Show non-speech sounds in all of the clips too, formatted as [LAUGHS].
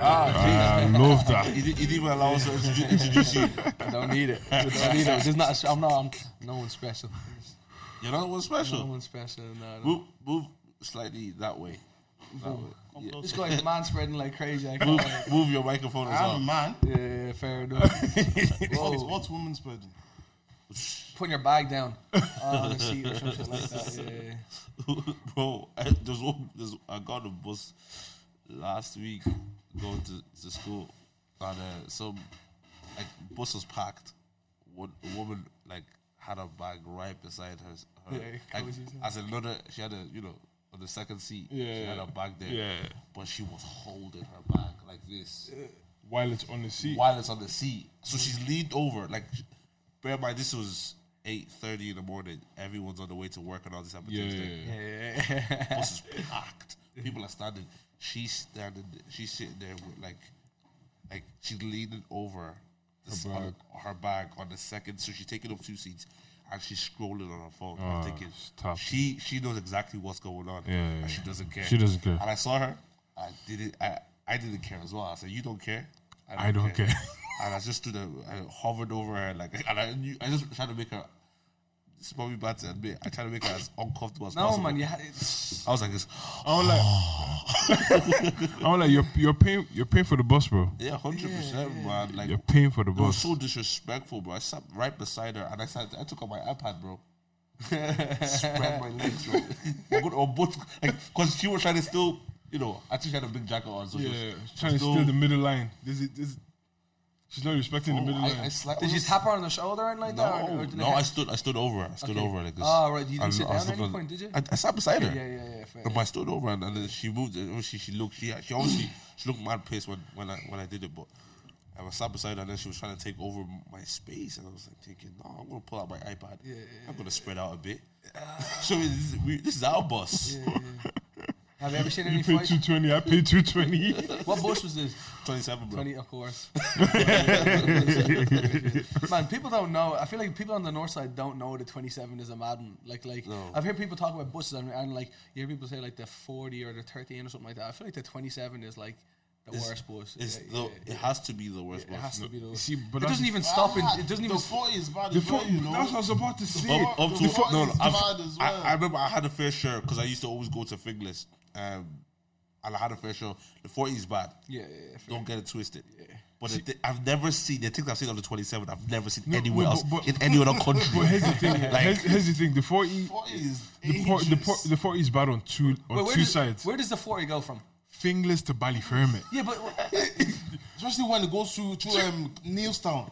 I uh, love that. It, it even allows us to introdu- introduce you. Don't need it. Don't need it. There's not. A, I'm not. I'm, no one's special. You're not one No special. one's special. No. no. Move, move slightly that way. That way. Yeah. This guy's man spreading like crazy. I can't. Move, move your microphone as I'm a well. man. yeah, yeah, fair enough. What's, Whoa. what's woman spreading? Putting your bag down on [LAUGHS] the seat or something like that. Yeah, yeah, yeah. [LAUGHS] Bro, I, there's one, there's, I got a bus last week going to, to school, and uh, some like bus was packed. One a woman like had a bag right beside her. her Yeah, like, cozy, yeah. as another, she had a you know on the second seat. she Yeah. had a bag there. Yeah. but she was holding her bag like this While it's on the seat. Mm-hmm. while it's on the seat. So she's leaned over. Like, bear in mind, this was eight thirty in the morning. Everyone's on the way to work and all this happened Yeah, yeah, Tuesday. yeah. [LAUGHS] Bus [LAUGHS] is packed. People are standing. She's standing. She's sitting there with like, like she's leaning over the s- on- her bag on the second. So she's taking up two seats. And she's scrolling on her phone. Ah, I'm thinking it's tough. she she knows exactly what's going on. Yeah, yeah, and she yeah. doesn't care. She doesn't care. And I saw her. I didn't. I I didn't care as well. I said, "You don't care." I don't care. [LAUGHS] and I just stood there, I hovered over her, like, and I, knew, I just tried to make her. It's probably bad to admit. I tried to make her as uncomfortable as No possible. man, you had it's I was like this. I'm like, I'm like, you're you're paying you're paying for the bus, bro. Yeah, hundred percent, man. Like, You're it paying for the was bus. so disrespectful, bro. I sat right beside her, and I sat. I took out my iPad, bro. Spread my legs, bro. or both, or both, like, cause she was trying to still, you know, I think she had a big jacket on, so she Yeah, was trying to still- steal the middle line. This is, this is- she's not respecting Oh, the middle [LAUGHS] I, line. I sli- Did you tap her on the shoulder and like that? or- No, or did no, it- I stood, I stood over, her. I stood Okay. over her like this. Oh, right, you didn't And sit I was down at any looking- point, did you? I, I sat beside her. Yeah, yeah, yeah. [LAUGHS] Fair. But I stood over and, and then she moved. it. Oh, She she looked. She she obviously [CLEARS THROAT] she looked mad pissed when, when I when I did it. But I was sat beside her and then she was trying to take over my space. And I was like thinking, no, I'm gonna pull out my iPad. I'm gonna spread out a bit. [SIGHS] so this is, we, this is our bus. Have you ever seen you any paid fights? two twenty. I paid [LAUGHS] two twenty. What bush was this? [LAUGHS] Twenty-seven, bro. Twenty, of course. Man, people don't know. I feel like people on the north side don't know the twenty-seven is a mad one. Like, like No. I've heard people talk about buses and, and like you hear people say like the forty or the thirteen or something like that. I feel like the twenty-seven is like the It's- worst bus. It's Yeah, the, yeah, yeah. it has to be the worst It has bus. to be the. See, but it that's- doesn't even stop. in it doesn't even. Ah, The 40 is bad The as well, fuck- you know. That's what I was about to say. Up, up The to fuck no, no. is I've- bad as well. I, I remember I had a fair share because I used to always go to Figless, um, and I had a fair share. The forty is bad. yeah, yeah, yeah, fair. Don't get it twisted. But the thi- I've never seen the things I've seen on the 27th. I've never seen No, anywhere no, else but- but- in [LAUGHS] any other country. But here's the [LAUGHS] thing. here's, here's the thing. The forty. 40 is The por- the dangerous. por- the forty is bad on two on But where two does- sides. Where does the forty go from? Fingless to Ballyfermot. Yeah, but Especially when it goes through, through um, Neilstown.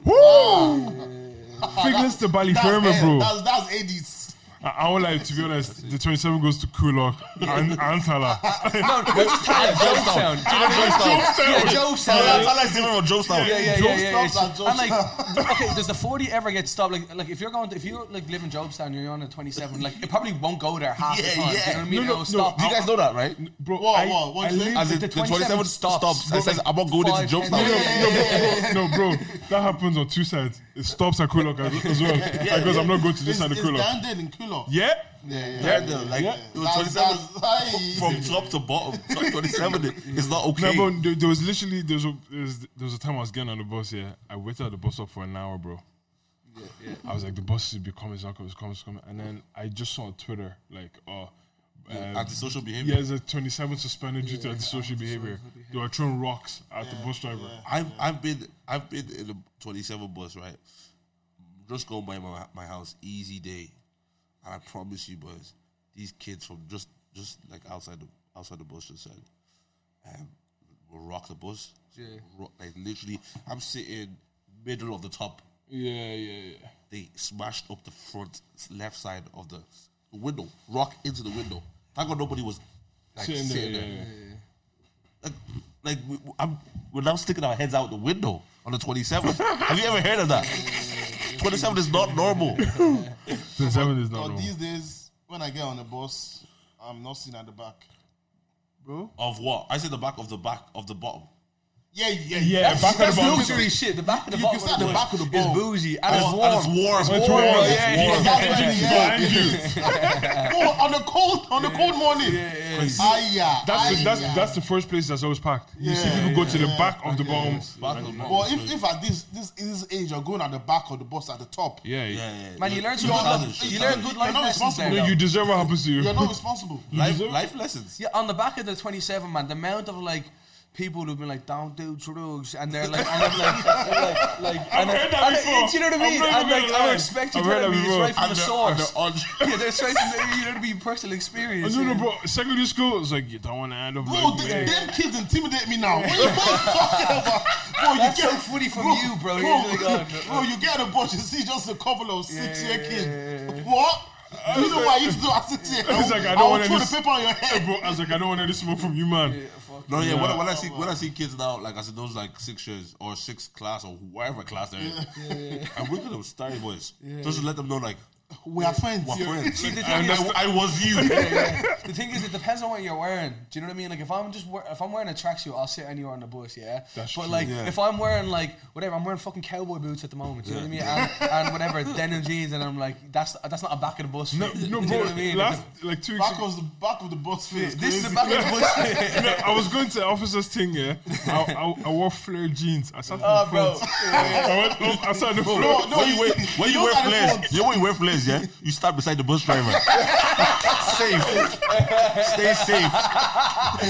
Ah, Fingless to that's, Ballyfermot, bro. That's, that's 80s. I, I would like to be honest. The twenty-seven goes to Kulok and [LAUGHS] Antala. no, just tell us Jonestown. Yeah, Jonestown. I like to remember Joe's now. yeah, yeah, Joe yeah, yeah, stops yeah. at And like, [LAUGHS] okay, does the forty ever get stopped? Like, like if you're going, to, if you like live in Jobstown, you're on a twenty-seven. Like, it probably won't go there half Yeah, the yeah. time. You know what I mean? No, no, It'll no. stop. Do you guys know that, right? Bro, Whoa, I, whoa, what I you say? live- As in, the 27 stops, and says, I'm not going into five, Jonestown. ten- Yeah, Yeah, no, no, bro, that happens on two sides. It stops at Kulok as, as well. because I'm not going to this It's, side of it's Kulok. down there in Kulok. Yeah? Yeah, yeah. They're the, like, Yeah. it was That's- 27 that's- from top to bottom. Top 27 is not No, okay. bro, there, there was literally there was, a, there was there was a time I was getting on the bus. Yeah, I waited at the bus stop for an hour, bro. I was like, the bus should be coming, it's not coming, it's coming, it's coming. And then I just saw on Twitter like, oh, uh, Antisocial behavior. yeah, there's a 27 suspended due to antisocial behavior. They were throwing rocks at the bus driver. I've I've been I've been in the 27 bus right. Just going by my my house, easy day, and I promise you, boys, these kids from just just like outside the outside the bus just said, um, will rock the bus. Yeah. Rock, like literally, I'm sitting middle of the top. Yeah, yeah, yeah. They smashed up the front left side of the window, rock into the window. Thank God nobody was like Sitting sitting, there, there. yeah, yeah. Like, like we, I'm, we're now sticking our heads out the window on the 27th. Have you ever heard of that? 27th is not normal. 27 is not But normal. these days, when I get on the bus, I'm not seen at the back. of what? I said the back of the back of the bottom. Yeah, yeah, Yeah, That's- back of the that's ball. real Boozy. bougie shit. The back of the You ball. can start the back of the is ball. bougie and And it's it's, warm. and it's warm. It's warm. Yeah, It's warm. yeah, yeah, yeah. Thank you. [LAUGHS] No, on a cold, on a cold morning. Yeah, yeah, yeah. That's the, that's, that's the first place that's always packed. You see Yeah, people go to the back of the bomb. Back of the ball. Well, if, if at this this this age you're going at the back of the bus at the top, Yeah. Yeah, yeah, yeah. Man, you learn some You're good not- life. You you're learn not- good you're life not lessons there. responsible. No, though. you deserve what happens to you. you're not responsible. Life, life lessons. Yeah, on the back of the 27, man, the amount of like people who've been like, "Don't do drugs," and they're like, and they're like, like, like and heard they're- that and before. Do you know what I I'm mean? not And even like, gonna I lie. respect you. I've do you heard know what I that mean? It's before. And they're- and right from the source. they're on- Yeah, they're straight from the, you know, what I mean, personal experience. No, no, yeah. bro. Secondary school is like you don't want to end up Bro, like th- me. them kids intimidate me now. What are you talking about? Bro, you That's get so funny from you, bro. Bro, You're like, oh, no. bro, you get on the bus, you see just a couple of six year kids. What? You know what I used to do at six year? It's like, I don't I'll wanna throw miss- the paper on your head. Hey, bro, I was like, I don't want any smoke from you, man. [LAUGHS] No, yeah. When, I- when I see when I see kids now, like I said, those like six years or sixth class or whatever class they're in, I'm with them starry boys. Just to let them know, like We are friends. we're yeah. friends. the thing and is- I, I was you. The thing is, it depends on what you're wearing. Do you know what I mean? Like, if I'm just wear, if I'm wearing a tracksuit, I'll sit anywhere on the bus, yeah. That's but true. like, Yeah. if I'm wearing like whatever, I'm wearing fucking cowboy boots at the moment. Do you know what I mean? And, and whatever denim jeans, and I'm like, that's that's not a back of the bus. No, fit. [LAUGHS] Do no, you know bro. what I mean? Last like two weeks. Back ago, of the back of the bus face. this is the back of the bus. fit. no, I was going to the officers thing. Yeah, I, I, I wore flare jeans. I sat in Oh, the bro. front. I went up. I sat in the No, floor. no, when you wear when you those wear are the flares, phones. you know when you wear flares, yeah, you start beside the bus driver. safe, stay safe.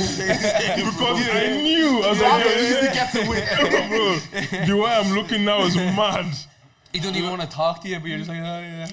Stay safe. Because I knew I was like, yo, this is the [LAUGHS] bro. The way I'm looking now is mad. He don't even want to talk to you, but you're just like, oh, yeah.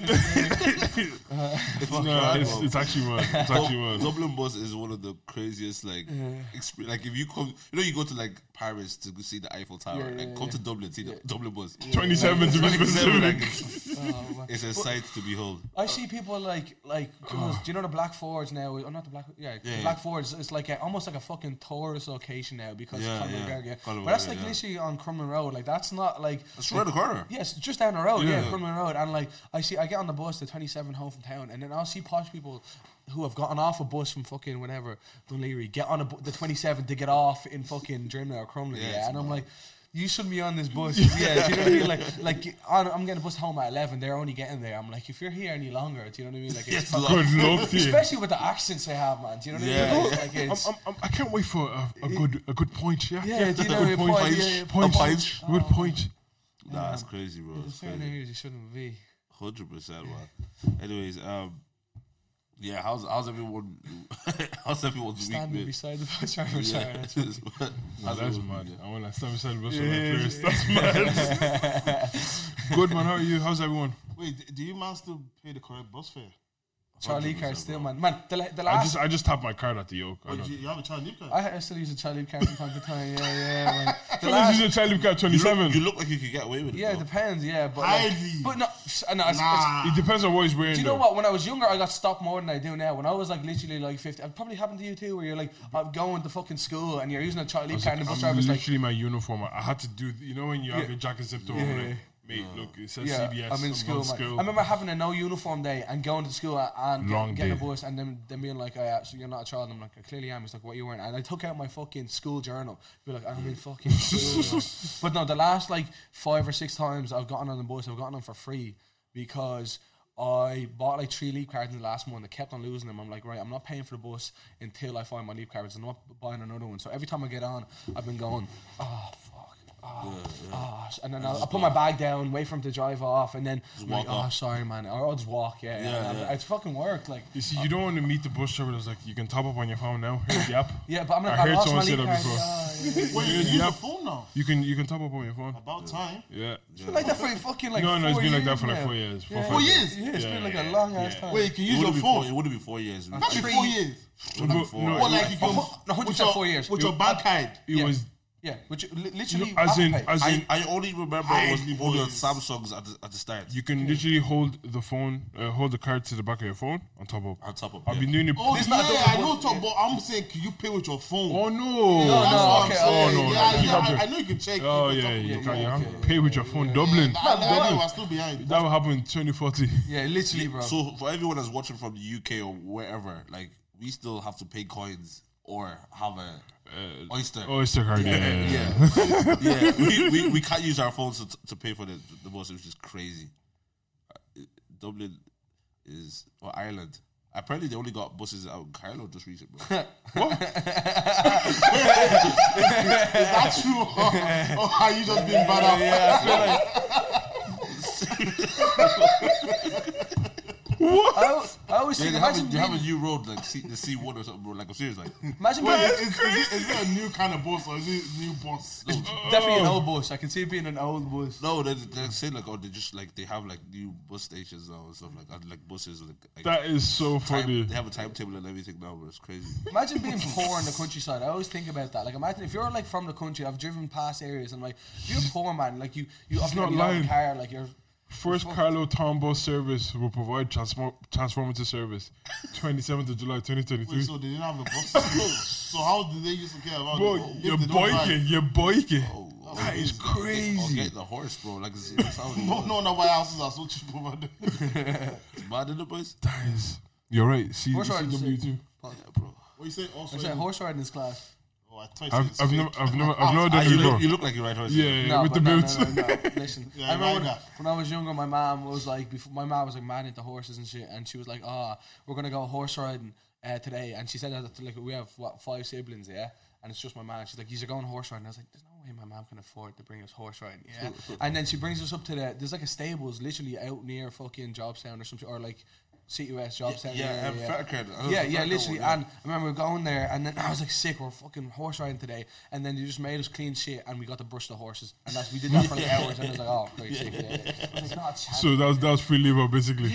No, it's, it's actually mad. It's actually Dub- mad. Dublin bus is one of the craziest like expe- like if you come you know you go to like Paris to go see the Eiffel Tower yeah, and come to Dublin see the Dublin bus 27 to be 27, like, specific. it's, it's a sight to behold I see people like [SIGHS] like girls. do you know the Black Fords now? Oh, not the Black. Yeah, the Yeah, Black yeah. Fords. It's like a, almost like a fucking tourist location now because Yeah, of Crumlin yeah. Road, yeah. Crumlin But that's Road, like yeah. literally on Crumlin Road. Like that's not like. it's around the corner Yes, just down the road, yeah, Yeah. Crumlin Road. And like, I see, I get on the bus, the 27 home from town, and then I'll see posh people who have gotten off a bus from fucking whatever, Dunleary, get on a bu- the 27 to get off in fucking Drimna or Crumlin, yeah. Yeah, it's And I'm like, you shouldn't be on this bus. yeah, do you know what I mean? Like, like on, I'm getting a bus home at 11, they're only getting there. I'm like, if you're here any longer, do you know what I mean? Like, [LAUGHS] it's fuck- Good luck to you. especially with the accents they have, man. Do you know what I Yeah. mean? Like, I'm, it's, I'm, I'm, um, I can't wait for a, a good a good point. Yeah, Yeah, do you know good a point, yeah, yeah, point, a point. Ah, good point. nah it's crazy bro it's certain crazy areas you shouldn't be. hundred percent man anyways um yeah how's how's everyone [LAUGHS] how's everyone's week Standing been beside the bus driver, sorry. yeah. that's- That's, How's mad. everyone- I want to stop beside the bus on my first. That's mad. [LAUGHS] good man, how are you? How's everyone? Wait, d- do you man still pay the correct bus fare? Charlie 100%, Car still, bro. man. Man, the, la- the I last just I just tapped my card at the yoke. I Or don't- you, you have a child leave card? I, I still use a Charlie card from time to time. Yeah, yeah. Like, the Fellas, last, you're a child look at you look, 27. you look like you could get away with it yeah, it though. depends. Yeah, but like, Highly. but no, s- no. It's, it's, Nah. it depends on what he's wearing. do you know though. what? When I was younger, I got stopped more than I do now. When I was like literally like fifty, it probably happened to you too, where you're like, I'm going to fucking school, and you're using a Charlie card, and the bus I'm driver's like, literally my uniform. I had to do. You know when you have Yeah. your jacket zipped over. Yeah, like, Mate, look, it says yeah, CBS. I'm in going school, to man. I remember having a no uniform day and going to school a- and get- Long getting a day. bus and then them being like, oh, yeah, so you're not a child. And I'm like, I clearly am. He's like, what are you wearing? And I took out my fucking school journal. Be like, I'm in fucking school. man." but no, the last like five or six times I've gotten on the bus, I've gotten on for free because. I bought like three leap cards in the last month. I kept on losing them. I'm like, right, I'm not paying for the bus until I find my leap cards. I'm not buying another one. So every time I get on, I've been going, oh, fuck. Oh, oh, and then I'll, I'll put my bag down, wait for him to drive off, and then I'm like, walk oh, sorry, man. Or I'll just walk, yeah. Yeah, and yeah. I'm- It's fucking worked. Like, You see, you don't want to meet the bus driver that's like, you can top up on your phone now. Here's the app. yeah, but I'm like, I I, heard lost my someone say lead that card. before. Oh, yeah. Wait, you use your phone now. You can you can top up on your phone. About time. Yeah. It's been like that for fucking like no, no, it's four been like that years for like now. four years. Four, Yeah. five Four years. years. It's been Yeah, like a yeah, long yeah. ass time. Wait, you can it use your wouldn't be four, it phone. wouldn't be four years man. That's four years. It wouldn't be But- four. no, Or Yeah. like you can, no, 100% with your- four years. With your bank card. It Yeah. was yeah, which li- literally, as in Apple Pay. as in I, I only remember it was Highly only on boys. Samsungs at the, at the start. you can literally hold the phone, uh, hold the card to the back of your phone on top of. On top of, I've yeah. been doing it. Oh, This yeah, not double I know, button, Tom, but I'm saying, can you pay with your phone? Oh no! That's no, what okay, I'm oh, saying. no, no, yeah, no, you yeah, can't I, do- I know you can check. Oh you can yeah, yeah, talk- you yeah, can't. You yeah. have to pay with your phone. Dublin. That- that Dublin. way we're still [LAUGHS] behind. That will happen in 2040. [LAUGHS] yeah, literally, bro. So for everyone that's watching from the UK or wherever, like we still have to pay coins or have a Uh, Oyster. Oyster card, Oh, yeah. yeah, yeah. [LAUGHS] yeah, yeah. We, we, we can't use our phones to, to pay for the, the bus, which is crazy. Uh, Dublin is or Ireland. Apparently, they only got buses out in Cairo just recently. [LAUGHS] bro. That's true. or Oh, are you just being bad up? I, al- I always they, think, they, have a, imagine, they have a being- new road like sea, the sea one or something, bro. Like I'm [LAUGHS] serious, like imagine Wait, being, is, is, it- is it a new kind of boss or is it new boss? Oh. definitely an old bus. I can see it being an old bus. no, they they say like oh they just like they have like new bus stations now and stuff like that, like buses like, like That is so funny. time, they have a timetable and everything now, but it's crazy. [LAUGHS] Imagine being poor in the countryside. I always think about that. Like, imagine if you're like from the country. I've driven past areas and like, if you're poor man, like you, you often not have your own lying. car. Like you're, First Carlo Town Bus service will provide transform- transformative service. 27th of July, Wait, 2023. so they didn't have a bus. [LAUGHS] so how do they used to care about Bro, it? If you're they don't drive. [LAUGHS] boyking, you're boyking. Oh, That is Or crazy. get the horse, bro. Like it's, [LAUGHS] it's how it No, was. Oh, no, no, why houses are so cheap over there. [LAUGHS] It's mad in the bus. That is. You're right. See, Horse riding CW2. Yeah, bro. What you say? Also, I'm sorry, horse riding is class. oh, I thought you I've, said I've fake. never, I've never, I've never Ah, done you, it look, before. you look like you ride horses. Yeah, yeah, with the but no, boots. No, no, no. Listen, Yeah, I remember when, right when I was younger, my mom was like, before, my mom was like mad into horses and shit, and she was like, "Ah, we're gonna go horse riding uh, today," and she said that like we have what five siblings, yeah. And it's just my mom. She's like, "You're going horse riding." I was like, "There's no way my mom can afford to bring us horse riding." Yeah. and then she brings us up to the there's like a stables literally out near fucking Jobstown or something or like CUS Jobstown. yeah, area, and Faircred. I know Yeah, the yeah, Faircred literally. one, yeah. And I remember going there, and then [LAUGHS] I was like, sick, we're fucking horse riding today. And then you just made us clean shit, and we got to brush the horses. And that's, we did that for like hours, and I was like, oh, great, sick. Yeah, [LAUGHS] yeah. I was like, not a chance. [LAUGHS] So that was, that was free labor, basically.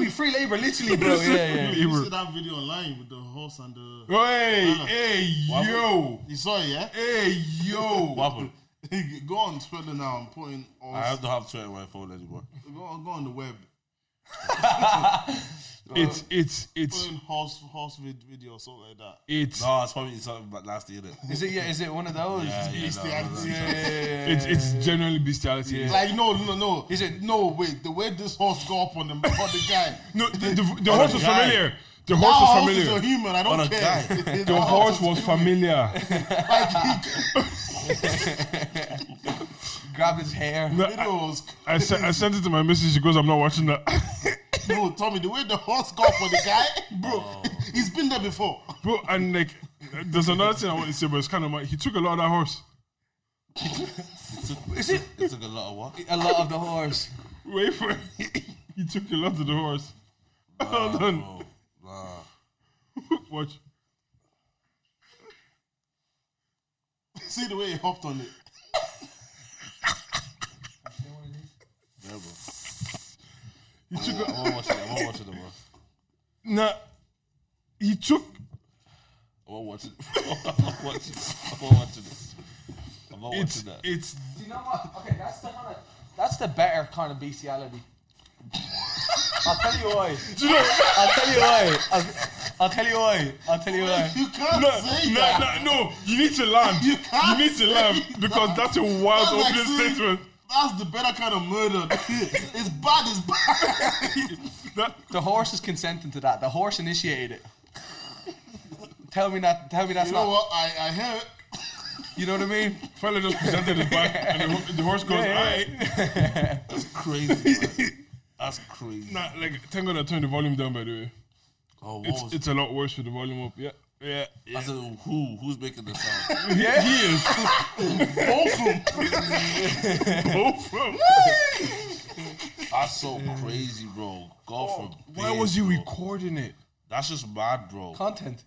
we free labor, literally, bro. [LAUGHS] Yeah, yeah. Free You labor. see that video online with the horse and the. Hey, Ah. hey, yo. You saw it, yeah? Hey, yo. What happened? [LAUGHS] go on Twitter now and put in horse. I have to have Twitter on my phone anymore. go, on- go on the web. It's, it's, Put it's, in horse, horse vid- video or something like that. it's, No, it's probably something about last year. innit? Is it, yeah, is it one of those? Yeah, yeah, no, no, no, no. it's, it's generally bestiality. Like, no, no, no. Is it- No, wait. The way this horse got up on the, on the [LAUGHS] guy. No, the, the, the horse was guy. familiar. The That horse was horse is a familiar. human. I On a don't [LAUGHS] care. guy. The That horse is was human. familiar. [LAUGHS] Like, he- Grabbed his hair. No, video I, was I, sen- I sent it to my missus. She goes, "I'm not watching that." [LAUGHS] No, Tommy, the way the horse got for the guy, [LAUGHS] bro, Oh. he's been there before. [LAUGHS] Bro, and like, there's another thing I want to say, but it's kind of my, he took a lot of that horse. It took, it, took, it took a lot of work. A lot of the horse. Wait for it. [LAUGHS] he took a lot of the horse. [LAUGHS] Hold on, Bro, nah. watch. See the way he [LAUGHS] hopped on it. Yeah, bro. He took I a, won't watch it. I won't watch it no more. nah. He took. I won't watch it. [LAUGHS] I won't watch it. I won't watch it. I won't watch It's that. it's Do you know what? Okay, that's the kind of, that's the better kind of bestiality. I'll tell you why. I'll tell you why. I'll, I'll tell you why. I'll tell you why. You can't no say no that. no no. You need to land. You, can't need to land because that's a wild That's like opening saying- statement. That's the better kind of murder. [LAUGHS] it's bad, it's [LAUGHS] bad. That The horse is consenting to that. The horse initiated it. tell me not. Tell me that's you know not. what? I, I hear it. You know what I mean? fella just presented his back, and the, ho- the horse goes, "Aye." That's crazy. [LAUGHS] Man. That's crazy. Nah, like thank God I turned the volume down. By the way, Oh, what it's was it's a lot worse with the volume up. Yeah, yeah. I said, who? Who's making the sound? Yeah, he is. Both of them. That's so Mm. crazy, bro. God Oh. forbid. Why was you bro. recording it? That's just mad, bro. Content.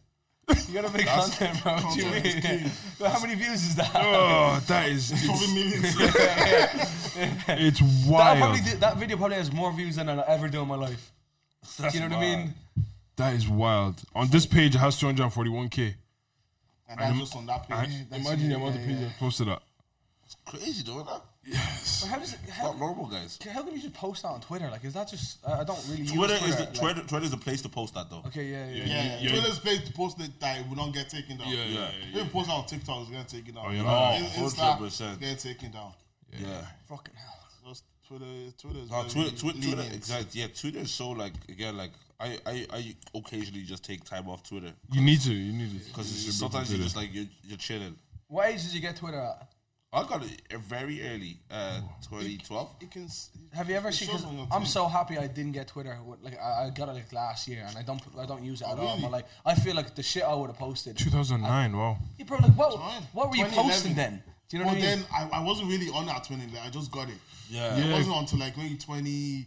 You gotta make content, bro. What you mean? How many views is that? Oh, that is. It's, Seven minutes. [LAUGHS] it's that, wild. probably did, that video probably has more views than I'll ever do in my life. That's Do you know what I mad. mean? that is wild. On this page, it has 241k. And that's just on that page. Imagine the amount of pages that's close to that. Crazy, though. That, But how does it? How, not normal, guys. how can you just post that on Twitter? Like, is that just? I I don't really. Twitter use Twitter is the like- Twitter, Twitter is the place to post that though. Okay, yeah, yeah. yeah. Yeah, Yeah. Twitter's place to post it that it will not get taken down. Yeah, yeah, If you post it on TikTok, it's going to take it down. Oh, you're right. Insta, 100%. Get taken down. Yeah. Fucking hell. Just Twitter, Twitter is No, very Twitter, Twitter, Twitter lenient. exactly. Yeah, Twitter is so like again like I- I, I, I occasionally just take time off Twitter You need to. You need to. because You should be sometimes on you Twitter. just like you're, you're chilling. What age did you get Twitter at? I got it uh, very early, uh, 2012. It can. s- Have you ever it seen? shows 'cause on your I'm thing. so happy I didn't get Twitter. What- Like I, I got it like last year, and I don't I don't use it at all. Oh, really? But like I feel like the shit I would have posted. 2009. Wow. Yeah, bro. Like what? Fine. What were you posting 2011. then? Do you know But what I mean? then I, I wasn't really on that 20. Like, I just got it. Yeah. It Yeah. wasn't until like maybe 20,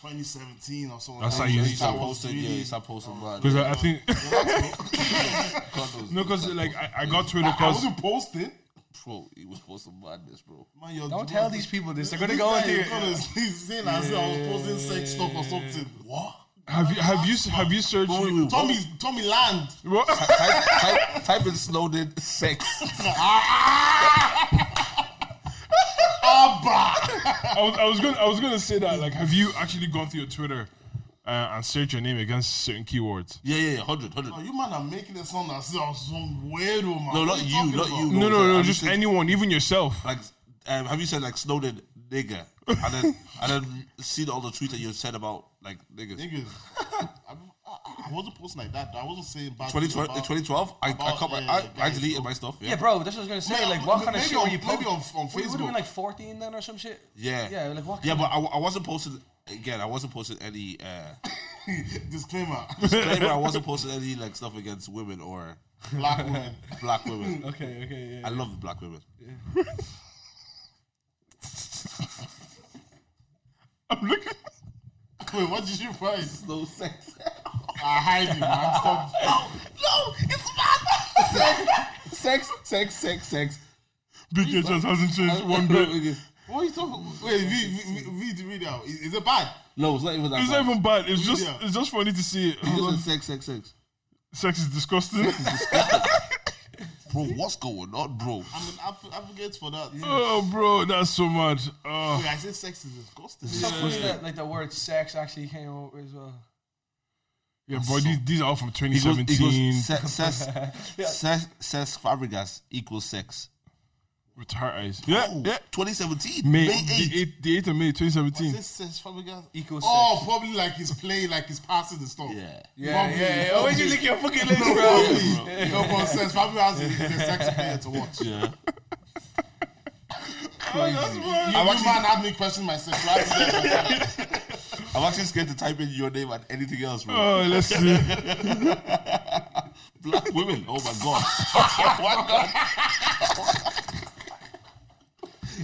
2017 or something. That's like how you that. You start That was posting, yeah, really- you start posting, man. Because I, I think [LAUGHS] God knows. no, because like I, I got Twitter I because wasn't posting. bro, he was posting madness, bro. Man, you're- Don't tell these people this. They're gonna This go guy and do is it. gonna- He's saying I said I was posting sex stuff or something. What? have you have you have you searched? Tommy, Tommy Land. [LAUGHS] What? type, type, type in Snowden sex. I was, I was gonna I was gonna say that like have you actually gone through your Twitter uh, and searched your name against certain keywords? [LAUGHS] Yeah, yeah, yeah, 100, 100. Oh, you man are making it sound as if some weirdo, man. No, What not are you, talking not about? you. No, no, I'm no, just just saying- anyone, even yourself. [LAUGHS] Like, um, have you said like Snowden nigga, and then and then seen all the tweets that you said about like niggas? Niggas. [LAUGHS] I'm- I, I wasn't posting like that. though. I wasn't saying bad. things 2012, about- I, I, about, cut my, uh, I, I guys, deleted bro. my stuff. Yeah, Yeah, bro. That's what I was gonna say. Maybe- like, what kind of maybe shit were on- you maybe posting? on- on We would have Facebook. been like 14 then or some shit. yeah, Yeah, like what? Yeah, kind but I, I wasn't posting again. I wasn't posting any. Uh, [LAUGHS] Disclaimer. disclaimer, I wasn't posting any like stuff against women or Black woman. black women. [LAUGHS] of- okay, okay, I yeah. love black women. I'm looking. [LAUGHS] Wait, what did you find? [LAUGHS] No sex. I hide it, man. Stop. no, it's mad. sex, sex, sex, sex. BK just hasn't changed one bit. What are you talking? Wait, read, read, read, read out. Is, is it bad? No, it's not even that. It's bad. not even bad. It's just Yeah. it's just funny to see. it. He just said sex, sex, sex. [LAUGHS] Sex is disgusting. Bro, what's going on, bro? I'm an adv- advocate for that. [LAUGHS] oh, bro, that's so mad. Oh, Wait, I said sex is disgusting. It's so funny that like the word sex actually came out as well. yeah, boy, these, these are all from He goes, 2017 he goes, sex, sex, sex, sex, Fabregas equals sex. with her eyes. Yeah, Oh, yeah. 2017, May, May 8th. the, 8th, the 8th of May Is 2017. this sex Fabregas? Equal Hmm. Oh, probably like he's playing, like he's passing the stuff. Yeah. Yeah, Probably, yeah, yeah. probably. Always you lick your fucking lips, bro. Probably. No, but sex Fabregas is is a sex player to watch. [LAUGHS] Yeah. You, you man had me question my sexuality. there. I'm actually scared to type in your name and anything else, bro. Oh, let's [LAUGHS] see. Black women. Oh my [LAUGHS] god. What the-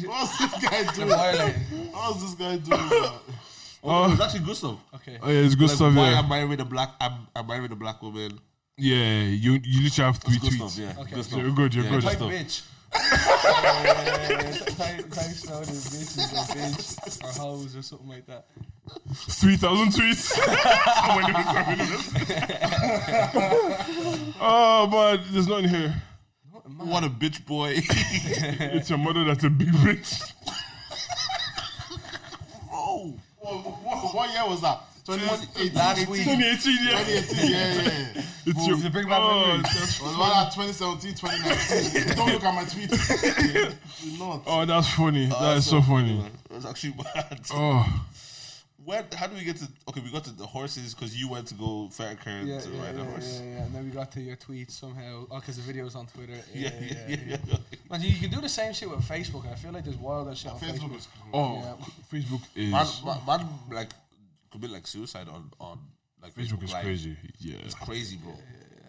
What's this guy doing? Violate. What's this guy doing? bro? oh, it was actually good stuff. Okay. Oh, yeah, it's good Like, stuff. why Yeah, am I with a black? I'm, am I with a black woman? yeah. You you literally have three It's good tweets. Oh, stuff. Yeah. Okay. Good stuff. You're good. You're Yeah, good. type Type stuff. bitch. Type Snowden bitches or bitch or hoes or something like that. Three thousand tweets. [LAUGHS] I went in this, I went in this. oh man, there's nothing here. What a bitch boy. [LAUGHS] It's your mother that's a big bitch. bro. What, what, what year was that? 2018. Last week. 2018, yeah. 2018, yeah, yeah. yeah. It's Ooh, your Oh, you bring back memories. that's, Was that 2017, 2019? Don't look at my tweets. Do not. oh, that's funny. that is so, funny. That's actually bad. Oh, Where? How do we get to? Okay, we got to the horses because you went to go fair current Yeah, to yeah, ride yeah, a horse. yeah, yeah. And then we got to your tweets somehow. Oh, because the video's on Twitter. Yeah, yeah, yeah. yeah, Man, you can do the same shit with Facebook. I feel like there's wilder shit on Facebook. Facebook is oh, Facebook is Man, man, man, like commit like suicide on on like Facebook is Live. crazy. Yeah, It's crazy, bro.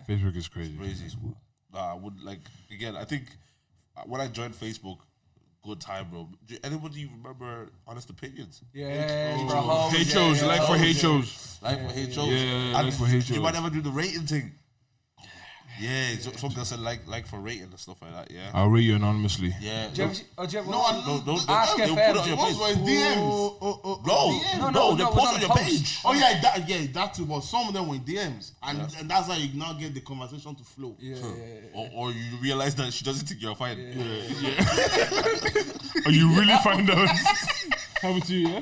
Facebook is crazy. Crazy. Nah, I would like again. I think uh, when I joined Facebook, good time, bro. Do anybody remember honest opinions? Yeah, bro. Oh, hoes, yeah, HOs, yeah, like for hoes, HOs. Like for HOs. yeah, like for You HOs. might never do the rating thing. Yeah, so some girl said like like for rating and stuff like that. Yeah, I'll read you anonymously. yeah. Do you ever see? Oh, do you ever No, watch- I- No, don't, don't, Ask they'll FM. put it on your Those page. were DMs. No, No, no, no, they no, post it's on on your post. page. Oh yeah, that, yeah, that too. But some of them were DMs, and, and that's how you now get the conversation to flow. Yeah, yeah, Or, yeah. or you realize that she doesn't think you're fine. Are you really find [LAUGHS] out? How about you? Yeah,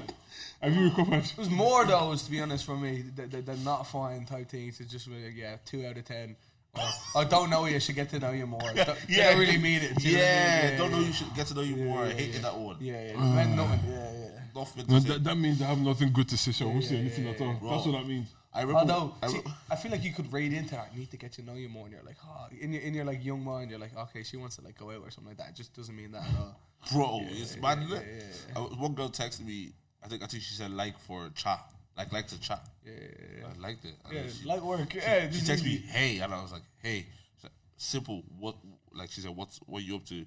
have you recovered? There's more those, to be honest, for me. That, that, that not fine type things. It's just like, yeah, two out of ten. Or, I don't know you. I should get to know you more. Don't- you don't really mean it. do you know what I mean? Yeah, don't know you should get to know you more. I hated that one. Yeah, yeah. Meant nothing. Uh, Yeah, yeah. Nothing to No, say. that, that means I have nothing good to say, so I won't say anything at all. Bro. That's what that means. I remember. Although, I, see, re- I feel like you could read into that. You need to get to know you more, and you're like, oh, in your in your like young mind, you're like, okay, she wants to like go out or something like that. It just doesn't mean that at all. bro, it's mad. isn't it? I was- one girl texted me. I think I think she said like for chat, like like to chat. Yeah, I liked it. And then she, Light work. [LAUGHS] Yeah, she texted me hey, and I was like hey, She's like, simple. What like she said? What's what you up to?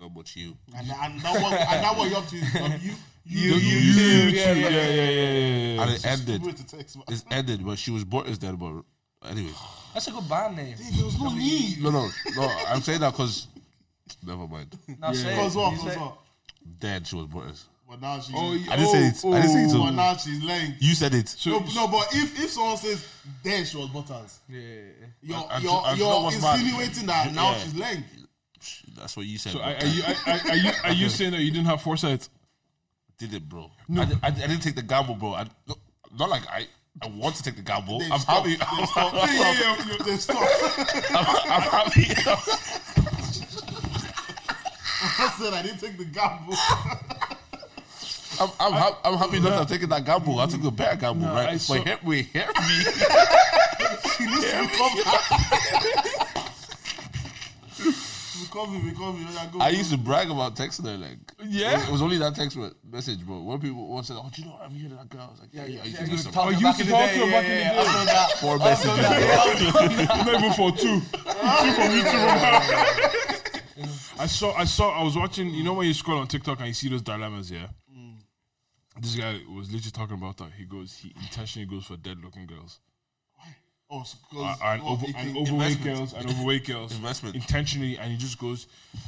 Not much you. And, and, now what, and now what you're up to is um, you, [LAUGHS] You, you, you, you, yeah, too, yeah, yeah, yeah, yeah, yeah, yeah. And it ended. with the text, man. It's ended, but she was born is dead, but anyway. That's a good band name. There was no need. No, no, no. I'm saying that because never mind. Now say Cause it. what? You Cause say- what? Dead. She was born as. But now she's. Oh, yeah. I didn't say it. I didn't say it. But now she's lying. You said it. No, no, but if if someone says then she was butters, Yeah, yeah, yeah. you're And- and you're, so- and so that you're was bad. insinuating that now Yeah. she's lying. That's what you said. So bro. are, are you are, are you are you saying that you didn't have foresight? did it, bro. I, di- I, di- I didn't take the gamble, bro. I, no, not like I. I want to take the gamble. They I'm stop. happy. [LAUGHS] They stop. Yeah, yeah, yeah, yeah, They stop. [LAUGHS] I'm happy. I said I didn't take the gamble. I'm, I'm, hap- I'm happy enough I'm taking that gamble. I took the better gamble, I right? saw- But hit me, hit me. Recovery, recovery. I go. I used to brag about texting her, like Yeah? It was, it was only that text me- message, bro. When people once said, "Oh, do you know what? I'm here to that girl," I was like, "Yeah, yeah." I used to listen. Oh, you used to talk to her back in the day. Oh, Four messages. bro. Not even for [LAUGHS] two. two for me, two for her. I saw, I saw, I was watching, you know, when you scroll on TikTok and you see those dilemmas, yeah? This guy was literally talking about that. He goes, he intentionally goes for dead looking girls. Oh, so Uh, 'cause- and, oh, over, it and can- overweight investment. girls, and overweight girls. Investment. Intentionally, and he just goes,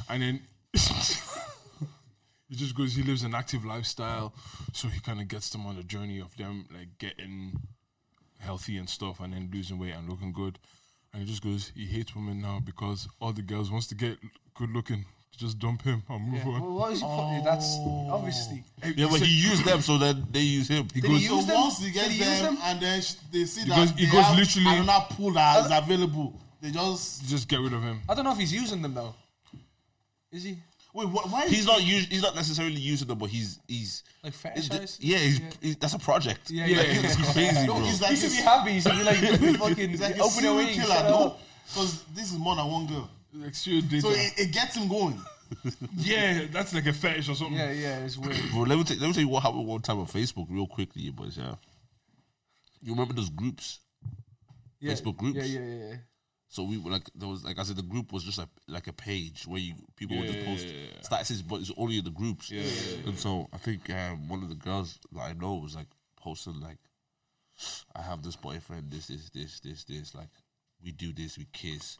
and then. [LAUGHS] He just goes. He lives an active lifestyle, so he kind of gets them on the journey of them like getting healthy and stuff, and then losing weight and looking good. And he just goes, he hates women now because all the girls wants to get good looking. Just dump him and move on. Well, what is he put- That's obviously. Yeah, but he used them, so then they use him. He Did goes, he So use them? once he Did gets he use them, them? and then sh- they see that goes- they he goes have literally- another pool that is available. They just Just get rid of him. I don't know if he's using them though. Is he? wait. What, why? he's not us- he's not necessarily using them, but he's he's Like he's- fetishized? yeah, he's, he's- that's a project. Yeah, Like, yeah, it's yeah. crazy, no, bro. he's like He should a- be [LAUGHS] happy. He should be like [LAUGHS] fucking he's like a open your serial wings. killer. shut No, up. because this is more than one girl. Like serious So data. it, it gets him going. yeah, that's like a fetish or something. Yeah, yeah, it's weird. [COUGHS] Bro, let me tell, let me tell you what happened one time on Facebook, real quickly, boys. Yeah, you remember those groups? Yeah, Facebook groups? Yeah, yeah, yeah. yeah. So we were like there was like I said the group was just like like a page where you people would just Yeah, post yeah, yeah, yeah. statuses, but it's only in the groups. Yeah, and so I think um, one of the girls that I know was like posting like, I have this boyfriend, this this this this this like, we do this, we kiss.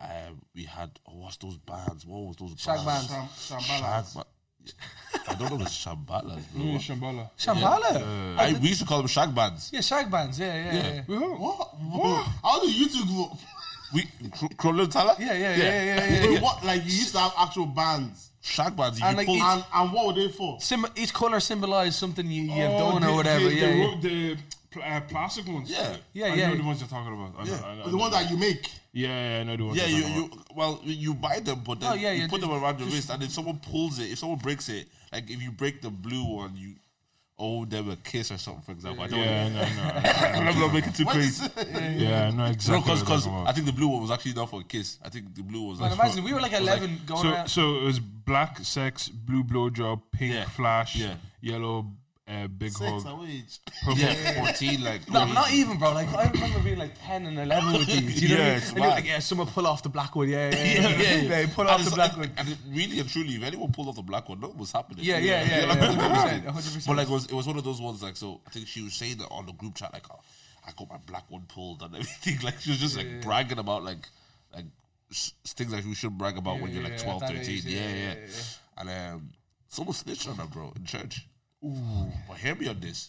Um, we had oh, what's those bands? What was those Shag bands? bands. Sham, Shambhala. Shag ba- I don't know if it's shambalas, bro. Oh. Yeah, Shambhala. Shambhala. I, we used to call them shag bands. Yeah, shag bands. Yeah, yeah, yeah. yeah. What? what? How do you two grow up? We Cr- Crowley Tala? Yeah, yeah, yeah, yeah, yeah. Wait, what? Like you used to have actual bands, Shag bands. You And, like, pull- each- and and what were they for? Sim- each color symbolized something you, you have Oh, done the- or whatever. The, yeah, the, yeah. ro- the pl- uh, plastic ones. Yeah. Yeah, I yeah. know the ones you're talking about. I know, I know, I The know. one that you make. Yeah, yeah, I know the ones. Yeah, you're you, talking you well you buy them, but then No, Oh, yeah, you yeah, put them just- around your just- wrist, and if someone pulls it, if someone breaks it, like if you break the blue one, you owe them a kiss or something. For example, about. Yeah, no, no. [LAUGHS] I don't. I'm not making too [LAUGHS] crazy. Yeah, I know No, exactly. because what you're talking about. I think the blue one was actually not for a kiss. I think the blue one was Man, like imagine we were like was 11 going So, around. so it was black sex, blue blowjob, pink Yeah. flash, Yeah. yellow uh, big Sex hog, away. purple. yeah, fourteen like No, not even, bro. Like I remember being like ten and eleven with these. You know Yeah, what I mean? it's And you're mad. like, yeah, someone pull off the black one. Yeah, [LAUGHS] yeah, Yeah, yeah, yeah. They pull And off the it's- black it- [LAUGHS] one. And it really and truly, if anyone pulled off the black one, nothing was happening. Yeah, yeah, yeah, You know yeah, what I'm [LAUGHS] 100%, saying? 100%. But like, it was, it was one of those ones. Like, so I think she was saying that on the group chat, like, oh, I got my black one pulled and everything. [LAUGHS] Like, she was just like bragging about like, like s- things like we should brag about when you're yeah, like at 12, that 13. age, yeah, yeah, yeah, yeah, And um, someone snitched on her, bro, in church. Ooh, but hear me on this.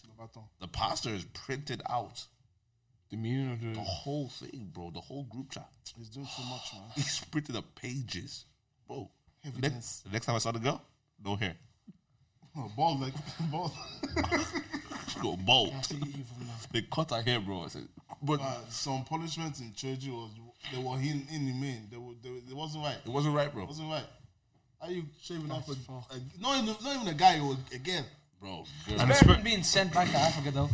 The pastor is printed out The meaning of the the. whole thing, bro. The whole group chat He's doing too much, man. he's printed up pages, bro. The Evidence. next, the next time I saw the girl, no hair. [LAUGHS] [LAUGHS] Oh, ball like [LAUGHS] ball. She got bald. They cut her hair, bro. I said, but Uh, some punishments in church was they were in in the main. They were they, were- it wasn't right. it wasn't right, bro. wasn't right. Are you shaving off a, a not even, not even a guy or a girl? Bro, Better than being sent back to Africa though.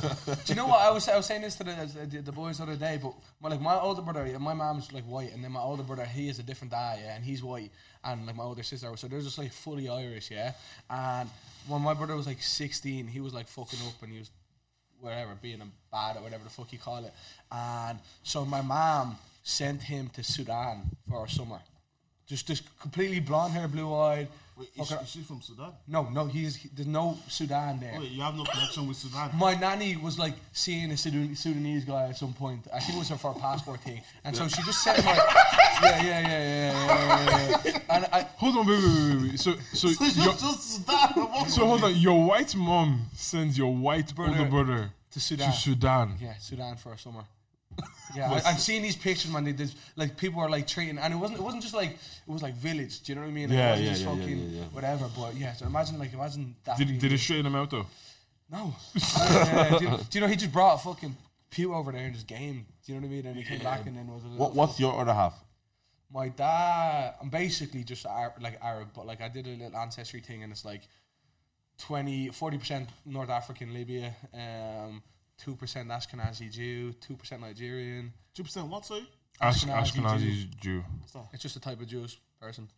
Do you know what I was? I was saying this to the, the, the boys the other day, but my, like my older brother, yeah, my mom's like white, and then my older brother, he is a different dad, yeah, and he's white, and like my older sister, so they're just like fully Irish, yeah. And when my brother was like sixteen, he was like fucking up, and he was whatever being a bad or whatever the fuck you call it, and so my mom sent him to Sudan for a summer, just just completely blonde hair, blue eyed. Wait, is she, is she from Sudan? No, no, he's he, there's no Sudan there. Wait, you have no connection with Sudan. [LAUGHS] [LAUGHS] My nanny was like seeing a Sudan- Sudanese guy at some point. I think it was her for a passport thing, and so she just sent my [LAUGHS] yeah, yeah, yeah, yeah, yeah, yeah, yeah. And I, Hold on, wait, wait, wait, wait. So, so, It's your, just, just Sudan. What- so hold on. Your white mom sends your white Brother. older brother To Sudan. To Sudan. yeah, Sudan for a summer. Yeah, I, I've seen these pictures, man. They, there's like people are like treating, and it wasn't. It wasn't just like it was like village. Do you know what I mean? Like, Yeah, it wasn't yeah, just yeah, yeah, fucking yeah, yeah. Whatever, but yeah. So imagine like imagine that. Did, being- did it straighten him out though? [LAUGHS] No. Uh, do, you, do you know he just brought a fucking pew over there and just game? Do you know what I mean? And he came back and then was a little What, what's your other half? my dad i'm basically just Ar- like arab but like i did a little ancestry thing and it's like 20 40% north african libya um 2% ashkenazi jew 2% nigerian Two percent. What sorry? Ash, Ashkenazi Ashkenazi Jew. it's just a type of jewish person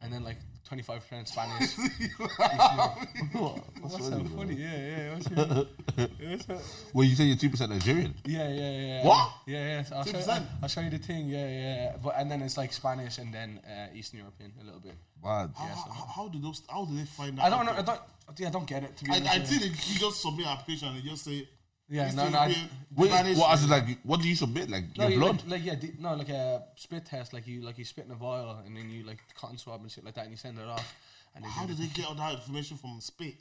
and then like 25% [LAUGHS] spanish what's so funny yeah yeah what's your, [LAUGHS] Well, you say you're two percent Nigerian. yeah yeah yeah What? yeah yeah so I'll, show, 2%? I'll show you the thing yeah yeah but and then it's like spanish and then uh, eastern european a little bit Mad. How, how, how do those? How do they find out? i don't know i don't yeah, I don't get it. To be I, honest, I yeah. think they, you just submit application and they just say. Yeah, East no, no, I- European, Wait, Spanish, what? As in, like, what do you submit? Like No, your you- blood? Like, like yeah, di- no, like a spit test. Like you, like you spit in a vial, and then you like cotton swab and shit like that, and you send it off. And they How do do the- they get all that information from spit?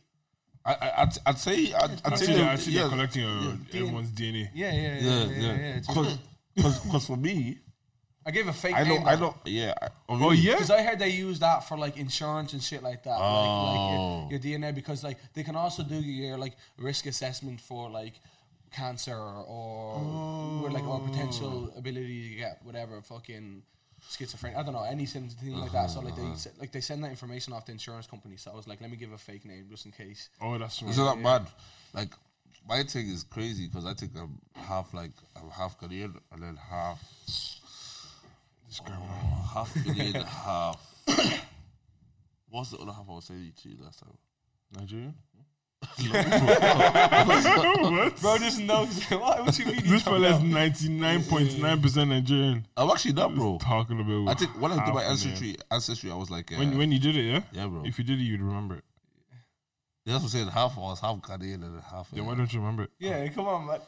I, I, I'd, I'd say, I'd, I'd I say, see, that, I see they're yeah, collecting uh, everyone's DNA. yeah, yeah, yeah, yeah, yeah, yeah. yeah, it's- Because for me, I gave a fake I name. don't, I don't, yeah. I, Oh yeah. Because I heard they use that for like insurance and shit like that, like- Oh. like, your, your DNA. Because like they can also do your like risk assessment for like cancer or or like or potential Oh. ability to get whatever fucking schizophrenia. I don't know any symptoms, thing like that. So like they Uh-huh. se- like they send that information off to insurance companies. So I was like, let me give a fake name just in case. Oh, that's Isn't right. that mad? Like, my thing is crazy because I think I'm half, like, I'm half Ghanaian and then half, oh, half Ghanaian, [COUGHS] half. [COUGHS] What's the other half I was saying to you last time? [LAUGHS] Nigerian. Bro just [LAUGHS] knows. what would you mean? This fella is ninety nine point nine percent Nigerian. I'm actually not, bro. Talking about. I think when I did my half a man. ancestry, ancestry, I was like, uh, When when you did it, yeah. Yeah, bro. If you did it, you'd remember it. that's what I'm saying. Half I was half Ghanaian and then half. Then uh, why don't you remember it? Yeah, come [LAUGHS] on, man.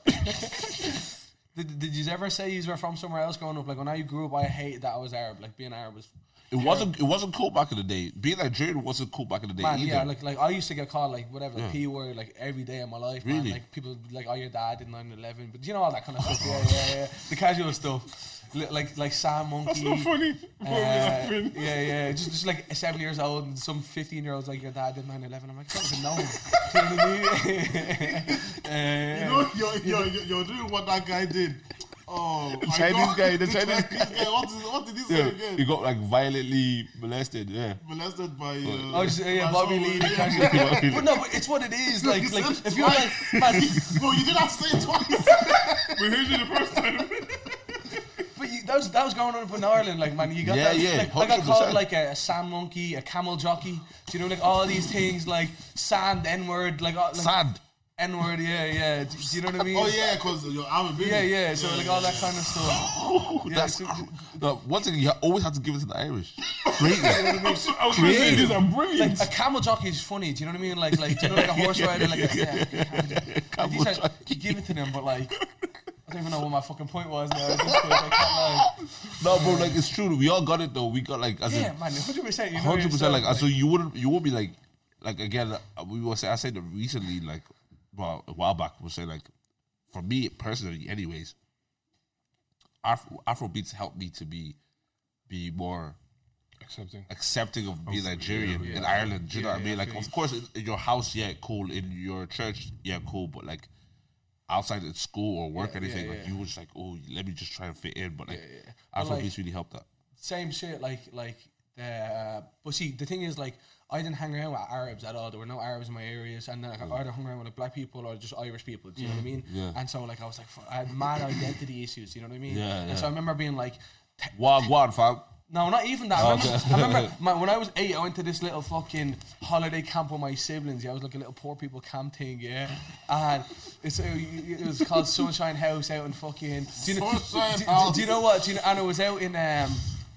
did, did you ever say you were from somewhere else growing up? Like when I grew up, I hated that I was Arab. Like being Arab was. It wasn't. It wasn't cool back in the day. Being Nigerian wasn't cool back in the day Man, either. yeah, like like I used to get called like whatever the p word like every day of my life. Really? Man. Like people like oh your dad did 9-11. but you know all that kind of stuff. Yeah, yeah, yeah. The casual stuff, Li- like like Sam Monkey. That's not funny. [LAUGHS] Why are Uh, we laughing? yeah, yeah, just just like seven years old and some fifteen year olds like your dad did 9-11. I'm like, I don't [LAUGHS] even know. him." Do you know what I mean? [LAUGHS] Uh, You know, you're, you're, you're, you're doing what that guy did. Oh, I Chinese got- guy, [LAUGHS] the Chinese guy. What, is, what did he say yeah, again? you got like violently molested. Yeah, Molested by. Uh, Oh, just, yeah, yeah, by Bobby someone. Lee. Yeah. The but no, but it's what it is. Like, like if you're like, man, No, you did not say it twice. [LAUGHS] We heard you the first time. but you, that was that was going on up in Ireland. Like, man, you got Yeah, that. yeah, like, I got called 100%. like a, Sam monkey, a camel jockey. Do you know like all these things like sand, N word, like, all- like sad. N word. Yeah, yeah. Do, do you know what I mean? oh yeah, because you're Arab. baby. Yeah, yeah. So like all that kind of stuff. Ooh, that's so- cr- no, one thing you always have to give it to the Irish. [LAUGHS] Greatness. I'm so, I was gonna say Creative. these are brilliant. Like a camel jockey is funny. Do you know what I mean? Like, like do you know like a horse rider, like a, yeah, like a camel jockey. Like, these are, you give it to them, but like. I don't even know what my fucking point was now. I just, like, I can't lie. no, bro, like it's true. We all got it though. We got like as Yeah, in man, hundred percent. hundred percent. Like, so you wouldn't, you would be like, like again, uh, we were saying, I said that recently, like, well, a while back, we were saying like, for me personally, anyways, Afro Afrobeats helped me to be, be more Accepting. accepting of being Nigerian in Ireland. Do you know what I mean? Like, of course, in, in your house, yeah, cool. In your church, yeah, cool. But like, outside at school or work, anything, like, you were just like, oh, let me just try and fit in. But like, Afrobeats like- really helped that. same shit like like Uh, but see, the thing is, like, I didn't hang around with Arabs at all. There were no Arabs in my areas, and then like, I either hung around with black people or just Irish people. Do you know what I mean? Mm, Yeah. And so, like, I was like, fu- I had mad identity issues. You know what I mean? Yeah, And yeah. so I remember being like. "Te- Wagwan, fam. no, not even Oh, that. I remember, I [LAUGHS] remember my, when I was eight, I went to this little fucking holiday camp with my siblings. Yeah, I was like a little poor people camp thing. Yeah, and it's, it was called Sunshine House out in fucking. Do you know, Sunshine do- do- House. do you know what? Do you know, and it was out in um,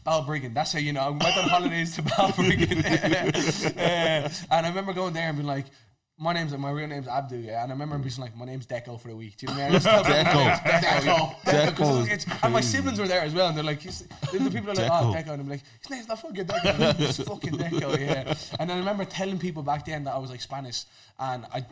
Balbriggan. That's how you know. I went on holidays to [LAUGHS] Balbriggan, Uh, and I remember going there and being like. My name's my real name's Abdu, yeah, and I remember being like, my name's Deco for the week. Do you know what I mean? I [LAUGHS] just tell people, [LAUGHS] Deco. Deco, yeah. Deco. 'Cause it's- And my siblings were there as well, and they're like, he's- the the people are like, oh, Deco. Deco, and I'm like, his name's not fucking Deco, it's fucking Deco, yeah. And I remember telling people back then that I was like Spanish, and I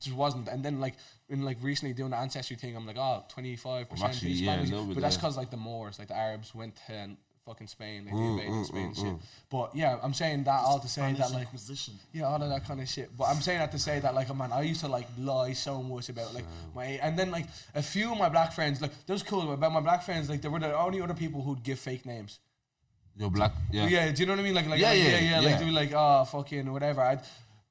just wasn't. And then like in like recently doing the ancestry thing, I'm like, oh, 25 I'm percent actually- Spanish, yeah, no, but but that's yeah. because like the Moors, like the Arabs went to um, fucking Spain, like Mm, they invaded Spain and shit. But yeah, I'm saying that all to say that like position. yeah, all of that kind of shit. But I'm saying that to say that, like, oh, man, I used to like lie so much about like my, and then like a few of my black friends, like, that was cool about my black friends, like, they were the only other people who'd give fake names. You're black. Yeah. Yeah, do you know what I mean? Like, like, Yeah, like, yeah, yeah, yeah, like, yeah. they were like, oh, fucking whatever, I'd,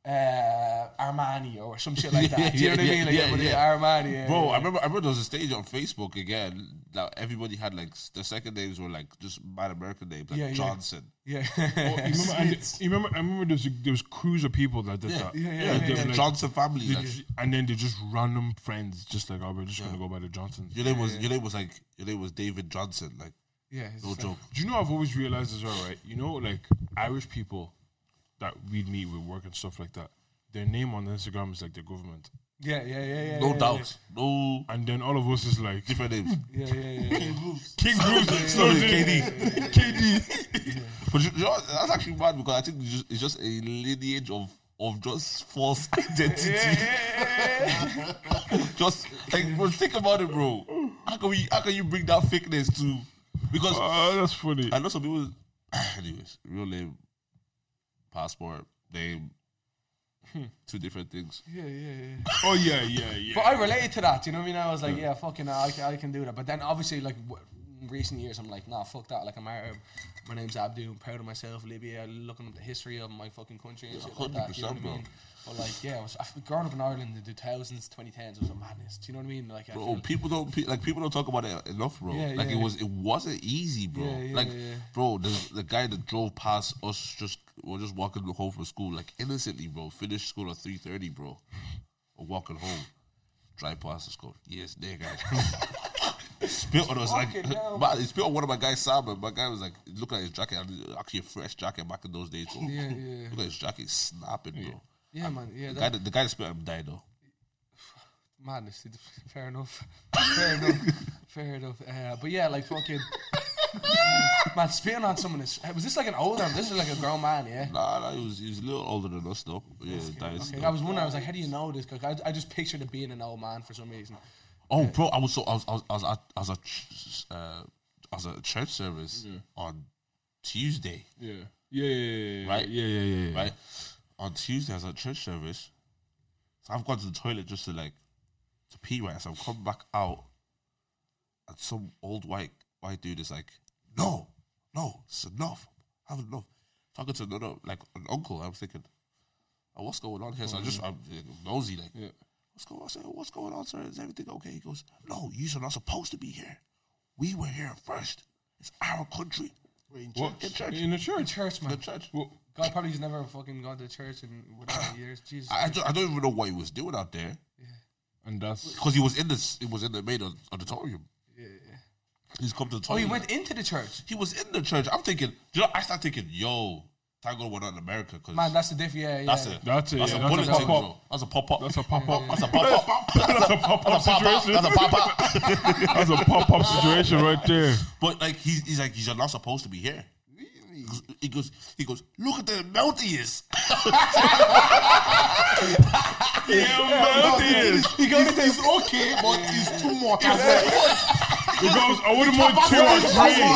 uh, Armani or some shit like that. Do you know what I Yeah, mean? Like, yeah, everybody, yeah. Armani. Yeah, Bro, yeah. I remember I remember there was a stage on Facebook again that everybody had like s- their second names were like just bad American names like Yeah, yeah. Johnson. yeah, Oh, you [LAUGHS] remember, and, you remember, I remember there was, there was crews of people that did that. yeah, yeah, Like, yeah, they were The like- Johnson family. they like, just- and then they're just random friends, just like, oh, we're just going to go by the Johnsons. your name was your name was like your name was David Johnson. Like yeah. it's no just joke. like- Do you know I've always realized as well, right? You know, like Irish people that we meet with work and stuff like that, their name on Instagram is like the government, Yeah, yeah, yeah, yeah. No yeah, doubt. No and then all of us is like different names. Yeah, yeah, yeah. yeah. King Bruce, Hmm. Sorry, KD. KD. [LAUGHS] But you, you know, that's actually bad because I think it's just, it's just a lineage of of just false [LAUGHS] identity. just like, bro, think about it, bro. How can we? How can you bring that fakeness to? Because Oh, that's funny. Uh, I know some people. [SIGHS] anyways, real name, passport, name, two different things. Oh yeah, yeah, yeah. But I related to that. You know what I mean? I was like, yeah, fucking, I, can- I can do that. But then obviously, like w- in recent years, I'm like, nah, fuck that. Like I'm Arab. My name's Abdul. I'm proud of myself. Libya. Looking up the history of my fucking country and shit like that. You know what 100%, I mean? But like, yeah, I was, I, growing up in Ireland in the 2000s, 2010s was a madness. Do you know what I mean? Like, I Bro, feel- [LAUGHS] people don't pe- like people don't talk about it enough, bro. Yeah, like yeah. it was, it wasn't easy, bro. Yeah, yeah, like, yeah. bro, the, the guy that drove past us just we're just walking home from school, like innocently, bro. Finished school at three thirty, bro. Or walking home, drive past the school. Yes, there, guy. [LAUGHS] spit on us, like, Fucking hell. but he spit on one of my guys' Sam, and my guy was like, look at his jacket, and actually a fresh jacket back in those days, bro. Yeah, yeah. Look at his jacket snapping, bro. yeah, man, yeah, The guy, that, that, the guy that spit on him died though. madness. Fair enough. [LAUGHS] Fair enough. Fair enough. Uh, but yeah, like fucking. Man, spitting on someone is. Was this like an old man? This is like a grown man, yeah? Nah, nah, he was he was a little older than us though. Yeah, died. Okay, I was wondering. I was like, how do you know this? Because I, I just pictured it being an old man for some reason. Oh, bro, I was so I was I was, I was at I was at ch- uh, I was at a church service on Tuesday, yeah. Yeah, yeah, yeah, yeah, Right? Yeah, yeah, yeah, yeah. right? On Tuesday, I was at church service. So I've gone to the toilet just to like to pee, right? So I've come back out, and some old white white dude is like, "No, no, it's enough. I have enough." Talking to another like an uncle, I'm thinking, oh, "What's going on here?" So I just I'm uh, nosy, like, Yeah. What's going on? I said, What's going on, sir? Is everything okay? He goes, No, you are not supposed to be here. We were here first. It's our country. Wait, in What? church? church. In the The church. church, The man. church. Well, God probably has never fucking gone to church in whatever years. Jesus. I, I, don't, I don't even know what he was doing out there and that's because he was in this. He was in the main au- auditorium. Yeah. He's come to the oh, toilet. he went into the church. He was in the church. I'm thinking. You know, I start thinking, Yo, thank God we're not in America because Man, that's the diff. Yeah, yeah. that's, a That's it, That's yeah, a that's a bullet thing, pop-up. bro. That's a pop up. that's a pop [LAUGHS] [LAUGHS] up. That's a [LAUGHS] pop up. That's a pop up. That's a pop up. That's a pop up. That's a pop up situation right there. But like he's, he's like he's not supposed to be here. Really? He goes, he goes. Look at the amount he is. Yeah, man, it is. He goes, he's okay, but he's too much. He goes, I wouldn't want two or three. He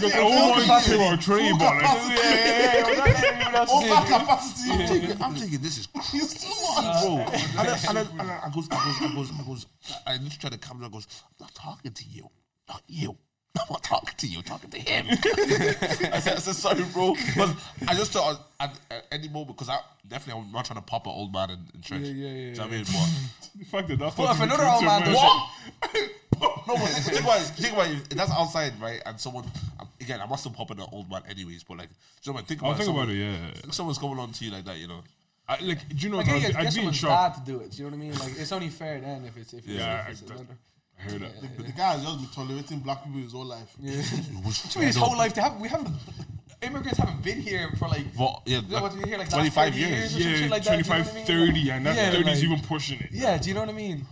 goes, I wouldn't want two or three, [LAUGHS] but like, Overcapacity. I'm thinking- I'm thinking this [LAUGHS] is crazy, He's too much. bro. And then, and then, and then I goes, I goes, I goes, I goes. I just try to calm down. I goes, I'm not talking to you, [LAUGHS] not you. I'm not talking to you, I'm talking to him. [LAUGHS] I, said, I said, sorry, bro. But I just thought at, at any moment, because I definitely I'm not trying to pop an old man in, in church. Yeah, yeah, yeah, Oh! Do you know what I mean? The fact that that's Well, not if the another old man recruiter, [LAUGHS] does man. it- But, [LAUGHS] no, but think about it. Think about it. If that's outside, right? And someone, again, I must have popped an old man anyways, but like, do you know what I mean? Think about I'll it. Oh, think someone- about it, yeah. If someone's coming on to you like that, you know. I, like, do you know I what? get, I'd, you, be- get I'd be in someone's shock. dad to do it. Do you know what I mean? Like it's only fair then if it's if it's, Yeah, if it's that- a lender. I hear that. The guy has just been tolerating black people his whole life. Yeah. What I mean, his whole life they haven't we haven't immigrants haven't been here for like Well, yeah, Yeah, like what, you hear, like, 25 30 years. years or some Yeah, shit like that, do you know what I 25, mean? 30, and that's Yeah, 30s like- even pushing it. yeah. Do you know what I mean?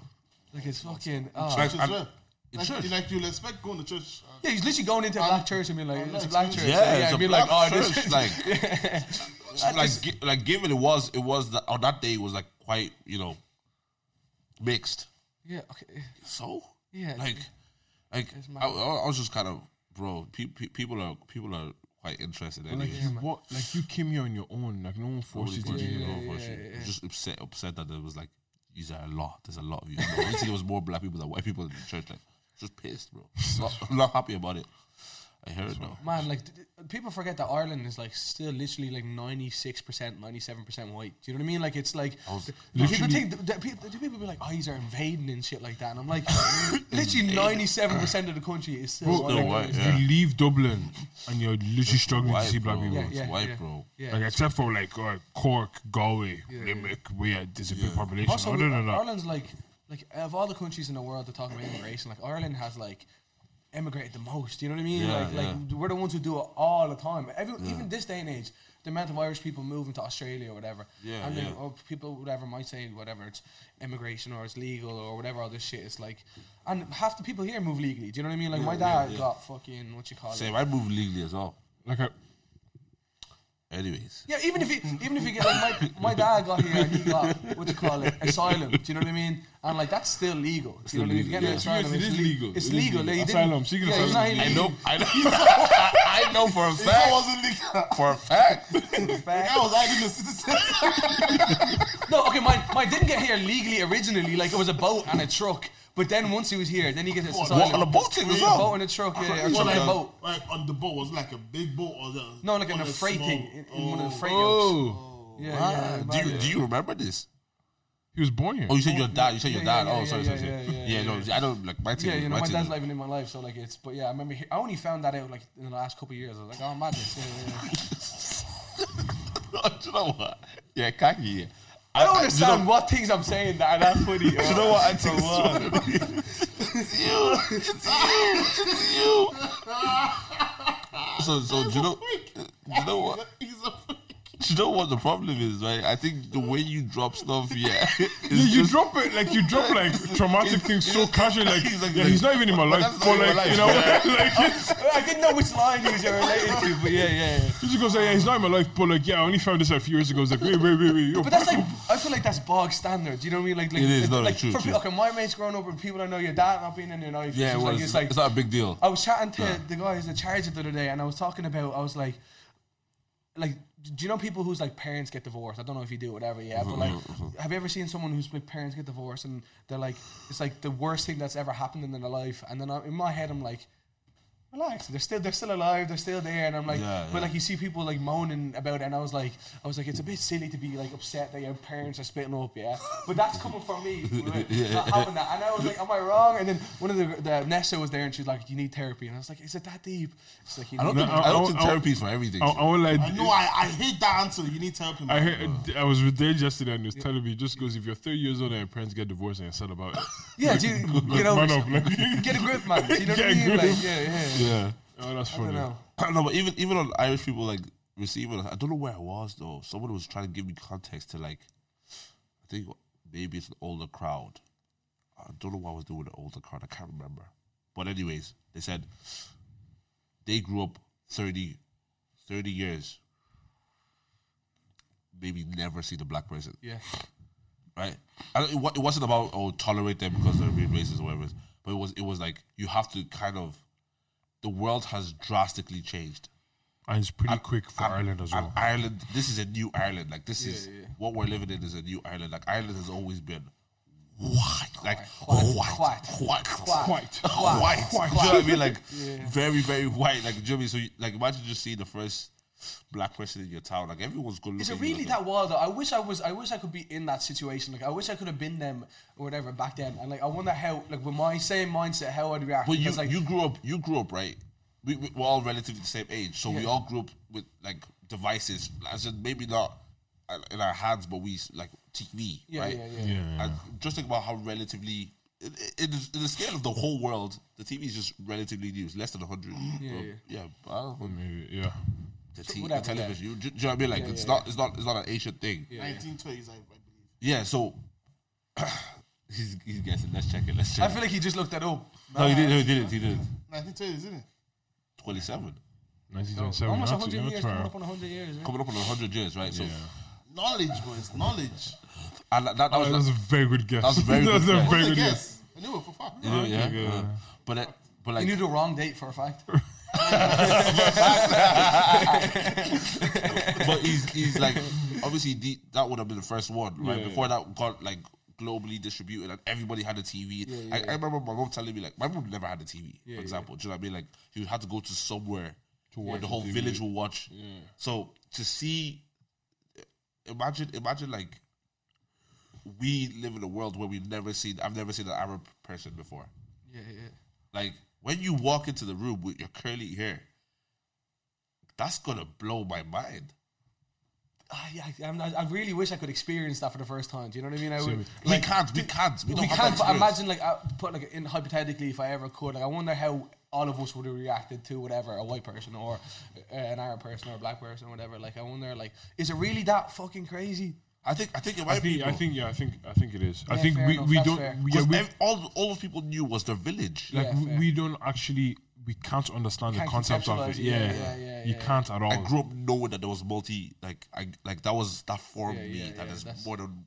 Like it's fucking. ah. Church I'm- as well. in Like, church. like you'll expect going to church. yeah, he's literally going into a black church and being like, I'm it's a not black church. exclusive. Yeah, yeah, it's and a being like, oh, black this church, [LAUGHS] is like, like, gi- like, given it was, it was the, on that day it was like quite, you know, mixed. [LAUGHS] yeah, okay, So Yeah, like, like it's I, I was just kind of, bro. Pe- pe- people are people are quite interested. Like, anyways. what? Like, you came here on your own. Like, no one forced you to Nobody do fucking it. know, unfortunately. I was Just upset, upset that there was like, these are a lot. There's a lot of you. Obviously, there was more black people than white people in the church. Like, just pissed, [LAUGHS] bro. Not, not happy about it. I heard it though. man, like th- th- people forget that Ireland is like still literally like ninety six percent, ninety seven percent white. Do you know what I mean? Like it's like was th- people literally- think th- th- people, do people be like, oh, these are invading and shit like that, and I'm like, literally ninety seven percent of the country is still Bro, white. No like, white, you yeah. leave Dublin and you're literally struggling to White, see black bro. people. Yeah, It's yeah, white, yeah. bro. Yeah. Like, except for like uh, Cork, Galway, Yeah, Limerick, where there's a big population. Also, Other than that, Ireland's like like of all the countries in the world that talk about immigration, like Ireland has like emigrated the most. You know what I mean? Yeah, like like we're the ones who do it all the time. Every, Even this day and age, the amount of Irish people moving to Australia or whatever. Yeah, And then yeah. or people whatever might say whatever it's immigration or it's legal or whatever all this shit. It's like and half the people here move legally. Do you know what I mean? Like my dad got fucking what you call it. Same. I moved legally as well. like, I, Anyways, Yeah, even if he even if he get like my, my dad got here and he got what you call it asylum. Do you know what I mean? And like that's still legal. Do you know what I mean? If you get an yeah. Yes, asylum, it it's is le- legal. It's It is legal. legal. Like, he didn't- Asylum, seeking yeah, he's asylum is I not illegal. know, I [LAUGHS] know, I, I know for a That fact, wasn't legal. for a fact. I was hiding the citizen. No, okay, mine mine didn't get here legally originally. Like it was a boat and a truck. But then once he was here, then he gets his asylum. What, on a boat thing as A well? boat and a truck. Yeah, yeah, or Well, truck like, and a boat. like on the boat was it like a big boat or the No, like in on a the freight small- thing. In, in one of the freight yokes. oh, Yeah, Ah, yeah, do you man. do you remember this? he was born here. Oh, you said your dad. You said your Yeah, yeah, dad. yeah, oh, yeah, sorry, yeah, sorry, sorry. yeah, yeah, Yeah, no, I don't like my team. Yeah, you know, my my team. dad's living in my life, so like it's. But yeah, I remember. He, I only found that out like in the last couple of years. I was like, oh madness. Yeah, yeah, yeah. Do [LAUGHS] you know what? Yeah, cocky. Yeah. I don't you understand know- what things I'm saying that are [LAUGHS] not funny. Do you know what? I think it's you. It's you. It's you. [LAUGHS] So, so do you know? Do you know what? [LAUGHS] He's a freak. Do you know what the problem is, right? I think the way you drop stuff, yeah, [LAUGHS] is Yeah, you just- drop it like you [LAUGHS] drop like traumatic things so casually. Like, He's [LAUGHS] like- yeah, he's not even in my life, that's but, not even like my you know, life, [LAUGHS] like I didn't know which line you were related to, but yeah, yeah. yeah. he's just gonna say, yeah, he's not in my life, but like yeah, I only found this out a few years ago. It's like wait, wait, wait, wait. yo, But that's like I feel like that's bog standard. You know what I mean? Like, like It is, no, like it's true, for true. people, okay, my mates growing up and people I know, your dad not being in your life. Yeah, it's well, like, it's, it's like it's not a big deal. I was chatting to the guys that charge it the other day, and I was talking about I was like, like, do you know people whose like parents get divorced? I don't know if you do whatever, yeah. Mm-hmm, But like, have you ever seen someone whose like parents get divorced and they're like, it's like the worst thing that's ever happened in their life? And then I, in my head, I'm like. Relax. They're still they're still alive. They're still there, and I'm like, Yeah, but yeah. like you see people like moaning about it, and I was like, I was like, it's a bit silly to be like upset that your parents are splitting up, yeah. But that's coming from [LAUGHS] me, right? not having that. And I was like, am I wrong? And then one of the the Nessa was there, and she's like, you need therapy, and I was like, is it that deep? She's like, you I don't need think, No, I- I don't I- think I- therapy is for everything. I, I won't lie. I know I, I hate that answer. You need to help him. I heard, I was with Dave yesterday and he was telling me he just goes if you're 30 years old and your parents get divorced and you're sad about it. [LAUGHS] [LAUGHS] yeah, do [LAUGHS] you, you know, man up, like- [LAUGHS] get a grip, man. Do you know what Get I a mean? grip. Like, yeah, yeah. yeah. Oh, that's I don't funny. know. [CLEARS THROAT] no, but even even on Irish people like receiving, I don't know where I was though. Someone was trying to give me context to like, I think maybe it's an older crowd. I don't know what I was doing with the older crowd. I can't remember. But anyways, they said they grew up 30, 30 years, maybe never see the black person Yeah, right? I don't, it, wa- it wasn't about oh tolerate them because they're being racist or whatever, but it was it was like you have to kind of the world has drastically changed. And it's pretty quick for And- Ireland as and well. Ireland, this is a new Ireland. Like this is yeah. what we're living in is a new Ireland. Like Ireland has always been white, like White, white, white, white, white, white, [LAUGHS] white. white. Do you know what I mean? Like very, very white. Like, do you know what I mean? So, you, like, imagine just seeing the first black person in your town. Like, everyone's good looking. Is it really that wild? Though? I wish I was. I wish I could be in that situation. Like I wish I could have been them or whatever back then. And like I wonder how, like with my same mindset, how I'd react. But you, Because, like, you grew up, you grew up, right? We, we, we're all relatively the same age, so we Yeah. all grew up with like devices. I said maybe not uh, in our hands, but we s- like TV, Yeah, right? yeah, yeah. Yeah. And just think about how relatively, in, in, the- in the scale of the whole world, the TV is just relatively new. It's less than hundred. Yeah, yeah. yeah. but I don't know. Maybe, yeah. The, t- the whatever, yeah. television. You, do, do you know what I mean? Like it's not, it's not, it's not an ancient thing. Yeah. 1920s, I, I believe. so [CLEARS THROAT] he's he's guessing. Let's check it. Let's check. I feel like he just looked that up. it. No, he didn't. No, he didn't. He didn't. 1920s, isn't it? Twenty-seven. 1927. Almost that's- 100 years. that's Coming fair. up on 100 years. Right? Coming up on hundred years, right? So. Knowledge, boys, knowledge. And that, that, that Oh, was that's a very good guess. That's a [LAUGHS] very good a guess. very I good guess. guess. I knew it for fuck. you know, yeah, Yeah. yeah. But it, but He like knew the wrong date for [LAUGHS] a fact. [LAUGHS] but he's he's like obviously the, that would have been the first one right Yeah. before that got like globally distributed and everybody had a TV. I, I remember my mom telling me like my mom never had a TV for example. Do you know what I mean? Like you had to go to somewhere where the whole village will watch. So to see, imagine imagine like we live in a world where we've never seen. I've never seen an Arab person before. Yeah, yeah. Like when you walk into the room with your curly hair, that's gonna blow my mind. Ah, yeah, I, I'm not- I really wish I could experience that for the first time. Do you know what I mean? I would, we can't, we can't, we don't we have can't. that experience. But imagine, like, I put like in hypothetically, if I ever could, like, I wonder how all of us would have reacted to whatever a white person or uh, an Arab person or a black person or whatever. Like, I wonder, like, is it really that fucking crazy? I think, I think it might I be. think, I think, yeah, I think, I think it is. I Yeah, think fair we, enough, we that's don't, fair. yeah, we, all, all those people knew was their village. like Yeah, fair. we don't actually, we can't understand Can't the concepts of conceptualize it. it, Yeah, yeah, yeah, yeah, you yeah. can't at all. I grew up knowing that there was multi, like, I like that was that formed Yeah, me. yeah, that yeah, is that's- more than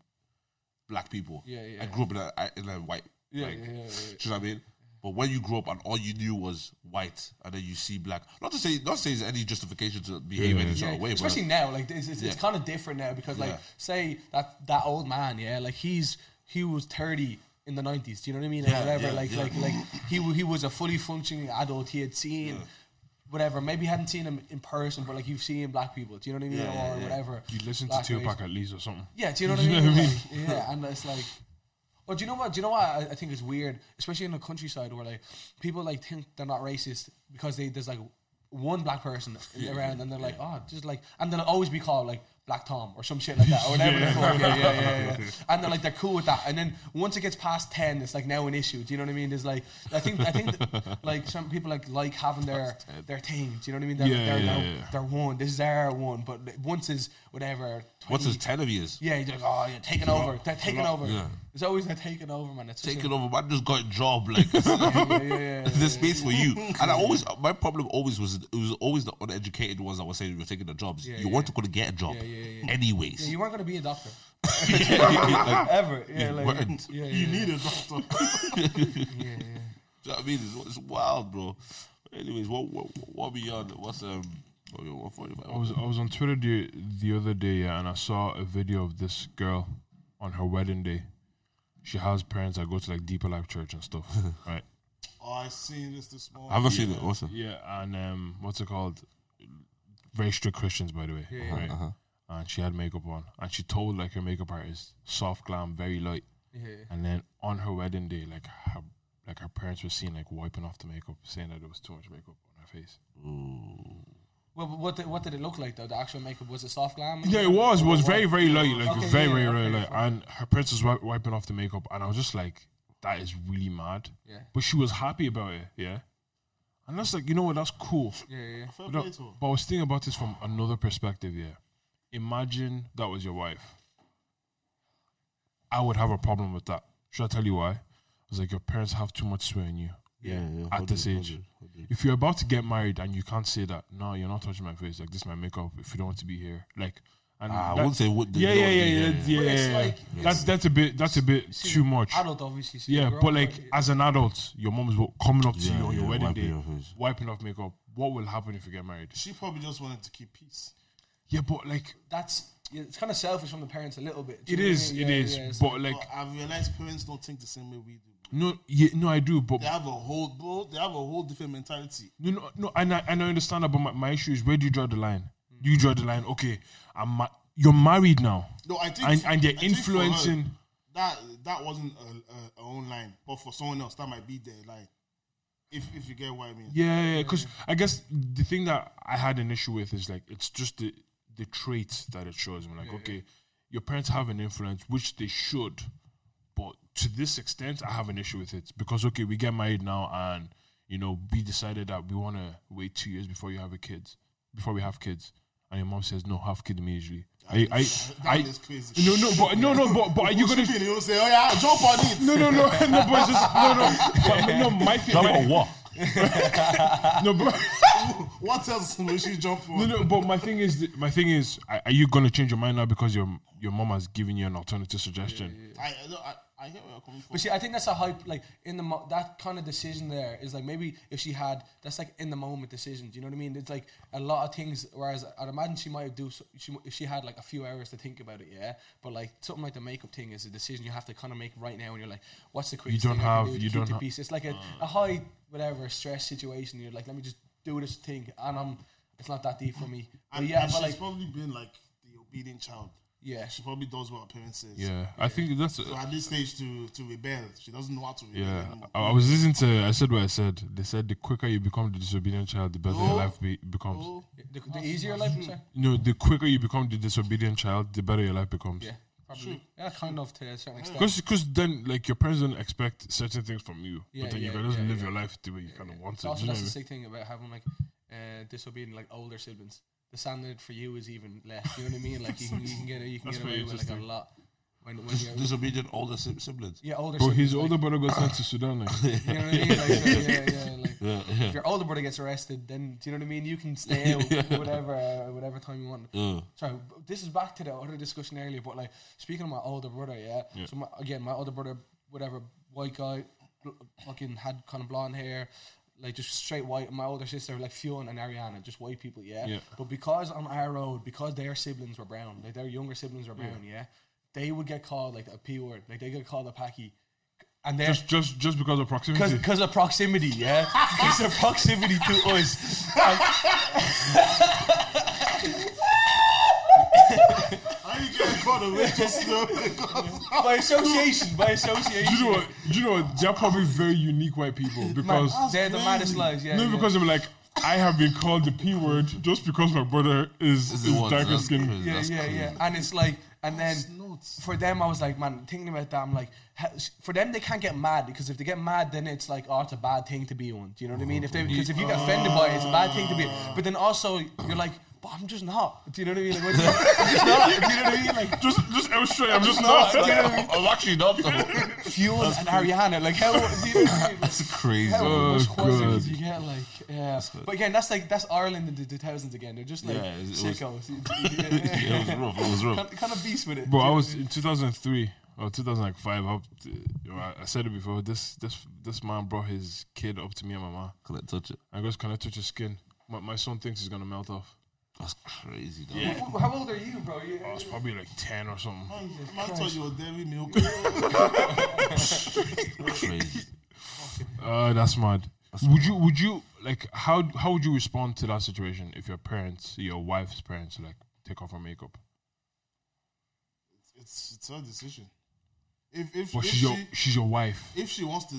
black people. Yeah, yeah. I grew up in a, I- in a white, like, yeah, yeah, yeah. do you know what I mean? But when you grew up and all you knew was white, and then you see black, not to say, not to say there's any justification to behave Yeah, any yeah. sort of way, but especially now, like it's, it's, Yeah. it's kind of different now because, like, Yeah. say that that old man, yeah, like he's he was thirty in the nineties. Do you know what I mean? Or Yeah, whatever, yeah, like, yeah. like, like he wa- he was a fully functioning adult. He had seen. Whatever, maybe you hadn't seen him in person, but like you've seen black people, do you know what I mean, Yeah, yeah, or yeah. whatever. you listen to black race. Tupac at least or something. Yeah, do you know what [LAUGHS] I You mean? know what I Like, yeah, and it's like, or do you know what? Do you know what I, I think is weird, especially in the countryside where like people like think they're not racist because they there's like one [LAUGHS] black person around and they're like, oh, just like, and they'll always be called like Black Tom or some shit like that or whatever. the fuck. Yeah, yeah, yeah, [LAUGHS] yeah. And they're like they're cool with that, and then once it gets past ten, it's like now an issue. Do you know what I mean? There's like, I think [LAUGHS] I think like some people like like having their their thing. Do you know what I mean? They're, Yeah, they're, yeah, they're, yeah. they're one. This is our one, but once is whatever. 20, what's his ten of years? yeah, you're like, oh, you're taking over. They're taking over. Yeah. It's always they're taking over, man. It's Taking over, man, just got a job. [LAUGHS] Like, [LAUGHS] there's space for you. And I always, my problem always was, it was always the uneducated ones that were saying you were taking the jobs. you weren't going to get a job, yeah, yeah. anyways. Yeah, you weren't going to be [LAUGHS] a doctor. Like, [LAUGHS] Ever. Yeah, like, weren't. yeah, yeah, You yeah. need a doctor. yeah, yeah. Do you know what I mean? It's, it's wild, bro. Anyways, what what what we on? What's um? what we on? What forty I five? was I was on Twitter the, the other day yeah, and I saw a video of this girl on her wedding day. She has parents that go to like Deeper Life Church and [LAUGHS] stuff, right? oh, I seen this this morning. I haven't seen it. Also, Yeah, and um, what's it called? Very strict Christians, by the way. Yeah, Uh-huh. yeah. right? And she had makeup on, and she told like her makeup artist, soft glam, very light. yeah. And then on her wedding day, like her, like her parents were seen like wiping off the makeup, saying that there was too much makeup on her face. Well, but what did, what did it look like, though? The actual makeup? Was it soft glam? Yeah, it was. It was very, very light. Like Okay, very, yeah, very, okay, very light. And her parents was wi- wiping off the makeup, and I was just like, "That is really mad." Yeah. But she was happy about it. Yeah. And that's like, you know what? That's cool. Yeah, yeah. Fair But, play I- to him. but I was thinking about this from another perspective. Yeah. Imagine that was your wife. I would have a problem with that. Should I tell you why? I was like, your parents have too much sway in you. Yeah. At this age, if you're about to get married and you can't say that, no, you're not touching my face. Like this is my makeup. If you don't want to be here, like, and Ah, I that- won't say what. yeah, yeah, yeah, yeah, yeah. But it's yeah, yeah. like- that's that's a bit that's a bit too much. Adult, obviously. so Yeah, you're but up, like as an adult, your mom is wa- coming up to Yeah, you on your yeah, wedding wiping day, your face. wiping off makeup. What will happen if you get married? She probably just wanted to keep peace. Yeah, but like that's yeah, it's kind of selfish from the parents a little bit. do you It know what I is, mean? it Yeah, is, yeah, it's but like, But I've realized parents don't think the same way we do. no, yeah, no, I do, but They have a whole, bro, they have a whole different mentality. No, no, no, and I, and I understand that, but my, my issue is where do you draw the line? Do you draw the line? Okay, I'm ma- you're married now, No, I think, and, and I they're think for her, influencing. that that wasn't a, a, a own line, but for someone else, that might be their line. If if you get what I mean. Yeah, because I guess the thing that I had an issue with is like it's just the the traits that it shows. I'm like, okay, your parents have an influence, which they should, but to this extent, I have an issue with it because okay, we get married now, and you know, we decided that we want to wait two years before you have a kid, before we have kids, and your mom says no, have kid immediately. I, I, That I, is crazy. no, [LAUGHS] no, but no, no, but, but are you gonna? He'll say, oh yeah, jump on it. No, no, [LAUGHS] no, no, but it's just no, no, but, no. My, thing- my what? [LAUGHS] no, but. What else will she jump on? No, no, but my thing is, my thing is, are are you gonna change your mind now because your your mom has given you an alternative suggestion? I, I, no, I, I hear where you're coming from. But see, I think that's a hype. Like in the mo- that kind of decision there is like maybe if she had that's like in the moment decision. Do you know what I mean? It's like a lot of things. Whereas I'd imagine she might do so, she if she had like a few hours to think about it. Yeah, but like something like the makeup thing is a decision you have to kind of make right now. And you're like, what's the quickest don't thing I can have- do to you keep don't the ha- uh. peace? It's like a, a high whatever stress situation. You're like, let me just do this thing, and I'm it's not that deep for me. But and, yeah, and but she's like probably been like the obedient child. yeah, She probably does what her parents says. Yeah, I think that's. So at this stage, to to rebel, she doesn't know how to rebel. yeah, Oh. anymore. I, I was listening to. I said what I said. They said the quicker you become the disobedient child, the better your life be, becomes. Oh, the, the easier life. Sorry. No, the quicker you become the disobedient child, the better your life becomes. Yeah, probably. Yeah, kind of to a certain extent. Because, then, like your parents don't expect certain things from you, Yeah, but then yeah, you can just yeah, live yeah. your life the way you kind of want it. also, you know that's what I the mean? sick thing about having like uh, disobedient, like older siblings. The standard for you is even less. You know what I mean? Like you can, you can get you can That's get very away with like a interesting. lot when when Dis- you're [LAUGHS] disobedient older si- siblings. [LAUGHS] yeah older. Bro, his siblings, older brother got sent to Sudan. Like, Like, you know what I mean? Like, so, yeah, yeah, like, If your older brother gets arrested, then do you know what I mean? You can stay out whatever uh, whatever time you want. Uh, Sorry, b- this is back to the other discussion earlier, but like speaking of my older brother, yeah. So my, again, my older brother, whatever, white guy, bl- fucking had kind of blonde hair, like just straight white. And my older sister, like Fionn and Ariana, just white people, yeah. Yeah. But because on our road, because their siblings were brown, like their younger siblings were brown, yeah, they would get called like a p word, like they get called a packy, and they're just, just, just because of because proximity. because of proximity, yeah, because of [LAUGHS] proximity to us. And- How [LAUGHS] you getting caught away [LAUGHS] just now? Because by association, by association. Do you know what? Do you know what? They're probably very unique white [LAUGHS] people Man, because they're the maddest lives, yeah. No, yeah. because I'm like, I have been called the P word just because my brother is, is is, the one, darker that's skinned. crazy, yeah, that's yeah, crazy. yeah. And it's like, and then for them, I was like, man, thinking about that, I'm like, ha- for them, they can't get mad because if they get mad, then it's like, oh, it's a bad thing to be one. Do you know what I mean? If they because if you get offended by it, it's a bad thing to be. Ah. But then also, you're like, but I'm just not. Do you know what I mean? Like, [LAUGHS] what do you- I'm just not. Do you know what I mean? Like, Just, just illustrate. I'm just not. do you know what I mean? [LAUGHS] I'm I'm actually not though. Fuel and Ariana, like how do you know what I mean? That's crazy. How Oh, much qualities God. you get, like, yeah. But again, that's like that's Ireland in the 2000s again. They're just like Yeah, it was- sickos. [LAUGHS] Yeah, it was rough. It was rough. kind, kind of beast with it. Bro, I was in 2003 or 2005. I, you know, I- I said it before. This, this, this man brought his kid up to me and my mom. Can I touch it? I goes, "Can I touch his skin?" My, my son thinks he's gonna melt off. That's crazy, dog. Wh- How old are you, bro? You, I was probably like 10 or something. man thought you were [LAUGHS] dairy milk. Crazy. Uh, that's mad. would you would you like how how would you respond to that situation if your parents, your wife's parents, like take off her makeup? It's it's her decision. If if, But if she's she your she's your wife. if she wants to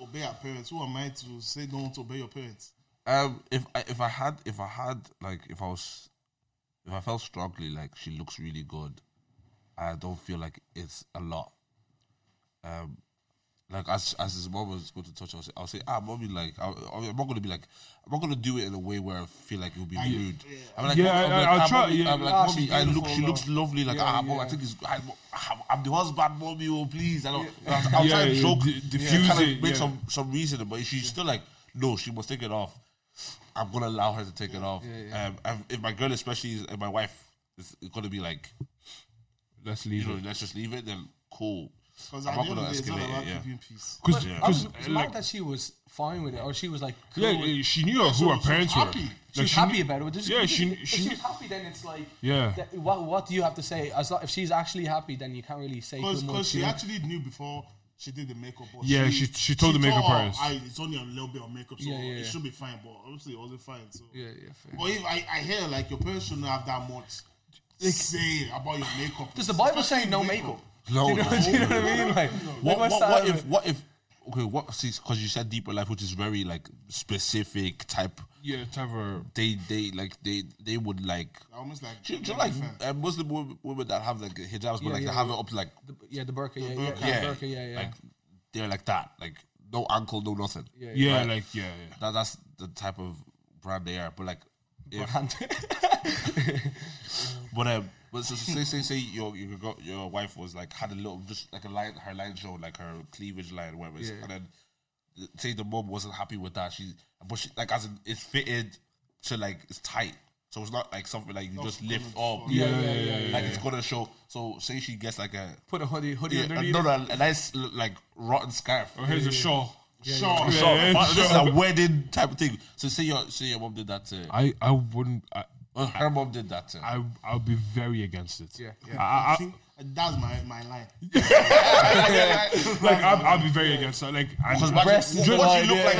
obey her parents, who am I to say don't obey your parents? Um, if I if I had if I had like if I was if I felt strongly like she looks really good, I don't feel like it's a lot. Um, like as as his mom was going to touch, I'll say, I'll say ah, mommy, like I, I'm not gonna be like I'm not gonna do it in a way where I feel like it would be rude. I'm like, Yeah, "Mom," I- I'm like, I'll "Ah, try, mommy," yeah. I'm like, Ah, mommy, she's I look, beautiful, she no. looks lovely. Like, Yeah, ah, mom, I yeah. think it's, I, I'm the husband, mommy, oh please. I don't, I'll Yeah, try and yeah, joke, d- diffuse diffuse kind of it, make yeah. some some reason, but she's still like, no, she must take it off. I'm gonna allow her to take it off. Um, and if my girl, especially, is, and my wife, is gonna be like, Let's you leave know, it. let's just leave it. Then cool. Because I'm not at the end of gonna the day, it's not escalate it, about yeah. keeping peace. Because I was glad that she was fine with it, or she was like, cool yeah, with it. yeah, she knew who her parents were. happy. She was she happy knew- about it. Just, Yeah, she- if she- was happy, then it's like, Yeah. that- what, what do you have to say? As lo- if she's actually happy, then you can't really say too much. Because she you know? actually knew before she did the makeup. But Yeah, she- she told the makeup her, artist. "Aye, it's only a little bit of makeup, so Yeah, yeah, it yeah. should be fine. But obviously, it wasn't fine. So. yeah, yeah, fair. But if I, I hear like your parents shouldn't have that much say about your makeup. Does the Bible Especially say no makeup. makeup? No, Do [LAUGHS] you know, no. do you know what I mean? Like, What, like what, what's what, that- if what if okay what see because you said deeper life which is very like specific type Yeah, type of. they they like they they would like Almost like do you, do you like uh, Muslim wo- women that have like hijabs but Yeah, like yeah, they have it up to like the, yeah, the burqa, yeah, yeah, burqa. yeah, yeah, burqa, yeah, yeah. like they're like that like no ankle no nothing Yeah, Yeah, Right. like yeah, yeah. that that's the type of brand they are but like if, [LAUGHS] But um, but so, so say say say your your girl- your wife was like had a little just like a line her line show like her cleavage line whatever, it is, Yeah. and then th- say the mom wasn't happy with that. She but she like as in, it's fitted to like it's tight, so it's not like something like you just lift up. Yeah, yeah, yeah, yeah, Like it's gonna show. So say she gets like a [LAUGHS] Put a hoodie, hoodie yeah, underneath. no, no, a nice l- like rotten scarf. Oh, here's a shawl. Sure. So, yeah, but this is sure. a wedding type of thing. So say your say your mom did that to I I wouldn't. I, uh, her mom did that uh, to I I'll be very against it. Yeah, I, I, I think that's my my line. [LAUGHS] I- [LAUGHS] like I'll, I'll be very against that. Like I, breast what is you the line, look yeah, like.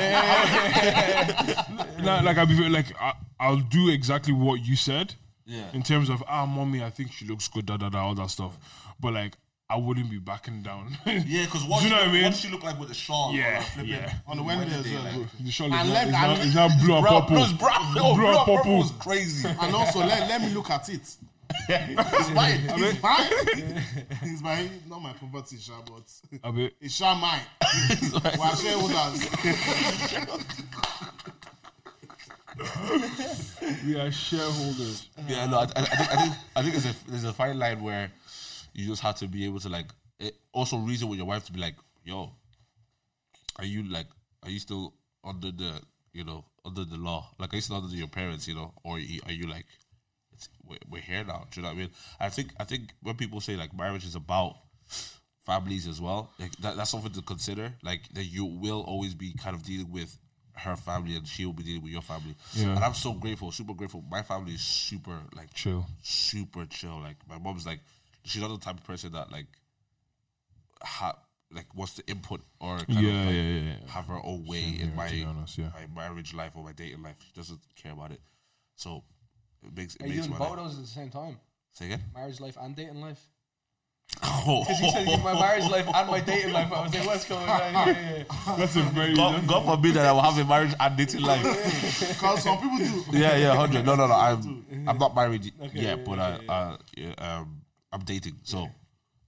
yeah, yeah. no, like I'll be very, like I, I'll do exactly what you said. Yeah. In terms of ah, mommy, I think she looks good, da da da, all that stuff. But like, I wouldn't be backing down. [LAUGHS] Yeah, because Do what you know what I mean? What she look like with a shawl? Yeah, or like flipping yeah. On the Wednesday as well. Like, The shawl is And now, let- is now, and- is now blue and bro, purple. no, it's bro, no, Blue and bro, purple. purple was crazy. [LAUGHS] And also let, let me look at it. it's mine. It's mine. it's mine. Not my property, Sha, but A bit. it's Sha mine. We're shareholders. We are shareholders. yeah, no, I, I, I think, I think I think there's a there's a fine line where you just have to be able to like eh, also reason with your wife to be like, yo, are you like are you still under the you know under the law? Like are you still under your parents? You know, or you- are you like it's, we're, we're here now? Do you know what I mean? I think I think when people say like marriage is about families as well, like that, that's something to consider. Like that you will always be kind of dealing with her family and she will be dealing with your family. Yeah. And I'm so grateful, super grateful. My family is super like Chill. super chill. Like my mom's like she's not the type of person that like ha like wants to input or kind of Yeah, like, yeah, yeah, yeah. have her own way here, in my, to be honest, yeah. my marriage life or my dating life. She doesn't care about it. So it makes it Are you makes doing my both of life. those at the same time? Say again. [LAUGHS] Marriage life and dating life. Oh, Because you said you did my marriage life and my dating life. I was like, [LAUGHS] what's going on? Yeah, yeah, yeah. That's a very. God, God forbid that I will have a marriage and dating life. Because some people do. yeah, [LAUGHS] yeah, hundred. No, no, no. I'm I'm not married yet, but I, uh, yeah, um, I'm dating. So,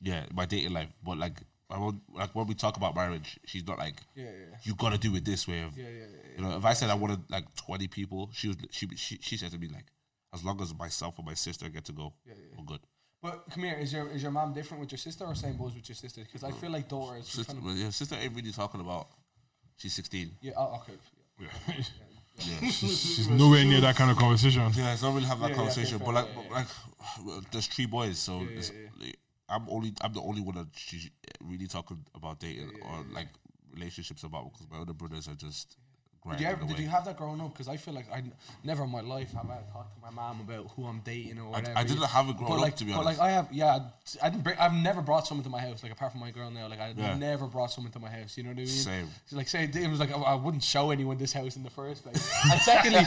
yeah, my dating life. But like, I won't, like when we talk about marriage, she's not like, Yeah, yeah. you gotta do it this way. Yeah, yeah, yeah. You know, if I said I wanted like twenty people, she was she she, she said to me like, as long as myself and my sister get to go, we're good. But come here, is your is your mom different with your sister or same boys with your sister? Because I feel like daughter is just Sister, kind of well, yeah, sister ain't really talking about. She's sixteen. yeah. Oh, okay. She's nowhere near that kind of conversation. Yeah, it's not really have that Yeah, yeah, conversation. fair, but fair, like, but like, well, there's three boys, so it's, like, I'm only I'm the only one that she's really talking about dating or like relationships about because my other brothers are just. Did grinding you ever, away. did you have that growing up? Because I feel like I n- never in my life have I talked to my mom about who I'm dating or whatever. I didn't have it growing but up, like, to be But honest. like I have, yeah, I didn't. Bring, I've never brought someone to my house, like apart from my girl now. Like I Yeah. never brought someone to my house. You know what I mean? Same. So like, say it was like I, I wouldn't show anyone this house in the first place. and secondly,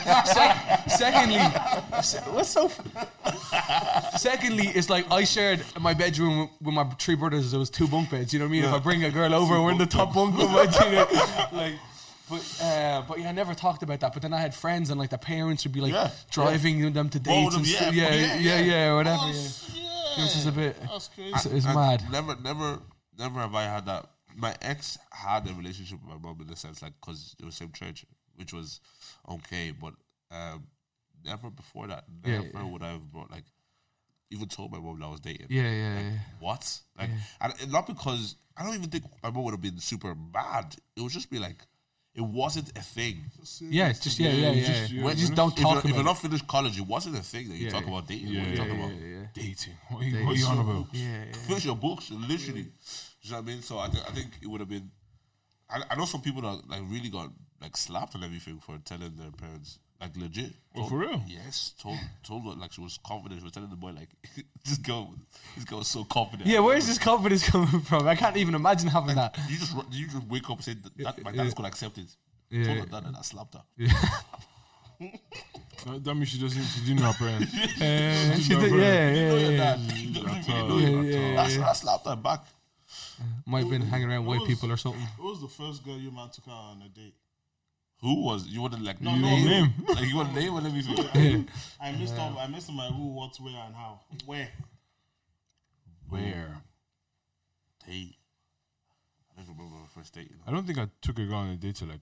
[LAUGHS] sec, secondly, se- what's so? f- secondly, it's like I shared my bedroom with my three brothers. There was two bunk beds. You know what I mean? If I bring a girl over, we're in the top bunk with my two. Like. But uh, but yeah, I never talked about that. But then I had friends and like the parents would be like Yeah. driving them to dates them, and stuff. yeah, Yeah, yeah, yeah, yeah, whatever. Oh, yeah. shit. This is a bit. That's crazy. It's, it's And mad. Never, never, never have I had that. My ex had a relationship with my mom in the sense, like, because it was same church, which was okay, but um, never before that, Yeah, never would I have brought, like, even told my mom that I was dating. Yeah, yeah, yeah. What? Like, and and not because I don't even think my mom would have been super mad. It would just be like, It wasn't a thing. Yeah, it's just yeah, yeah, you yeah. just- yeah. you- When- just if don't you're- If talk about you're not finished college, it wasn't a thing that you Yeah, talk yeah, about dating. yeah, what are you yeah, talking yeah, about? Dating. What are you, what are you on about? yeah, yeah. finish your books, literally. You know what I mean? So I, th- I think it would have been. I, I know some people that like really got like slapped and everything for telling their parents like legit. Oh, for real? Yes, told told her like she was confident. She was telling the boy like [LAUGHS] this girl, this girl was so confident. Yeah, where is this confidence [LAUGHS] coming from? I can't even imagine having that. You just ru- you just wake up and say that, that my dad's gonna accept it. Yeah. Told her that and I slapped her. That, that means she doesn't. She didn't know her parents. Uh, [LAUGHS] she no, did- bro. yeah, You yeah, know your yeah. dad. You don't That's really all, know your- that's all. yeah. I s- I slapped her back. Might have been hanging around white Those- people or something. Who was the first girl your man took out on a date? Who was you? Wanted like no, name, [LAUGHS] like you want name and everything. I missed up. I missed my who, what, where, and how. Where? Where? date. I don't remember my first date. You know. I don't think I took a girl on a date till like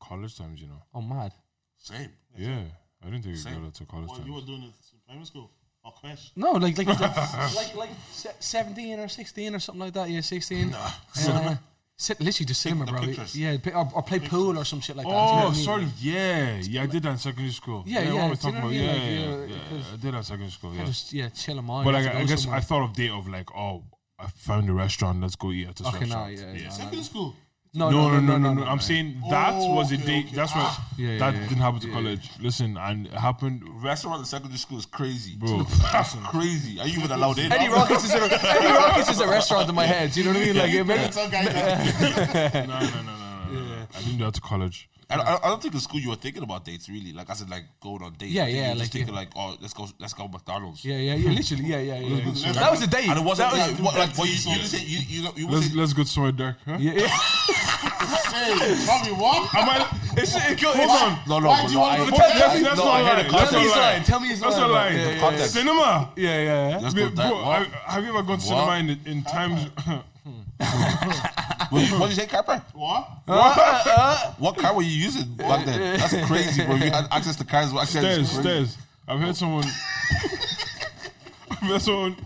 college times. You know. Oh, mad. Same. Yeah, I didn't take a Same. girl out till college Well, you were times. doing it in primary school or crash. No, like like like, like, like se- seventeen or sixteen or something like that. Yeah, sixteen. Nah. Uh, sit, literally just cinema, the bro. pictures. Yeah, pi- or, or play pool or some shit like that. do you know Oh, what I mean? sorry. Yeah, yeah, I did that in secondary school. Yeah, yeah, what we do you talking know about? what I mean? Yeah, Like, yeah, you're- yeah, because- I did that in secondary school. Yeah, Just yeah, chill them on. but you I, have to I go guess somewhere. I thought of date of like, oh, I found a restaurant. Let's go eat at this Okay, no, restaurant. yeah, yeah. Secondary school. No, No, no, no, no, no. I'm saying that Oh, was a okay, date. okay. That's what. Ah. Yeah, yeah, that yeah. didn't happen to college. Listen, and it happened, Restaurant in secondary school is crazy. [LAUGHS] bro. That's crazy. Are you even allowed in? Eddie [LAUGHS] Rockets is a, Eddie Rockets is a restaurant in my head. Do you know what I mean? Like, it made, Some guy that- no, no, no, no, no, no. I didn't do that to college. I, I, I don't think in school you were thinking about dates really. Like I said, like going on dates. I Yeah, think you yeah, were like, just thinking yeah. like, oh, let's go, let's go McDonald's. yeah, yeah, yeah. Literally, yeah, yeah, yeah. Let's- That was a date. And it wasn't That was- like, what, like what you, you, didn't say- you, you, you were Let's saying, let's go to somewhere dark. [LAUGHS] Huh? [LAUGHS] yeah, yeah. Hey, Bobby, what? Am I? It's, it go, Hold it's, on. no, no, Why do you no, want I, to That's go not- back? that's, that's no, not I a heard lie. it. That's Tell not a me he's lying. lie. Tell me he's That's lying. not a bro. lie. Yeah, yeah, yeah. Context. Cinema. Yeah, yeah, yeah. Let's Bro, go back. I, What? have you ever gone to What? cinema in, in times? [LAUGHS] What you- what did you say, Carper? What? [LAUGHS] What car were you using back [LAUGHS] then? That's crazy, bro. You had access to cars. Access stairs, stairs. I've heard someone. [LAUGHS] I've heard someone.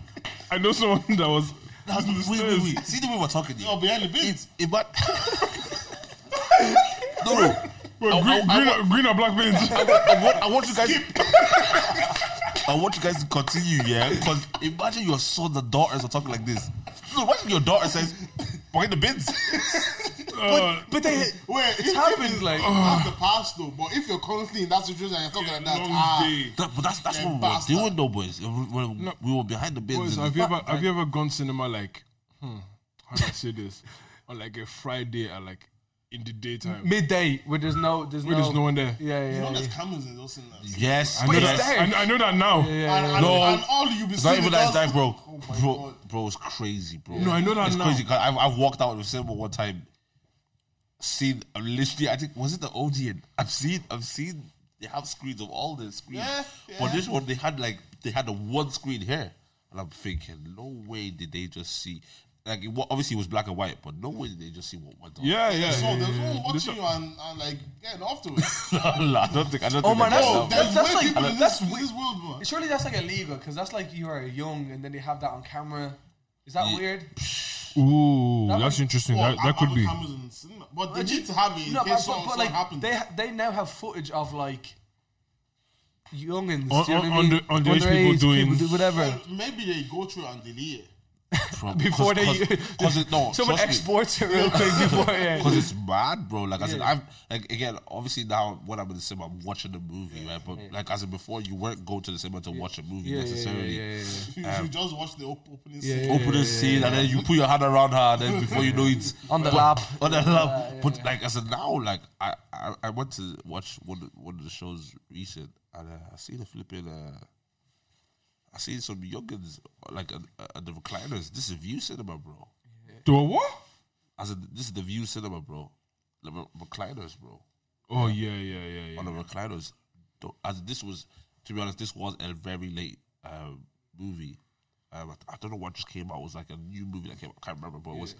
I know someone that was. Wait, wait, wait. See the way we're talking. You're Here. behind the beans. It, but [LAUGHS] no, no. Wait, I- green, I- I green, or, green or black bins? I want, I want you guys. [LAUGHS] I want you guys to continue, yeah. Because imagine your son and daughters are talking like this. No, imagine your daughter says, "Behind the [LAUGHS] bins." [LAUGHS] Uh, But they, Wait, it's happened. Like, That's the past though. But if you're currently in that situation and you're talking like that, long ah, day. That- but that's that's Yeah, what we bastard. were doing, though, boys. We were, we were behind the bins. Boys, and- have you ever have you ever gone cinema like? Hmm, how do I say this? On like a Friday at like in the daytime. midday where there's no, there's Where no, there's no one there. Mm, oh. Yeah, yeah. you know yeah. there's cameras in those cinemas. yes, I know, it's that, there. I, kn- I know that now. And, and, No. and all you be It's not seeing even is that it's that, just- bro. Oh my bro, God. bro, it's crazy, bro. No, I know that it's now. crazy. 'cause I've, I've walked out of the cinema one time, seen uh, literally. I think was it the Odeon? I've seen, I've seen. They have screens of all the screens, Yeah, but yeah. this one they had like they had the one screen here, and I'm thinking, no way did they just see. Like it, wa- obviously it was black and white, but no way did they just see what went on. Yeah, yeah. So yeah, there's yeah. no one This- watching you and, and like getting off [LAUGHS] to it. [LAUGHS] I don't think. I don't Oh think. my, they- that's- Bro, that's- there's that's way like- people in that's this, in we- this world, bro. Surely that's like illegal because that's like you are young and then you have that on camera. Is that weird? Ooh, That that's one- interesting. Well, that that could other be. cameras in the cinema, but they need to have it in case something something happens. they ha- they now have footage of like youngins, Un- do you un- know what I mean? under- underage people doing- do whatever. Well, maybe they go through and delete it. [LAUGHS] Before they- because it no Someone trust me. exports it real quick before. Yeah. Because it's mad, bro. Like I said, I've like again, obviously now when I'm in the cinema, I'm watching the movie, right? But like I said before, you weren't going to the cinema to watch a movie Yeah, yeah, necessarily. yeah, yeah, yeah. You Um, should just watch the op- opening Yeah, scene. yeah. Open the scene and then you put your hand around her, and then before you know it, [LAUGHS] On the but- lap. on the lap. yeah, but like I said, now like I, I I went to watch one one of the shows recent, and uh, I seen a flipping. Uh, I seen some youngins like at at the recliners. This is view cinema, bro. Do a what? I said this is the view cinema, bro. The re- recliners, bro. Oh yeah, yeah, yeah, yeah. on the recliners. Don't- As this was, to be honest, this was a very late um, movie. Um, I, th- I don't know what just came out. It was like a new movie that came out. I can't remember, but it was.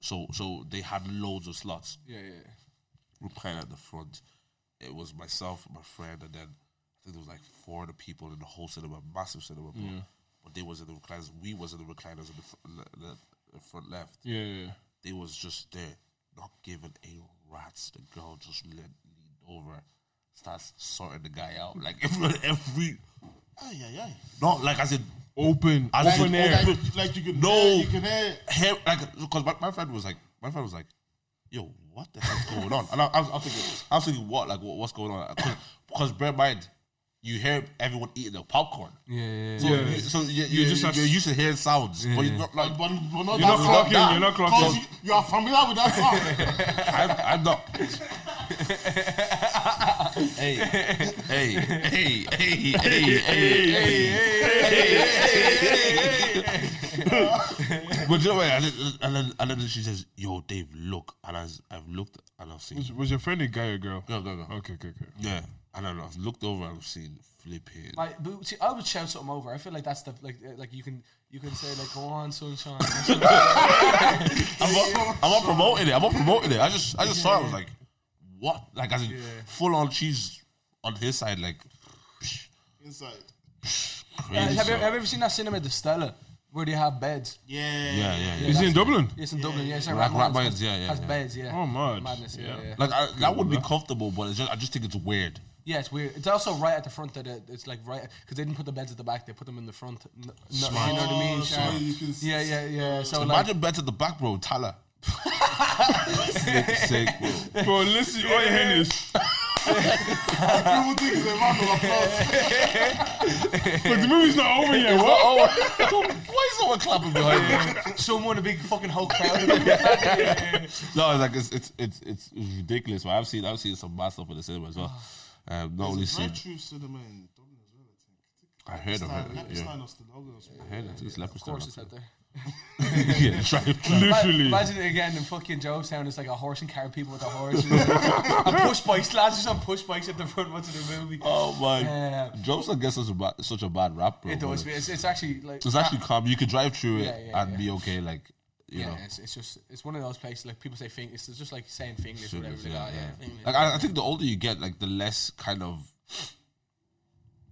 So, so they had loads of slots. yeah, yeah. We played at the front. It was myself, my friend, and then I think there was like four other people in the whole cinema, massive cinema. But, but they was in the recliners. We was in the recliners in the, fr- the, the front left. Yeah, yeah. They was just there. not giving a rat's. The girl just le- leaned over, starts sorting the guy out. Like [LAUGHS] every, every Ay, ay, ay. no, like I said, Open, I open see- air. But- Like, like you could No. hear, you could hear. hair, like because my, my friend was like, my friend was like, yo, what the heck's going on? And I, I, was, I was thinking, I was thinking, what, like, what, what's going on? Because bear in mind, you hear everyone eating their popcorn. Yeah, yeah, So, yeah. Yeah. you, so you, You you, just just have you're s- used to hearing sounds, but you're not like But, but not You're not that- clocking. You're not Because clocking. you, you are familiar with that [LAUGHS] song. [LAUGHS] I'm, I'm not. hey, hey, hey, hey, hey, hey. But you know what? And then, and then, and then she says, "Yo, Dave, look." And as I've looked and I've seen, Was, was your friend a guy or girl? go, go, go. Okay, okay, okay. Yeah, and then I've looked over and I've seen flipping. Like, but see, I would shout something over. I feel like that's the like, uh, like you can you can say like, "Go on, sunshine." or something. I'm not, I'm not promoting it. I'm not promoting it. I just, I just saw. It. I was like, what? Like, as in, full on cheese on his side, like psh, Inside. crazy. have, you, stuff. have you ever seen that cinema, The Stella, where they have beds? Yeah. yeah, yeah, yeah. Is he in Dublin? It's in Dublin. Yeah, it's Rack- rack Rathmines, beds, yeah, yeah, Has yeah. beds, yeah. Oh, mad. Madness, yeah, Yeah. yeah. Like I, that would be comfortable, but it's just, I just think it's weird. Yeah, it's weird. It's also right at the front of the. It's like right because they didn't put the beds at the back. They put them in the front. N- n- You know what I mean? Oh, so Sharon? you can s- yeah, yeah, yeah. So like, Imagine [LAUGHS] beds at the back, bro. Tyler. Bro, listen, all your hand is. People think it's a round of applause. But the movie's not over yet. What? Oh, why is someone clapping behind me? [LAUGHS] someone a big fucking whole crowd. [LAUGHS] No, it's like it's it's it's, it's ridiculous. But I've seen I've seen some bad stuff in the cinema as [SIGHS] well. Um, not only seen, Drive through cinema in Dublin as well, I I heard of think. it. Like, Yeah. it's not us to Dublin or something. I heard it. It's leopard of course, [LAUGHS] it's out there. yeah, try, [LAUGHS] try. Literally. Imagine it again in fucking Joestown. It's like a horse and carry people with a horse. [LAUGHS] and push bikes, lads just on push bikes at the front watching the movie. Oh my! Yeah. Jobson gets such a bad, such a bad rap, bro. it but does. but It's, it's actually like It's actually calm. You could drive through it Yeah, yeah, and yeah. be okay. Like you Yeah, know, it's, it's just it's one of those places like people say fing. It's just like saying fingers, Shouldn't whatever. have, yeah, they got, yeah. yeah, fingers. Like I, I think the older you get, like the less kind of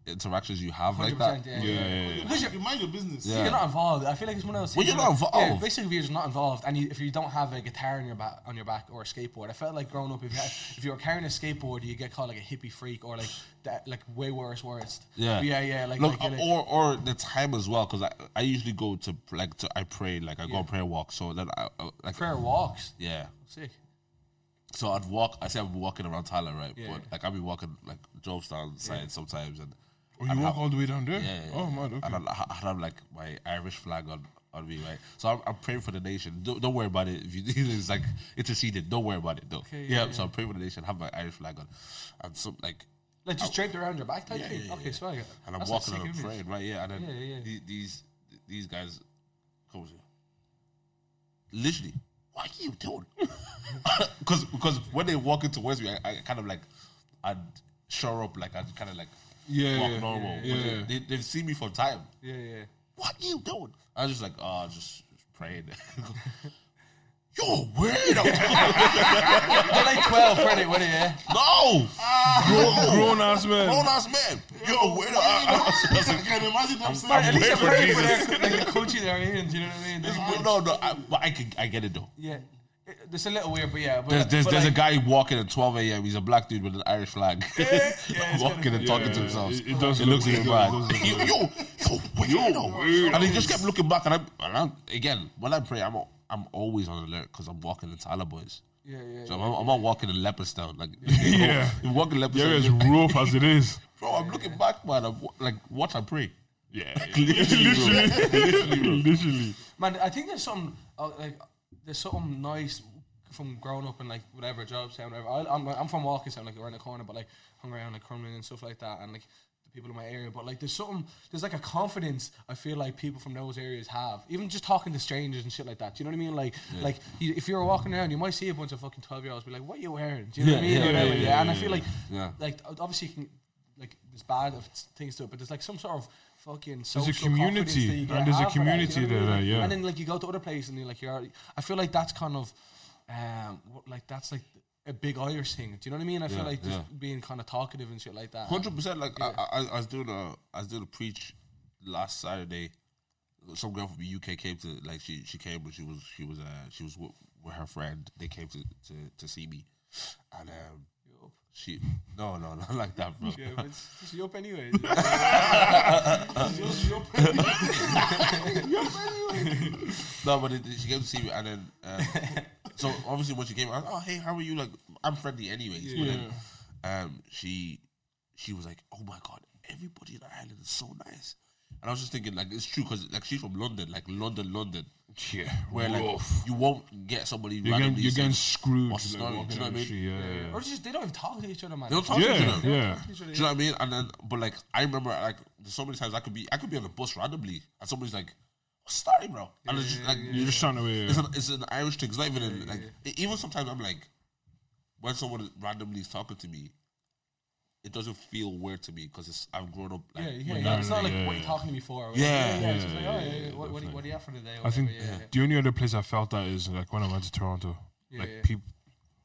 interactions you have like that. 100%, yeah. Yeah, yeah, yeah. Because you mind your business. [LAUGHS] Yeah. You're not involved. I feel like it's one of those. Well, things you're not where- Yeah, involved. basically, if you're just not involved, and you, if you don't have a guitar on your back on your back or a skateboard, I felt like growing up, if you, had, if you were carrying a skateboard, you get called like a hippie freak or like that, like way worse, worst. Yeah. yeah, yeah. Like, Look, like, like or or the time as well, because I, I usually go to like to I pray like I go on prayer walk, so then I, I like prayer walks. yeah. Sick. So I'd walk. I say I'm walking around Tyler, right? Yeah. But like I'll be walking like Jobestown side sometimes, and Oh, you walk all the way down there? yeah, yeah, Oh, yeah. mad. Okay. And Mm-hmm. I'd, I'd have like my Irish flag on. On me, right? So I'm, I'm praying for the nation. Don't, don't worry about it. If you [LAUGHS] it's like interceded, don't worry about it though. Okay, yeah, yeah, So I'm praying for the nation. Have my Irish flag on, and some like Like just draped around your back, type Oh. Yeah, thing. yeah, yeah, okay, yeah. swag. and I'm That's a walking on sick a image. train, right? Yeah, and then Yeah, yeah, yeah. the- these these guys come to you. Literally, what are you [LAUGHS] doing? [LAUGHS] Because because when they walk in towards me, I, I kind of like I'd shore up, like I'd kind of like Yeah, walk yeah, normal. yeah, But yeah. They, they, have seen me for time. Yeah, yeah. What are you doing? I was just like, oh, just, just praying. [LAUGHS] You're weird. They're like twelve, weren't they? Weren't they? Yeah. [LAUGHS] no, Grown ass man. grown ass man. You're a weird. I, I, I was I can imagine them saying, But at waiting least they're for praying for their, like the country they're in. Do you know what I mean? They're- like, no, no, I, but I could, I get it though. Yeah. It- It's a little weird, but yeah. But, There's, there's, but there's like, a guy walking at 12 a.m. He's a black dude with an Irish flag, [LAUGHS] walking and talking to Yeah, himself. it- it does It looks look like a weird, bad. it does [LAUGHS] Yo, yo, yo, weirdo. And he just kept looking back, and I'm, and I'm again when I pray, I'm al- I'm always on alert because I'm walking the Tyler boys. Yeah, yeah, So I'm, I'm not walking in Leopardstown. Like, [LAUGHS] Yeah. I'm walking Yeah, Leopardstown. it's rough as [LAUGHS] it is. bro, I'm looking back, man. I'm wa- like, watch and pray. Yeah. [LAUGHS] [LAUGHS] Literally, bro. Literally. Literally. man, I think there's something uh, like there's something nice from growing up in like whatever jobs town. Whatever. I, I'm I'm from Walker Sound, like around the corner, but like hung around like Crumlin and stuff like that, and like the people in my area. But like there's something there's like a confidence I feel like people from those areas have, even just talking to strangers and shit like that. Do you know what I mean? Like like you, if you're walking around, you might see a bunch of fucking twelve year olds be like, "What are you wearing?" Do you know what I Yeah, mean? yeah, Or whatever, yeah, and I feel like yeah. like ob- obviously you can like there's bad of s- things to it, but there's like some sort of fucking a social community, confidence that you and get there's a after that, community you know what I mean? there, yeah. And then like you go to other places and you're like you're. already- I feel like that's kind of, um, what, like that's like a big Irish thing. Do you know what I mean? I Yeah, feel like yeah. just being kind of talkative and shit like that. Hundred percent. Like I, I, I was doing a, I was doing a preach last Saturday. Some girl from the UK came to like she she came, but she was she was uh she was w- with her friend. They came to, to, to see me, and um, she no [LAUGHS] no not like that, bro. [LAUGHS] Yeah, but it's, it's up anyway. [LAUGHS] [LAUGHS] No, but it, she came to see me, and then [LAUGHS] um, so obviously when she came, I was, oh hey, how are you? Like I'm friendly anyways. But then, um, she she was like, oh my god, everybody in Ireland is so nice, and I was just thinking like it's true because like she's from London, like London, London, Yeah, where like woof. you won't get somebody you're getting, randomly you're saying, getting screwed. what's the Like, story? walking Do you know down what I the street. Yeah, yeah, or just they don't even talk to each other, man. They don't talk to each yeah. other. yeah, Talk to each other, Do you know what I mean? And then, but like, I remember, like, there's so many times I could be, I could be on the bus randomly, and somebody's like, "What's starting, bro?" And it's just, like, You're just trying to. Yeah. it's an, it's an Irish thing. It's not even in, like e- even sometimes I'm like, when someone randomly is talking to me, it doesn't feel weird to me because I've grown up. Like, Yeah, yeah, with yeah. that. It's not like yeah, what you yeah. talking to me for. or Yeah. whatever. Yeah, It's just like, yeah, oh, yeah, yeah, yeah. What, what, do you, definitely. what do you have for today? or I think whatever, yeah, the only other place I felt that is like when I went to Toronto. Yeah, like yeah. people,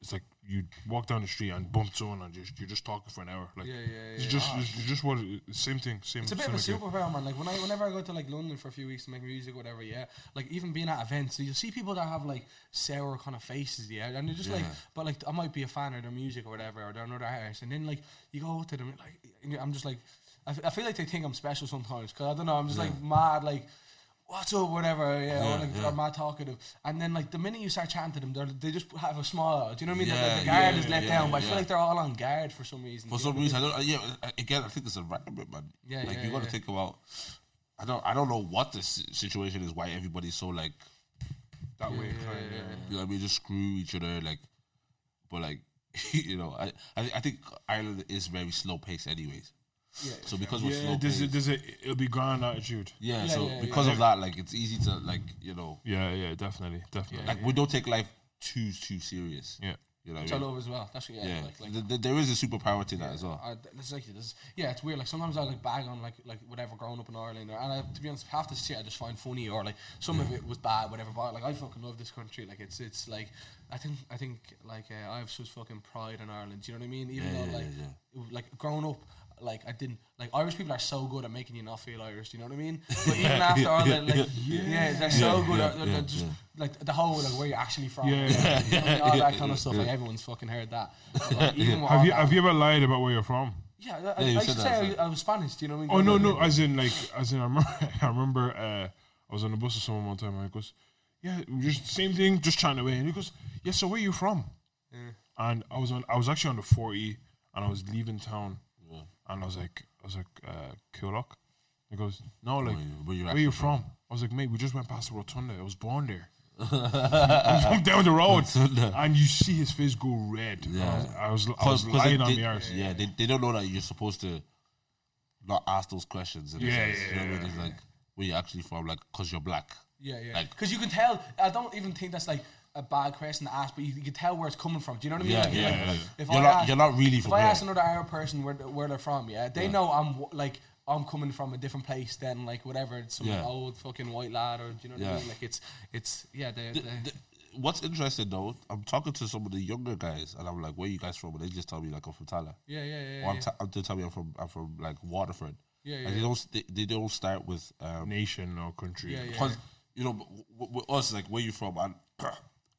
it's like you walk down the street and bump someone and just you're just talking for an hour. Like Yeah, yeah, it's yeah. Ah. just it's just what it- same thing. Same. It's a bit same of a again. superpower, man. Like when I, whenever I go to like London for a few weeks to make music, whatever, yeah. Like even being at events, you see people that have like sour kind of faces, yeah, and they're just like, but like I might be a fan of their music or whatever, or they're another artist, and then like you go to them, like and I'm just like, I, f- I feel like they think I'm special sometimes because I don't know, I'm just like mad, like. What's up, whatever, yeah, or like they're mad talkative, and then like the minute you start chatting to them, they're- they just have a smile. Do you know what I mean? They're- Yeah, the guard yeah, is let yeah, down, but I yeah. feel like they're all on guard for some reason. For do you know some what I mean? reason, I don't. uh, Yeah, uh, again, I think it's environment, man. Yeah, like yeah, you got to yeah. think about. I don't. I don't know what the s- situation is. Why everybody's so like That way, Yeah, kinda, yeah, yeah. you know what I mean, just screw each other, like, but like, [LAUGHS] you know, I, I, I think Ireland is very slow paced, anyways. Yeah. So because we're Yeah, slow there's a, paced, there's a it'll be grand attitude. yeah, Yeah, So yeah, because of that, like, it's easy to like, you know, Yeah, yeah, definitely, definitely. like we don't take life too too serious. Yeah. You know what Which I I mean? love as well. That's yeah, Yeah, like, like Th- th- there is a superpower to that as well. I, it's like this. Yeah, it's weird. Like sometimes I like bag on like like whatever growing up in Ireland, or, and I, to be honest, half the shit I just find funny, or like some of it was bad, whatever. But like I fucking love this country. Like it's it's like I think I think like uh, I have such fucking pride in Ireland. Do you know what I mean? Even though like it was, like growing up. Like I didn't like Irish people are so good at making you not feel Irish. Do you know what [LAUGHS] I mean? But even after all that, like yeah, they're so good at they're just like the whole like where you're actually from, Yeah. you know, all that [LAUGHS] kind of stuff. Like everyone's fucking heard that. But, like, even with all Have you that- have you ever lied about where you're from? yeah, I- I, Yeah, you I said used to that, say so- I, I was Spanish. Do you know what I mean? Oh no, Growing up. no. As in, like, as in, I remember, [LAUGHS] I remember, uh, I was on the bus with someone one time, and he goes, "Yeah, just same thing, just trying to win." And he goes, "Yeah, so where you from?" And I was on, I was actually on the four E, and I was leaving town, and I was like, I was like, uh, Killock. He goes, "No, you- like, where where you you, actually from? I was like, "Mate, we just went past the rotunda. I was [LAUGHS] born there." I'm from down the road, and you see his face go red. Yeah. I was, I was, I Cause- 'cause was they- lying on they- the arse. Yeah, they, they don't know that you're supposed to not ask those questions. In a Yeah, sense, yeah, you know what I mean? yeah, It's like where you actually from, like because you're black. Yeah, yeah. Like- Because you can tell. I don't even think that's like a bad question to ask, but you, you can tell where it's coming from. Do you know what I mean? Yeah, Like, yeah. like, like, if you're I not ask- you're not really If from I here. ask another Arab person where, th- where they're from, yeah, they know I'm w- like I'm coming from a different place than like whatever it's some Yeah. old fucking white lad or do you know what Yeah. I mean? Like it's it's yeah. They, they, Th- What's interesting though, I'm talking to some of the younger guys, and I'm like, "Where you guys from?" And they just tell me like I'm from Tala. yeah, yeah, yeah. Or I'm yeah. ta- they tell me I'm from I'm from like Waterford. Yeah, And yeah, they yeah. don't s- they, they don't start with um, Nation or country. Yeah, yeah. Because you know, w- w- with us, like where you from, and [CLEARS THROAT]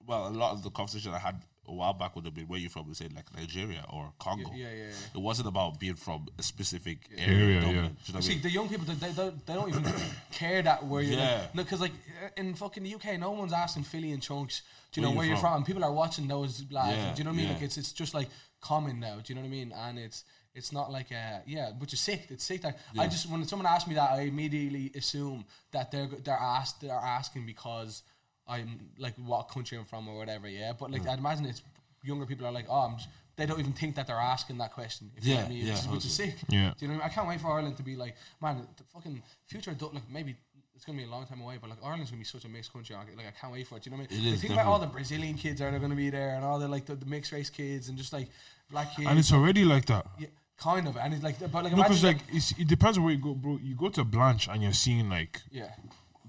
well, a lot of the conversation I had a while back would have been where you from, would say like Nigeria or Congo. yeah, yeah, yeah. It wasn't about being from a specific area. Yeah, yeah, yeah. Do you know what I See, mean? the young people, they, they, don't- they [COUGHS] don't even care that where you're. Yeah. Like, no, because like uh, in fucking the UK, no one's asking Philly and chunks. Do Where you know you where you're from? from? People are watching those live. Yeah, do you know what I mean? yeah. Like it's it's just like common now. Do you know what I mean? And it's it's not like uh yeah, which is sick. It's sick that I just when someone asks me that, I immediately assume that they're go- they're asked they're asking because I'm like what country I'm from or whatever. Yeah, but like I'd imagine it's younger people are like oh I'm. Just, they don't even think that they're asking that question. If you know Yeah, what I mean, yeah, which, is, which is sick. Yeah. Do you know what I mean? I can't wait for Ireland to be like, man, the fucking future. do like maybe it's gonna be a long time away, but like Ireland's gonna be such a mixed country. I- Like I can't wait for it. Do you know what I mean? It Like, is, think about all the Brazilian kids are gonna be there, and all the like the, the mixed race kids, and just like black kids, And it's already like that. yeah, kind of. And it's like, but like No, because imagine like it's, it depends on where you go, bro. You go to Blanche and you're seeing like yeah,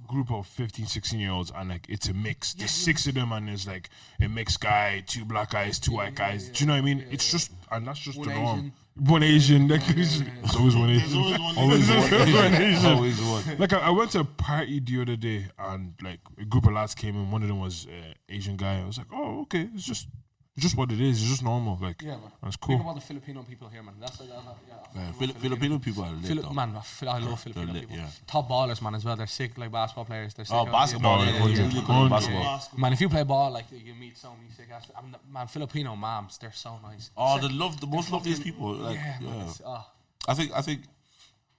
group of 15, 16 year olds, and like it's a mix. There's six of them, and there's like a mixed guy, two black guys, two white guys. Do you know what I mean? it's just and that's just One the norm. Asian. one Asian. Like, it's always one There's Asian. always one. Always [LAUGHS] This is one. Asian. Always one. Like I, I went to a party the other day, and like a group of lads came in. One of them was uh, Asian guy. I was like, oh okay, it's just, it's just what it is. It's just normal. Like Yeah, man. that's Think cool. about the Filipino people here, man. That's like, I'm not- yeah. I love Fili- Filipino people are lit, Fili- though. man, I, feel, I love Filipino lit, people. yeah. Top ballers, man, as well. They're sick, like basketball players. They're sick. Oh, out here. basketball. No, yeah, yeah, yeah, yeah. yeah. Hundred. Basketball. Man, if you play ball, like you meet so many sick ass. I'm not- man, Filipino moms, they're so nice. Oh, the love, the most loveliest people. Like, yeah, yeah. man. it's- oh. I think I think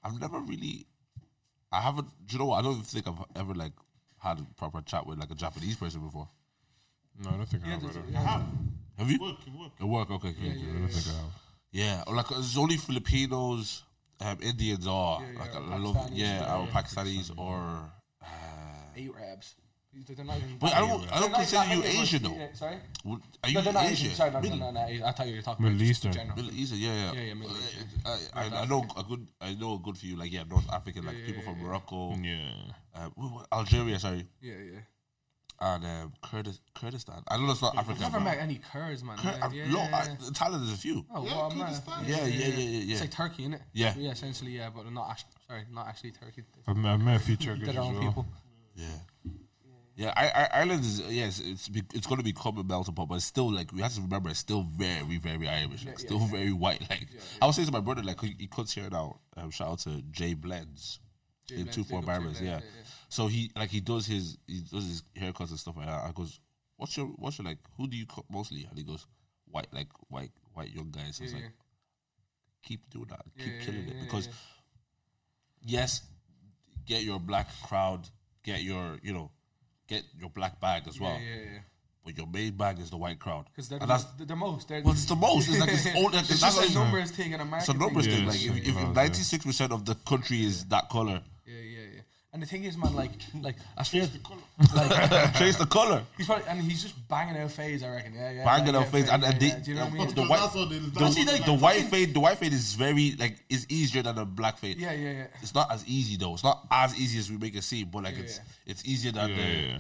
I've never really I haven't do you know what I don't think I've ever like had a proper chat with like a Japanese person before. No, I don't think I have. that. Have you? Work, work. At work, okay, okay. Yeah, I don't think I have. or, like it's only Filipinos, um, Indians are Yeah, yeah, like or I love Pakistanis, yeah, yeah, or Pakistanis or uh, Arabs. They're not even. but I don't I They're don't not consider Islamic, you they're not- Asian though. yeah, sorry. Would- Are you No, they're not Asian. Asian? Sorry, no, no, Middle- no, no. I thought you were talking Middle about just in Eastern. general. Middle Eastern, yeah, yeah. Yeah, yeah, Middle Eastern. I, I, I know a good, I know a good few, like yeah, North African, like people from Morocco, Yeah. uh, what- what- Algeria, sorry, Yeah, yeah. and um, Kurdis- Kurdistan. I know that's not Africa. I've never but- met any Kurds, man. Cur- yeah, I- yeah, uh, no, yeah, I- yeah. Thailand is a few. Oh, Yeah, well, man. Kurdistan. Yeah, yeah, yeah, yeah, It's yeah. like Turkey, isn't it? Yeah. Yeah, essentially, yeah, but not actually. Sorry, not actually Turkey. I've met, I've met a few Turkish They're as their own well. people. Yeah. Yeah, I, I, Ireland is yes, it's be, it's gonna become a melting pot, but it's still like we have to remember it's still very very Irish, like, still very white. Like I was saying to my brother, like he, he cuts here now. Um, shout out to Jay Blends in Blends, two four big up Jay barbers, Blends, yeah. yeah, yeah. So he like he does his he does his haircuts and stuff like that. I goes, what's your what's your like? Who do you cut mostly? And he goes, white like white white young guys. I was Yeah, like, keep doing that, Yeah, keep yeah, killing yeah, it because yeah. yes, get your black crowd, get your you know, get your black bag as well. Yeah, yeah, yeah. But your main bag is the white crowd, Because they're, the and that's most- they're the most. They're well, it's the most. It's like [LAUGHS] it's all like, It's it's that's just a like- numbers thing and a market. it's a numbers Yeah, thing. Like it's if, like, if, yeah. ninety six percent of the country is that color, Yeah, yeah, yeah. And the thing is, man, like, like I feel [LAUGHS] chase the color. he's probably and he's just banging out fades. I reckon. Yeah, yeah. Banging yeah, out fades, yeah, and- and yeah, they- do you know what I mean? the Because white- that's what they- The, that's what they the like. white fade, the white fade is very like is easier than a black fade. Yeah, yeah, yeah. It's not as easy though. It's not as easy as we make it seem, but like Yeah, it's yeah. it's easier than Yeah, the yeah, yeah.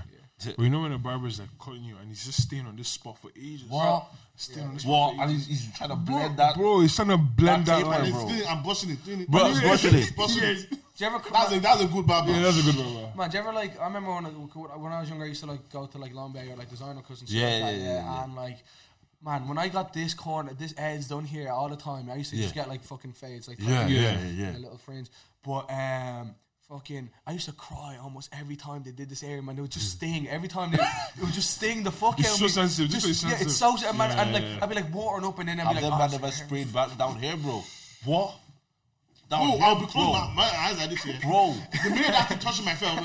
But you know when a barber's like cutting you and he's just staying on this spot for ages. What? Staying on this Well, spot. and for he's, he's trying to blend ages. that. Bro, he's trying to blend That that, tape line, and bro. It's doing- I'm brushing it. Doing it. Bro, Anyway, it's brushing it. brushing it. Do you ever come? That's a, that's a good barber. Yeah, that's a good one. bro. Man, do you ever like? I remember when I, when I was younger, I used to like go to like Long Bay or like designer cousins. Yeah, like, that, yeah, yeah, yeah. And like, man, when I got this corner, this edge done here all the time, I used to just Yeah. get like fucking fades, like Yeah, like, yeah, like, yeah, yeah. the little fringe. But um, fucking, I used to cry almost every time they did this area, man. It would just sting every time. They, it would just sting the fuck It's out. of so me. sensitive, this is yeah, it's so sensitive. sensitive, man. Yeah, and like, yeah, yeah. I'd be like watering up, and then I'd I've be never like, never oh, sprayed back down here, bro. What? Down Bro, here, oh. I'll be closing bro. my, my eyes at this here. Bro, The minute that I touch my face, I'm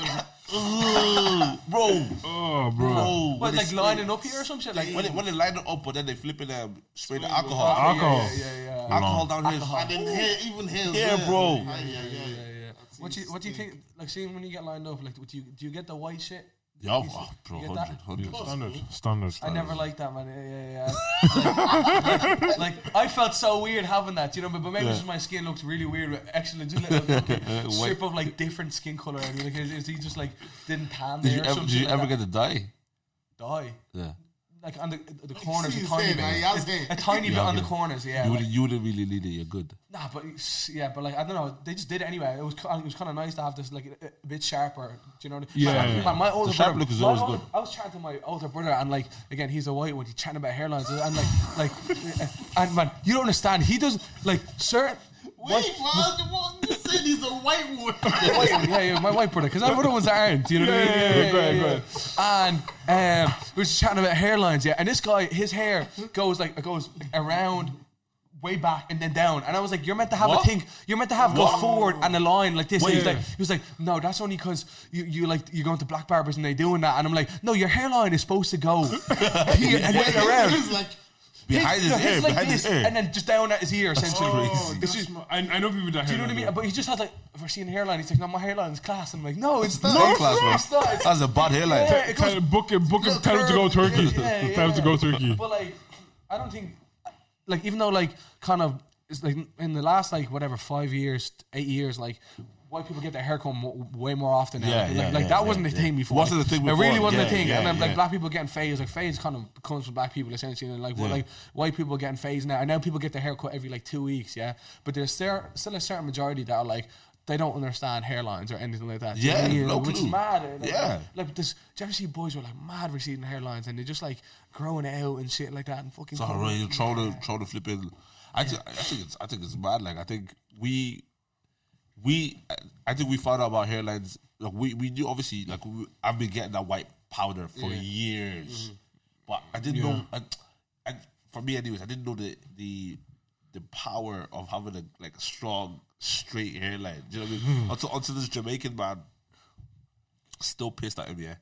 [LAUGHS] like, bro, Oh, bro. bro. what, When like it's- lining up here or some shit, like when they, when they line it up, but then they flip it um, spray the alcohol. oh. Alcohol. yeah, yeah, yeah. yeah. Alcohol down here. is- and then hair, even hair. Yeah, bro. Yeah, yeah, yeah. yeah. What do you what do you think? Like, seeing when you get lined up, like, do you do you get the white shit? Yeah, oh, bro, You get 100, 100. that? Standard, standard, I standard. never liked that, man. Yeah, yeah, yeah. like, I felt so weird having that, you know. But, but maybe it's just my skin looked really weird. With actually, just like [LAUGHS] a fucking strip of like different skin color. I mean, like, is, is he just like didn't tan Did you there or ever, something? did you like ever get that? to die? die? Yeah. Like on the the You corners, see a his tiny hair, bit, man, he has a hair. tiny bit Yeah, on the yeah. corners. Yeah, You like- would you wouldn't really need it. You're good. Nah, but it's, yeah, but like I don't know, they just did it anyway. It was ki- it was kind of nice to have this like a, a bit sharper. Do you know? What I mean? Yeah, my, yeah, yeah. My, my older sharp brother, look is my always older- good. I was chatting to my older brother, and like again, he's a white one. He's chatting about hairlines, and like like, [LAUGHS] and man, you don't understand. He does like certain. Wait, what? what? You said he's a white [LAUGHS] woman. my white one, yeah, yeah, my white brother, because I'm one of the ones that aren't. You know what I mean? Yeah, yeah, yeah, go ahead, go ahead. And um, we were just chatting about hairlines, yeah. And this guy, his hair goes like it goes around, way back, and then down. And I was like, "You're meant to have a What? thing. You're meant to have go forward and a line like this." And he was Wait. like, "He was like, no, that's only because you you like you're going to black barbers and they doing that." And I'm like, "No, your hairline is supposed [LAUGHS] to go here and then [LAUGHS] around." He's like, Behind his no, ear, like behind his this, ear. and then just down at his ear, essentially. Oh, It's that's just- my- I, I know people that do you know what I mean? But he just has like, if we're seeing hairline, he's like, no, my hairline's class. And I'm like, [LAUGHS] no, it's not. Same It's class, not. bro. It's- That's a bad hairline. Yeah, it goes- Tell, book him, book him. Look, Tell him to go curve. Turkey. Yeah, [LAUGHS] yeah, Tell him to yeah. go Turkey. But like, I don't think, like, even though like kind of it's like in the last like whatever five years, eight years, like white people get their hair cut mo- way more often now. Yeah, like, yeah, like yeah, that wasn't yeah, the yeah. thing before. Wasn't the thing It really before, wasn't yeah, the thing. yeah, and then like yeah. black people getting phased, like phase kind of comes from black people essentially, and like what Yeah. like white people getting phased now. And now people get their hair cut every like two weeks, yeah. But there's still still a certain majority that are like. They don't understand hairlines or anything like that. Do you know Yeah, what I mean? no which is clue. mad. eh? Like, Yeah. like this. Do you ever see boys with like mad receding hairlines and they're just like growing out and shit like that and fucking. It's all right. You throw the throw the flipping. I, thi- I think it's I think it's bad. Like I think we we I- I think we found out about hairlines. Like we we do obviously like we, I've been getting that white powder for years, but I didn't know. I, I, for me, anyways, I didn't know the the the power of having a like a strong straight hairline. Do you know what I mean? until until this Jamaican man still pissed at him, yeah.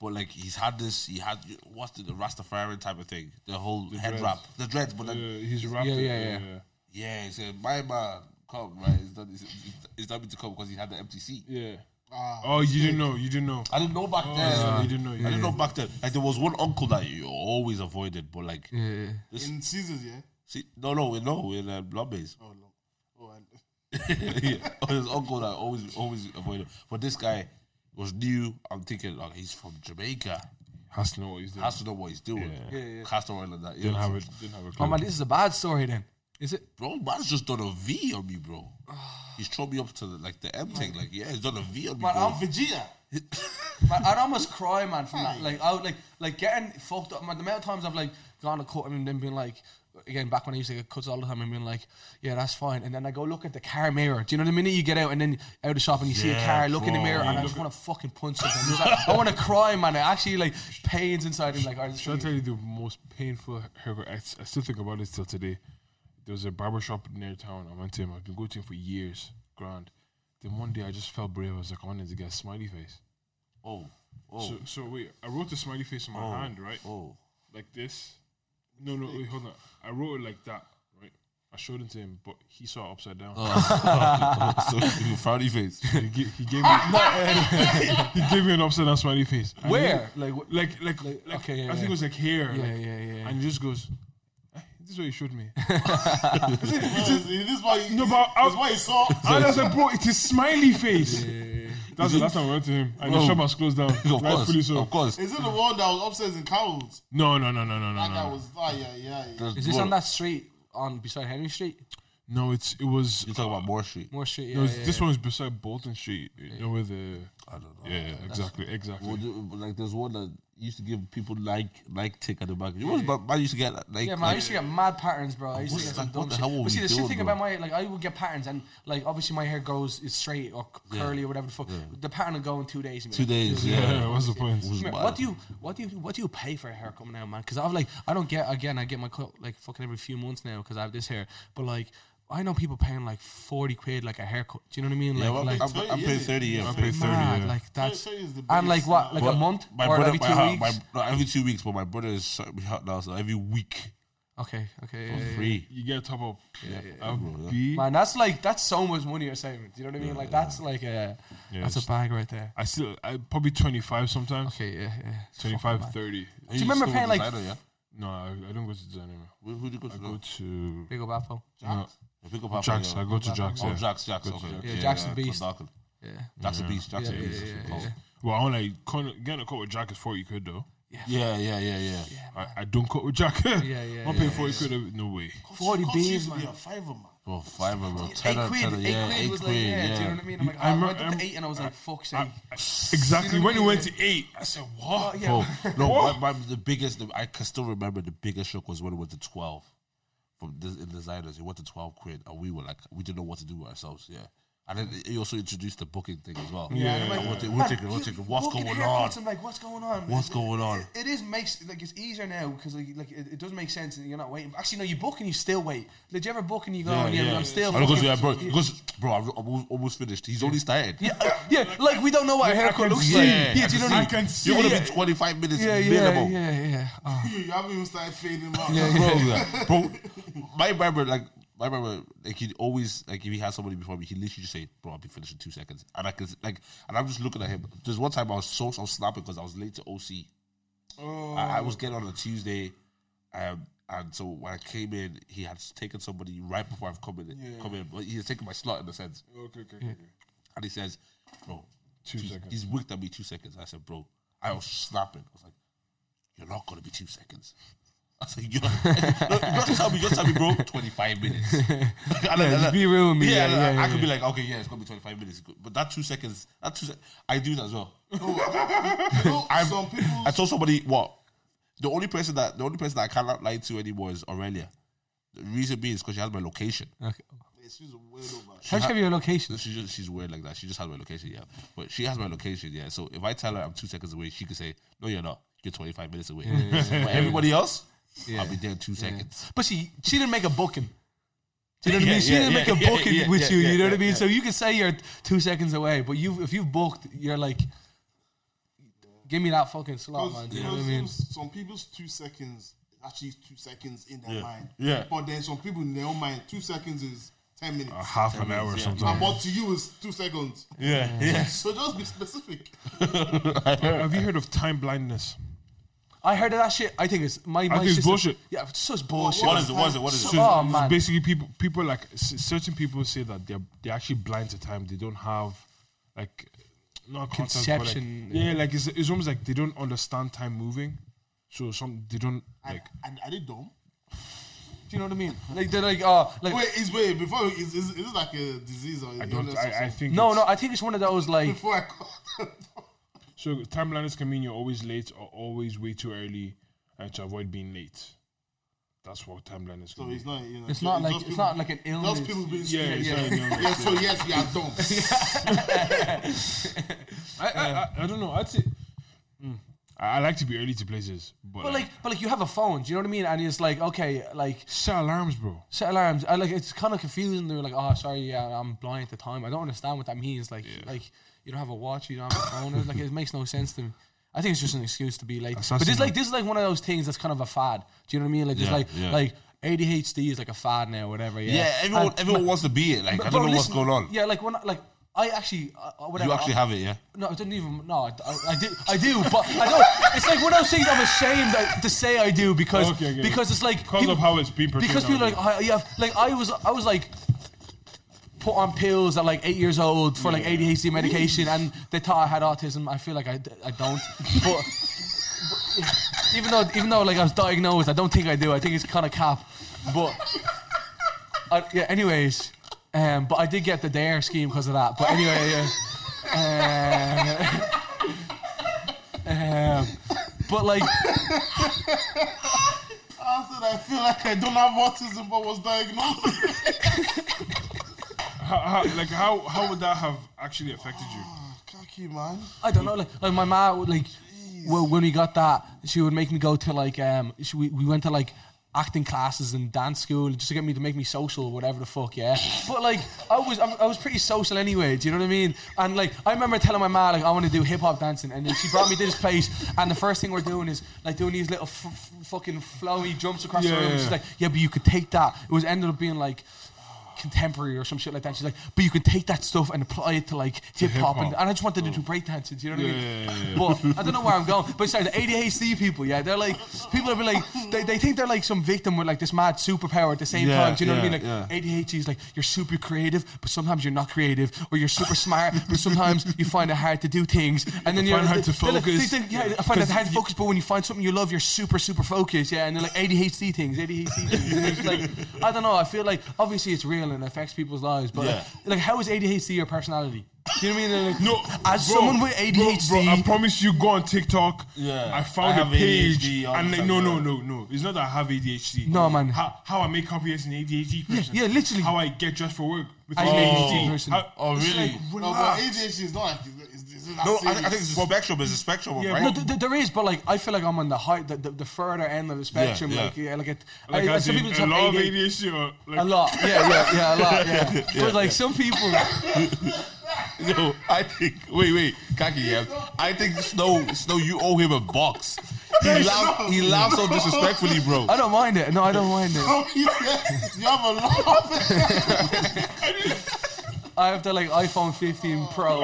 But like he's had this, he had what's the, the Rastafarian type of thing, the whole head dreads. wrap, the dreads. But then Yeah, he's rapped Yeah, it, yeah, yeah. yeah, he said, "My man, come right." It's not, it's, it's- it's not me to come because he had the empty seat. yeah. Yeah. Ah, Oh, you didn't know. You didn't know. I didn't know back then. Oh, yeah, you didn't know, I yeah. didn't know back then. Like there was one uncle that you always avoided, but like, this, in seasons, yeah. see, no, no, no, in uh, Blumbays. Oh, no. Oh, [LAUGHS] and yeah, his uncle that always always avoided. But this guy was new. I'm thinking, like, he's from Jamaica. Has to know what he's doing. Has to know what he's doing. Yeah. Castor oil and that. You didn't know, have a didn't have a clue. Oh man, this is a bad story then. Is it? bro, man's just done a V on me, bro. He's thrown me up to the, like the M thing. Like, yeah, he's done a V on me, Man, bro. I'm Vegeta. Man, I'd almost cry, man, from that. Like, I would, like, like getting fucked up. Man, the amount of times I've like gone to cut him and then been like, again, back when I used to get cuts all the time and been like, yeah, that's fine. And then I go look at the car mirror. Do you know the minute you get out and then out of the shop and you see a Yeah, car, look in the bro. mirror, and I just want to fucking punch something. It's like, I want to cry, man. It actually like pains inside him. Like, I just Should I tell you the most painful haircut? I, s- I still think about this till today. There was a barber shop near town. I went to him. I've been going to him for years. Grand. Then one day I just felt brave. I was like, I wanted to get a smiley face. [LAUGHS] Oh, oh, So, so wait, I wrote the smiley face on my hand, right? oh. Like this. No, no, wait, hold on. I wrote it like that, right? I showed it to him, but he saw it upside down. Oh. [LAUGHS] so frowny face. Ah, He, gi- he gave me [LAUGHS] he gave me an upside down smiley face. And Where? he- Like, wh- like, like, Like, like- okay, yeah, I think yeah. it was like here. Yeah, like- yeah, yeah. And he just goes, "Eh, "This is what you showed [LAUGHS] me." This is- this is why you, No, but I- this is why you saw. And I was like, "Bro, it is smiley face." That's the last time I went to him, and the Bro. shop was closed down. of Rightfully course, so. of course. Is it the one that was upstairs in Cowles? No, no, no, no, no, no, That guy no. was, ah, yeah, yeah, yeah. There's Is this more- on that street on beside Henry Street? No, it's it was. You talking about Moore Street? More street. It Yeah, was yeah, this yeah. one was beside Bolton Street. You know where the I don't know. yeah, exactly, exactly. Well, do- but, like there's one that used to give people like like tick at the back. You remember, man used to get like Yeah, man, I like, used to get mad patterns, bro. I used to What's get that- some dumb what the shit. hell were But see, we the shit doing, thing bro? about my like, I would get patterns, and like obviously my hair goes is straight or c- curly or whatever the fuck. The pattern will go in two days. and be two like, days. Yeah, [LAUGHS] yeah, what's the point? It was "Come here, mad. What do you, what do you, what do you pay for a haircut now, man? Because I've like, I don't get again. I get my cut like fucking every few months now because I have this hair. But like, I know people paying like forty quid like a haircut. Do you know what I mean? Like, Yeah, well, like I'm, I'm, I'm paying thirty. Yeah, I paid thirty. mad, yeah. like that's thirty is the and like base, what, like But a month My or brother, every my two ha- weeks? My, no, every two weeks, but my brother is shutting me out now. So every week, okay, okay, for yeah, yeah, yeah. free. You get a top up. Yeah, bro, Man, that's like that's so much money you're saving. Do you know what I mean? like that's like a that's a it's- bag right there. I still I probably twenty five sometimes. Okay, yeah, yeah. It's fucking 25, mad. 30. Do remember paying, like, yeah? No, I, I don't go to design anymore. Who, who do you go to? I go now? to Big up Apple. no, I Pick up Papa, Jack's. yeah. I go to Jack's. Oh, yeah. Jax, Jax, okay. Jack's. Yeah, Jackson Beast. Clondalkin. Yeah, Jack's a beast. Jack's yeah, a yeah, beast. yeah, yeah. Well, I only con- getting a cut with Jack is forty quid though. Yeah, yeah, yeah, yeah. I, I don't cut with Jack. [LAUGHS] yeah, yeah. I'm yeah. paying forty quid. uh, No way. Forty Cost used beans, to man. be a fiver, man. [LAUGHS] Oh, five of them. Eight Tenner, quid, tenner, eight yeah, quid was like, yeah, Do you know what I mean? I'm like, I I, remember- went up I'm- to eight and I was like, fuck's I, sake. I- exactly. what When I it mean? went to eight, I said what? yeah. [LAUGHS] Bro, no, What? my, my, the biggest, the, I can still remember the biggest shock was when it went to 12 from this, in designers. It went to 12 quid, and we were like, we didn't know what to do with ourselves, yeah. And then it also introduced the booking thing as well. Yeah, Like, yeah. we're taking, we're taking, we're taking, what's Fucking going on? haircuts, I'm like, what's going on? What's going on? It is makes like it's easier now because like, like it, it does make sense and you're not waiting. Actually, no, you book and you still wait. Did you ever book and you go? "Oh, Yeah, yeah, I'm still. And it goes, fucking- yeah, bro, it goes, bro, I'm almost, almost finished. He's only started. yeah, uh, yeah, like we don't know what a haircut looks like. Yeah, Yeah, do you know what I I mean? can see. You're gonna yeah. be 25 minutes Yeah, yeah, minimum. yeah, yeah. Oh. You you haven't even started fading out. bro, like, bro, my barber, like, my barber, like, he'd always, like, if he had somebody before me, he'd literally just say, bro, I'll be finished in two seconds. And I could, like, and I'm just looking at him. There's one time I was so, I was snapping because I was late to OC. I, I was getting on a Tuesday, um, and so when I came in, he had taken somebody right before I've come in, come in, but he had taken my slot in a sense. Hmm. Okay, okay, okay. And he says, bro, Two he's- seconds. He's wicked at me two seconds. I said, bro, I was snapping. I was like, you're not gonna be two seconds. [LAUGHS] I said, you're not, [LAUGHS] no, just tell me, just tell me, bro, 25 minutes. [LAUGHS] And I- and I- be real with me. Yeah, Yeah, and I, yeah, I yeah. could be like, okay, yeah, it's gonna be 25 minutes. But that two seconds, that two, sec- I do that as well. No, I'm- [LAUGHS] some people. I told somebody what the only person that the only person that I cannot lie to anymore is Aurelia. The reason being is because she has my location. Okay. She's well over. Can I just have your location? She just, she's weird like that. She just has my location, yeah. But she has my location, yeah. So if I tell her I'm two seconds away, she could say, "No, you're not. You're 25 minutes away." But everybody else, I'll be there in two seconds. But she she didn't make a booking. Do you know what Yeah, I mean? She yeah, didn't yeah, make a yeah, booking yeah, with yeah, you. yeah, you know what yeah, I mean? yeah. So you can say you're two seconds away, but you if you've booked, you're like, give me that fucking slot, man. Do you know what I mean? Some people's two seconds actually is two seconds in their mind. Yeah. But then some people in their own mind, two seconds is ten minutes. A half an hour or Ah, something. But to you is two seconds. Yeah, [LAUGHS] yeah. So just be specific. Have you heard of time blindness? I heard of that shit. I think it's my. my think it's system- bullshit. Yeah, it's such bullshit. What is it? What is it? What is it? So Oh, it's man. basically people people like s- certain people say that they're they're actually blind to time. They don't have like not concept, but, like- Conception. yeah, like it's, it's almost like they don't understand time moving. So some they don't And, like and are they dumb? Do you know what I mean? Like they're like, oh, like Wait, is wait before is is, is this like a disease or I don't illness or I, I something? think no, it's- no. I think it's one of those like Before I call [LAUGHS] them dumb. So time blindness can mean you're always late or always way too early, and to avoid being late. That's what time blindness So can be. it's not you know. it's not like just it's people- not like an illness. Just people being Yeah, stupid. it's Yeah, not an illness, yeah. So yes, you are dumb. I, I, Uh, I, I don't know. I'd say Mm. I, I like to be early to places, but, But like, like, but like you have a phone. Do you know what I mean? And it's like, okay, like set alarms, bro. set alarms. I like it's kind of confusing. They're like, oh, sorry, yeah, I'm blind at the time. I don't understand what that means. Like, like you don't have a watch, you don't have a phone. like it makes no sense to me. I think it's just an excuse to be late. That's But this actually like not- this is like one of those things that's kind of a fad. Do you know what I mean? Like just Yeah, like yeah. like ADHD is like a fad now, whatever. Yeah, Yeah, everyone, And- everyone wants to be it. Like I but- don't but know what's listen- going on. Yeah, like when I- like I actually I- I- whatever. You actually I- have it, yeah. no, I didn't even. No, I, I- I do. I do, but I don't. It's like one of those things I'm ashamed that- to say I do because Okay, okay. because it's like Because of how it's been portrayed Because people are like, I, yeah, like I was, I was like. Put on pills at like eight years old for like ADHD medication, and they thought I had autism. I feel like I, d- I don't, but, but even though even though like I was diagnosed, I don't think I do. I think it's kind of cap, but I, yeah. Anyways, um, but I did get the dare scheme because of that. But anyway, yeah. Um, [LAUGHS] But like, I said I feel like I don't have autism, but was diagnosed. [LAUGHS] How, how, like how how would that have actually affected you? Khaki Ah, man. I don't know, like, like my mom would like, well, when we got that, she would make me go to like, um, she, we, we went to like acting classes and dance school just to get me to make me social, whatever the fuck, yeah. But like, I was I, I was pretty social anyway. Do you know what I mean? And like, I remember telling my mom like I want to do hip hop dancing, and then she brought me to this place, and the first thing we're doing is like doing these little f- f- fucking flowy jumps across the Yeah, room. yeah, She's yeah. like, yeah, but you could take that. It was ended up being like. Contemporary or some shit like that. She's like, but you can take that stuff and apply it to like hip hip-hop. hop, and, Oh. and I just wanted to do breakdancing. Do you know what I mean? Yeah, yeah, But I don't know where I'm going. But sorry, the ADHD people, yeah, they're like people have been like they, they think they're like some victim with like this mad superpower at the same Yeah, time. Do you know what I yeah, mean? Like ADHD is like you're super creative, but sometimes you're not creative, or you're super smart, but sometimes you find it hard to do things, and then You you're find it hard to they're like- they focus. think, yeah, I find it hard to focus, but when you find something you love, you're super super focused, yeah. And they're like ADHD things, ADHD things. And it's like I don't know. I feel like obviously it's real and it affects people's lives, but Yeah. like, like, how is ADHD your personality? Do you know what I mean? They're Like, No, as bro, someone with bro, ADHD, bro, I promise you, go on TikTok. Yeah. I found I a have page, ADHD, all and this like, and no, that. no, no, no. It's not that I have ADHD. No, man. How, how I make coffee as an ADHD person? yeah, literally. How I get dressed for work with As an ADHD ADHD person. How- Oh, it's really? like, No, but relax. ADHD is not like it's, it's, it's not No, I, I serious. think it's a spectrum. It's a spectrum, Yeah, right? No, th- th- there is, but like I feel like I'm on the high, the, the, the further end of the spectrum. yeah. Like, yeah, like it. Like, I, I, like some said, people just a have lot of ADHD. ADHD. Or, like, A lot, yeah, yeah, yeah, a lot, yeah. but like some people, Yo, I think. Wait, wait, Kaki. Yeah, I think Snow, Snow, you owe him a box. He laughed. He laughed so disrespectfully, bro. I don't mind it. No, I don't mind it. [LAUGHS] Oh, yes, you have a lot of I have the like iPhone 15 Pro.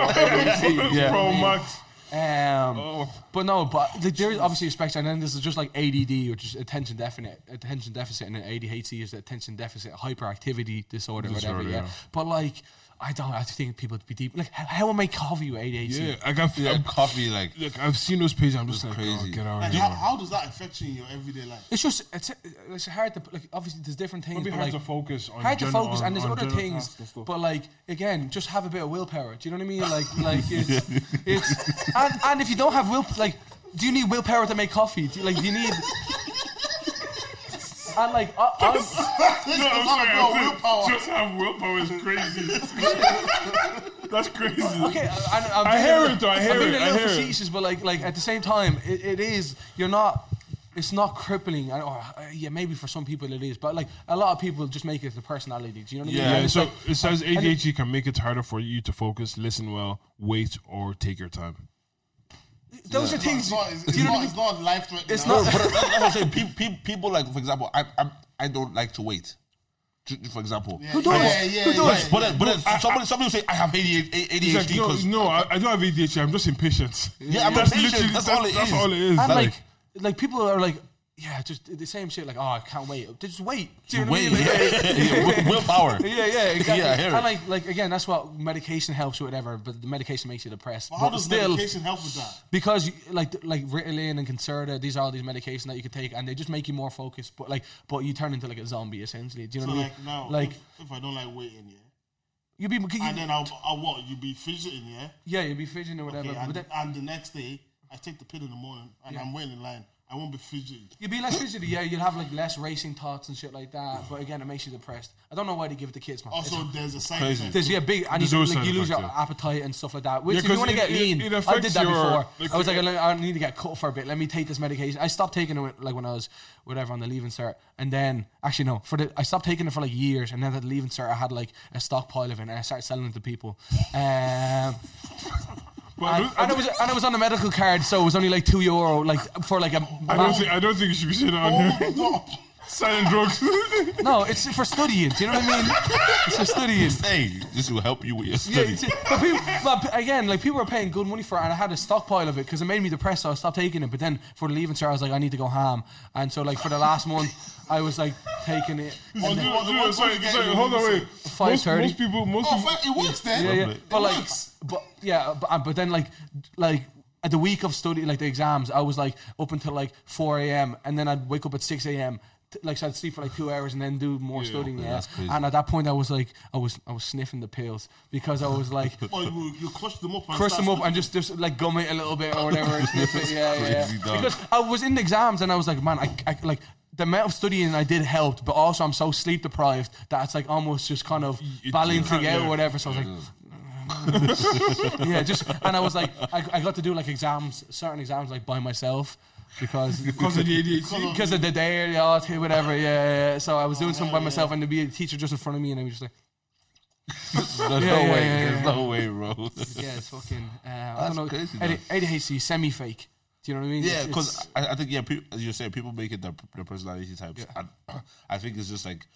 [LAUGHS] ADHD. Yeah. Pro Max. Um, Oh. But no, but like, there is obviously a spectrum, and then this is just like ADD, which is attention definite attention deficit, and then ADHD is the attention deficit hyperactivity disorder, Disorder, whatever. Yeah. yeah. But like, I don't. I think people would be deep. Like, how, how am I coffee with ADHD? Yeah, I can feel. Yeah, I'm- coffee like Look, I've seen those pages. I'm just like, crazy. Oh, get out of Like, here. how, man. how does that affect you in your everyday life? It's just it's it's hard to like. Obviously, there's different things. It'd be but, hard like, to focus on. hard to general- focus, on- and there's on other general things. tasks and stuff. But like again, just have a bit of willpower. Do you know what I mean? Like [LAUGHS] like it's, it's and and if you don't have will, like do you need willpower to make coffee? Do you, like do you need? And like I, I, No, I'm sorry, not about I'm saying willpower. Just have [LAUGHS] willpower is crazy. That's crazy. okay, I, I'm I being hear a little- it though, I hear I'm being it, a I hear little it. facetious, but like like at the same time, it, it is you're not. It's not crippling, and or uh, yeah, maybe for some people it is, but like a lot of people just make it the personality. Do you know what I mean? Yeah, And it's so like- it says ADHD can make it harder for you to focus, listen well, wait, or take your time. those are things. It's not, it's, do you know what I not, mean? it's not life threatening. It's not. but that's what I'm saying. People, people, like, for example, I, I, I don't like to wait. Ju- ju- For example, Who does? Yeah, yeah, Who does? yeah, But, then- but then somebody, somebody will say I have ADHD It's like, ADHD no, because no, I, I don't have ADHD. I'm just impatient. Yeah, I'm impatient, that's all it is. all it is. And Like- like, like, people are like, yeah, just the same shit. Like, oh, I can't wait. Just wait. Do you know wait, what I mean? Like, yeah, [LAUGHS] yeah, will- [LAUGHS] willpower. [LAUGHS] yeah, yeah, exactly. Yeah, I hear it. and like, like again, that's what medication helps with, whatever. But the medication makes you depressed. How But does still, medication help with that? because you, like, like Ritalin and Concerta, these are all these medications that you could take, and they just make you more focused. But like, but you turn into like a zombie essentially. Do you So know what I like mean? now, like if, if I don't like waiting, yeah, you'd be, you- and then I'll, I'll what? You be fidgeting, yeah. yeah, you'd be fidgeting or whatever. Okay, but and, then, and the next day, I take the pill in the morning, and Yeah. I'm waiting in line. I won't be fidgeting. You'd be less fidgety, yeah. You'd have like less racing thoughts and shit like that. But again, it makes you depressed. I don't know why they give it to kids, man. Also, there's a side Crazy. effect. There's yeah, big, and There's you, always like, you side lose your effect, appetite and stuff like that. Which, Yeah, if you 'cause want to it- get it- lean, it I did affects that your- before. like, I was like, it- I I need to get cut for a bit. Let me take this medication. I stopped taking it like when I was whatever on the leaving cert, and then actually no, for the I stopped taking it for like years, and then at the leaving cert, I had like a stockpile of it, and I started selling it to people. Um, But I and, don't, I and it don't, was and it was on a medical card, so it was only like two euro, like for like a. I don't think I don't think you should be saying that on here. Oh, no. [LAUGHS] Selling drugs. [LAUGHS] No, it's for studying. Do you know what I mean? It's for studying. Hey, this will help you with your Yeah, studies. it's, but people, but again, like people were paying good money for it, and I had a stockpile of it because it made me depressed, so I stopped taking it. But then for the leaving tour, I was like, I need to go ham, and so like for the last month, I was like taking it. Oh, And dude, then, What- dude, what- sorry, what you get sorry, in hold the on, wait. leaving Most, 5:30? most people, most Oh, people. fuck, it works then. yeah, yeah. But It like, works. but yeah, but, uh, but then like, like at the week of study, like the exams, I was like up until like four a.m. and then I'd wake up at six a.m. t- Like so, I'd sleep for like two hours and then do more studying. Yeah, that's crazy. and at that point, I was like, I was, I was sniffing the pills because I was like, Or Oh, you, you crush them up. And crush start them up and just, just like gum it a little bit or whatever. [LAUGHS] and sniff it. Yeah, yeah. Crazy dog. Because I was in the exams and I was like, man, I, I like the amount of studying I did helped, but also I'm so sleep deprived that it's like almost just kind of balancing out yeah. or whatever. So I was like. [LAUGHS] yeah, just and I was like, I, I got to do like exams, certain exams like by myself [LAUGHS] because Because of the ADHD. because of the day, the art, whatever. Yeah, yeah, yeah. So I was doing something by myself, and there'd be a teacher just in front of me, and I was just like, There's Yeah, no yeah, way. yeah, There's yeah. no way, bro. yeah, it's fucking. Uh, I don't know. crazy, AD- ADHD semi fake. Do you know what I mean? Yeah, It's- it's- because I, I think yeah, people, as you say, people make it their, their personality types. And [CLEARS THROAT] I think it's just like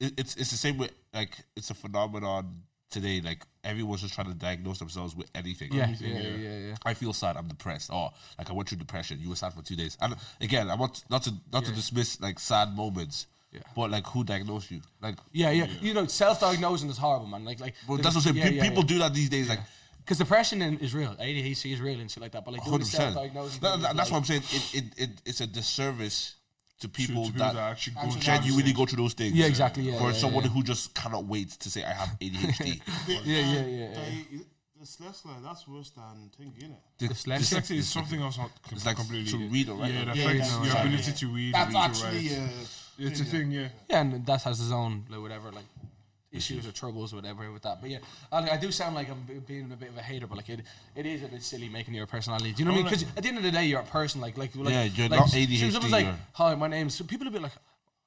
it, it's it's the same with like it's a phenomenon today. Like everyone's just trying to diagnose themselves with anything. yeah, yeah, yeah, yeah, yeah. I feel sad. I'm depressed. Oh, like I went through depression. You were sad for two days. And again, I want not to not to dismiss like sad moments. Yeah. But like, who diagnosed you? Like, Yeah, yeah. You know, self-diagnosing is horrible, man. Like, like. well, that's what I'm saying. Pe- people do that these days. Like, Because depression in, is real. ADHD is real and shit like that. But like, doing the hundred percent. self-diagnosing. thing is, That's like, what I'm saying. It, it, it it's a disservice to To- to people people that, that actually go Actually through that- genuinely go through those things. Yeah, exactly, yeah, for yeah, someone yeah. who just cannot wait to say I have [LAUGHS] ADHD. Yeah, yeah, yeah, yeah. It's less like that's worse than thing, innit? Dyslexia. Dyslexia is something else. Not It's like completely. to read or write. Yeah, it Yeah, affects yeah, your yeah. ability to read. That's read, to actually write. uh, It's a thing, yeah. Yeah, and that has his own like whatever like issues or troubles or whatever with that. But yeah, I, I do sound like I'm b- being a bit of a hater, but like it, it is a bit silly making your personality. Do you know what I mean? Because at the end of the day, you're a person. Like like, like Oh, Yeah, you're like, not so- so ADHD, Someone's like, you're- "Hi, my name's." So people will be like.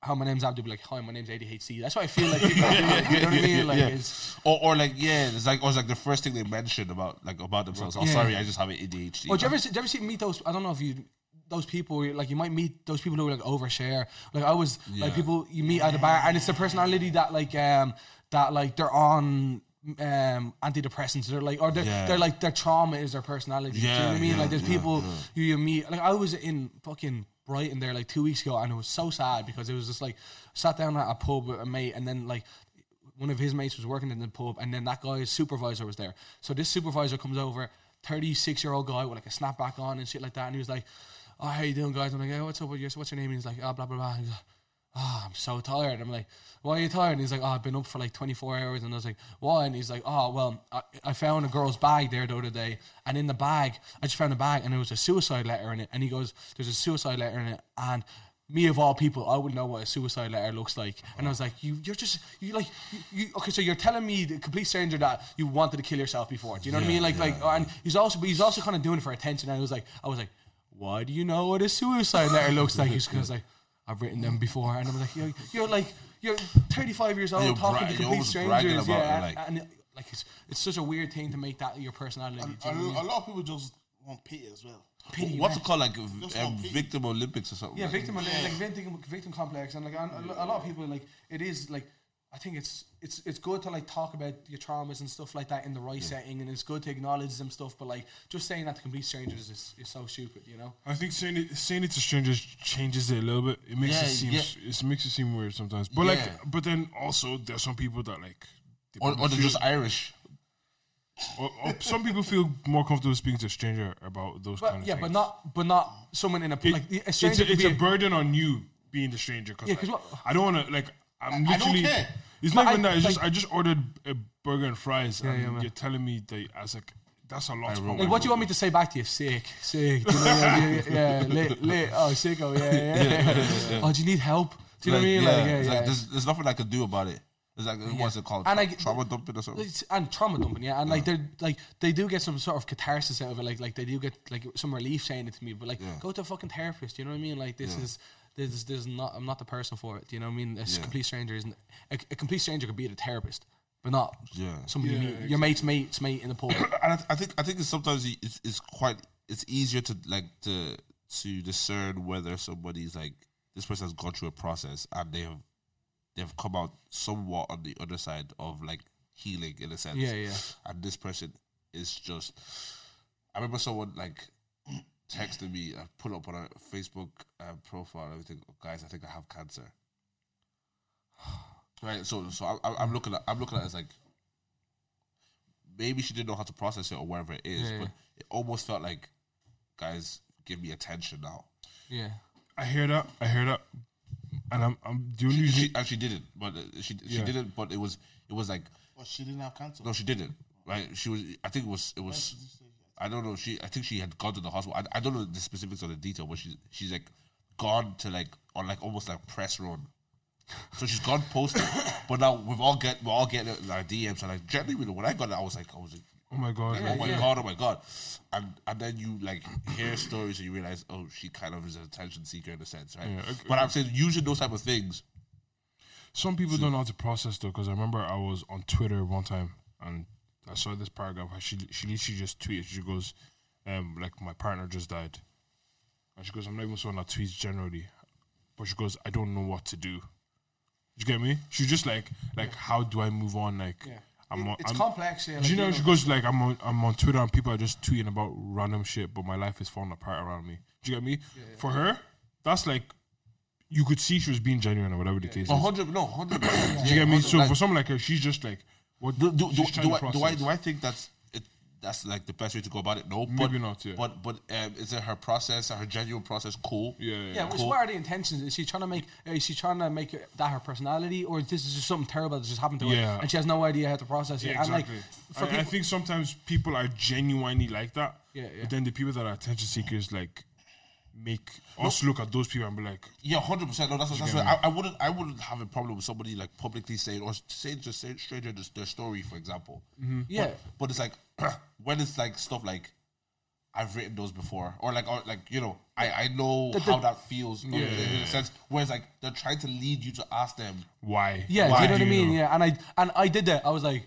Hi, my name's Abdul. Be like, hi, my name's ADHD. That's what I feel like. [LAUGHS] People are doing, you know what I mean? Like, yeah. it's, Or, or like yeah, it's like or it's like the first thing they mentioned about like about themselves. Oh, Yeah. sorry, I just have ADHD. Well, do you ever, see- do you ever see meet those? I don't know if you those people where, like you might meet those people who like overshare. Like I was like people you meet at a bar, and it's the personality that like um that like they're on um antidepressants. They're like or they're, Yeah. they're like their trauma is their personality. do you know what I Yeah, mean? yeah, like there's yeah, people who you meet. Like I was in fucking. Brighton there like two weeks ago, and it was so sad because it was just like sat down at a pub with a mate, and then like one of his mates was working in the pub, and then that guy's supervisor was there. So this supervisor comes over, 36 year old guy with like a snapback on and shit like that, and he was like, "Oh, how you doing, guys?" I'm like, "Hey, what's up? with you? What's your name?" And he's like, "Ah, blah blah blah." He's like, Ah, I'm so tired. I'm like, why are you tired? And he's like, oh, I've been up for like 24 hours. And I was like, why? And he's like, oh, well, I, I found a girl's bag there the other day. And in the bag, I just found a bag and there was a suicide letter in it. And he goes, there's a suicide letter in it. And me of all people, I would know what a suicide letter looks like. And I was like, you, you're just, you like, you, you, okay, so you're telling me, the complete stranger, that you wanted to kill yourself before. Do you know what I mean? Like, like, and he's also, but he's also kind of doing it for attention. And I was like, I was like, why do you know what a suicide letter looks like? He's kind of like, I've written them before, and I'm like, you're, you're like, you're 35 years old You're talking bra- to you're complete always bragging strangers, about yeah, it, and, and it- like it's, it's such a weird thing to make that your personality. do A, you know what I a mean? lot of people just want pity as well. What's it called? Like v- Just um, one piece. victim Olympics or something? Yeah, like victim like victim victim complex, and like and a lo- a lot of people like it is like I think it's it's it's good to like talk about your traumas and stuff like that in the right setting, and it's good to acknowledge them stuff, but like just saying that to complete strangers is, is so stupid, you know. I think saying it, saying it to strangers changes it a little bit. It makes Yeah, it seem yeah. it makes it seem weird sometimes. But Yeah. like, but then also there's some people that like, they Or, don't or they're feel- just Irish. or, or some people feel more comfortable speaking to a stranger about those But kind of yeah, things. but not but not someone in a It- like a it's, stranger. a, could it's be a burden on you being the stranger. Cause Yeah, like, 'cause what- I don't want to like. I'm I- I don't literally. care. It's not But even I- that. It's like- just I just ordered a burger and fries, and yeah, man. you're telling me that I was like, that's a lot. for Like, one what do you burger. want me to say back to you? Sick, sick. Do you know, yeah, [LAUGHS] yeah, yeah, yeah, lit, lit. Oh, sick. Oh, yeah, yeah. Oh, do you need help? Do you know what I mean? Like, yeah, it's yeah. like, there's, there's nothing I could do about it. It's like, what's it called? And Tra- I get- trauma dumping or something? It's- and trauma dumping, yeah, and like they're like they do get some sort of catharsis out of it, like like they do get like some relief saying it to me, but like go to a fucking therapist, you know what I mean? Like this is this is, this is not I'm not the person for it, you know what I mean? A s- complete stranger isn't a, a complete stranger could be the therapist, but not Yeah. somebody new, your mate's mate's mate in the [COUGHS] pub. and I, th- I think I think it's sometimes y- it's, it's quite it's easier to like to to discern whether somebody's like this person has gone through a process and they have they've come out somewhat on the other side of like healing in a sense. Yeah, yeah. And this person is just. I remember someone like [CLEARS THROAT] texted me. I put up on a Facebook uh, profile and everything. Guys, I think I have cancer. [SIGHS] Right. So so I, I- I'm looking at I'm looking at it as like maybe she didn't know how to process it or whatever it is, Yeah, but yeah. it almost felt like guys give me attention now. yeah, I hear that. I hear that. And I'm I'm the only She, reason- she- and she didn't, but uh, she she Yeah. didn't. But it was it was like But she didn't have cancer. no, she didn't. Right? She was. I think it was it was. I don't know. She I think she had gone to the hospital. I, I don't know the specifics of the detail, but she's she's like gone to like on like almost like press run. [LAUGHS] So she's gone postal, but now we've all get we're all getting our DMs and like genuinely when I got it, I was like I was like oh my god. oh like, my god, oh my god, and and then you like hear stories and you realize, oh, she kind of is an attention seeker in a sense, right? Yeah, okay. But I'm saying using those type of things, Some people don't know how to process though, because I remember I was on Twitter one time and I saw this paragraph. and She she literally just tweeted. She goes, um, like my partner just died, and she goes, I'm not even someone that tweets generally, but she goes, I don't know what to do. You get me? She's just like, like, how do I move on? Like, I'm on, it's I'm- complex. Yeah, do you know she goes like I'm on I'm on Twitter and people are just tweeting about random shit, but my life is falling apart around me. Do you get me? For her, that's like you could see she was being genuine or whatever the case is. hundred no hundred. percent. Do you get me? 100, So like, for someone like her, she's just like what do, do, do, she's trying do, to I, do I process. do I think that's it, that's like the best way to go about it? No, but, Maybe not, yeah. But but um, is it her process? Her genuine process? Cool. Yeah, yeah, Yeah, yeah. which Cool. what are the intentions? Is she trying to make? uh, Is she trying to make it- that her personality, or this is just something terrible that's just happened to Yeah. her, and she has no idea how to process it? Yeah, exactly. And like, for I, I people, think sometimes people are genuinely like that. Yeah, yeah. But then the people that are attention seekers like make us look at those people and be like, Yeah, hundred percent. No, that's what, that's what I, I wouldn't. I wouldn't have a problem with somebody like publicly saying or saying to a stra- stranger this- their story, for example. Mm-hmm. yeah, But it's like [CLEARS THROAT] when it's like stuff like I've written those before, or like or like you know I I know the- how that feels in a sense. Whereas like they're trying to lead you to ask them. why? yeah. Why do you know what I mean? Yeah, and I and I did that. I was like.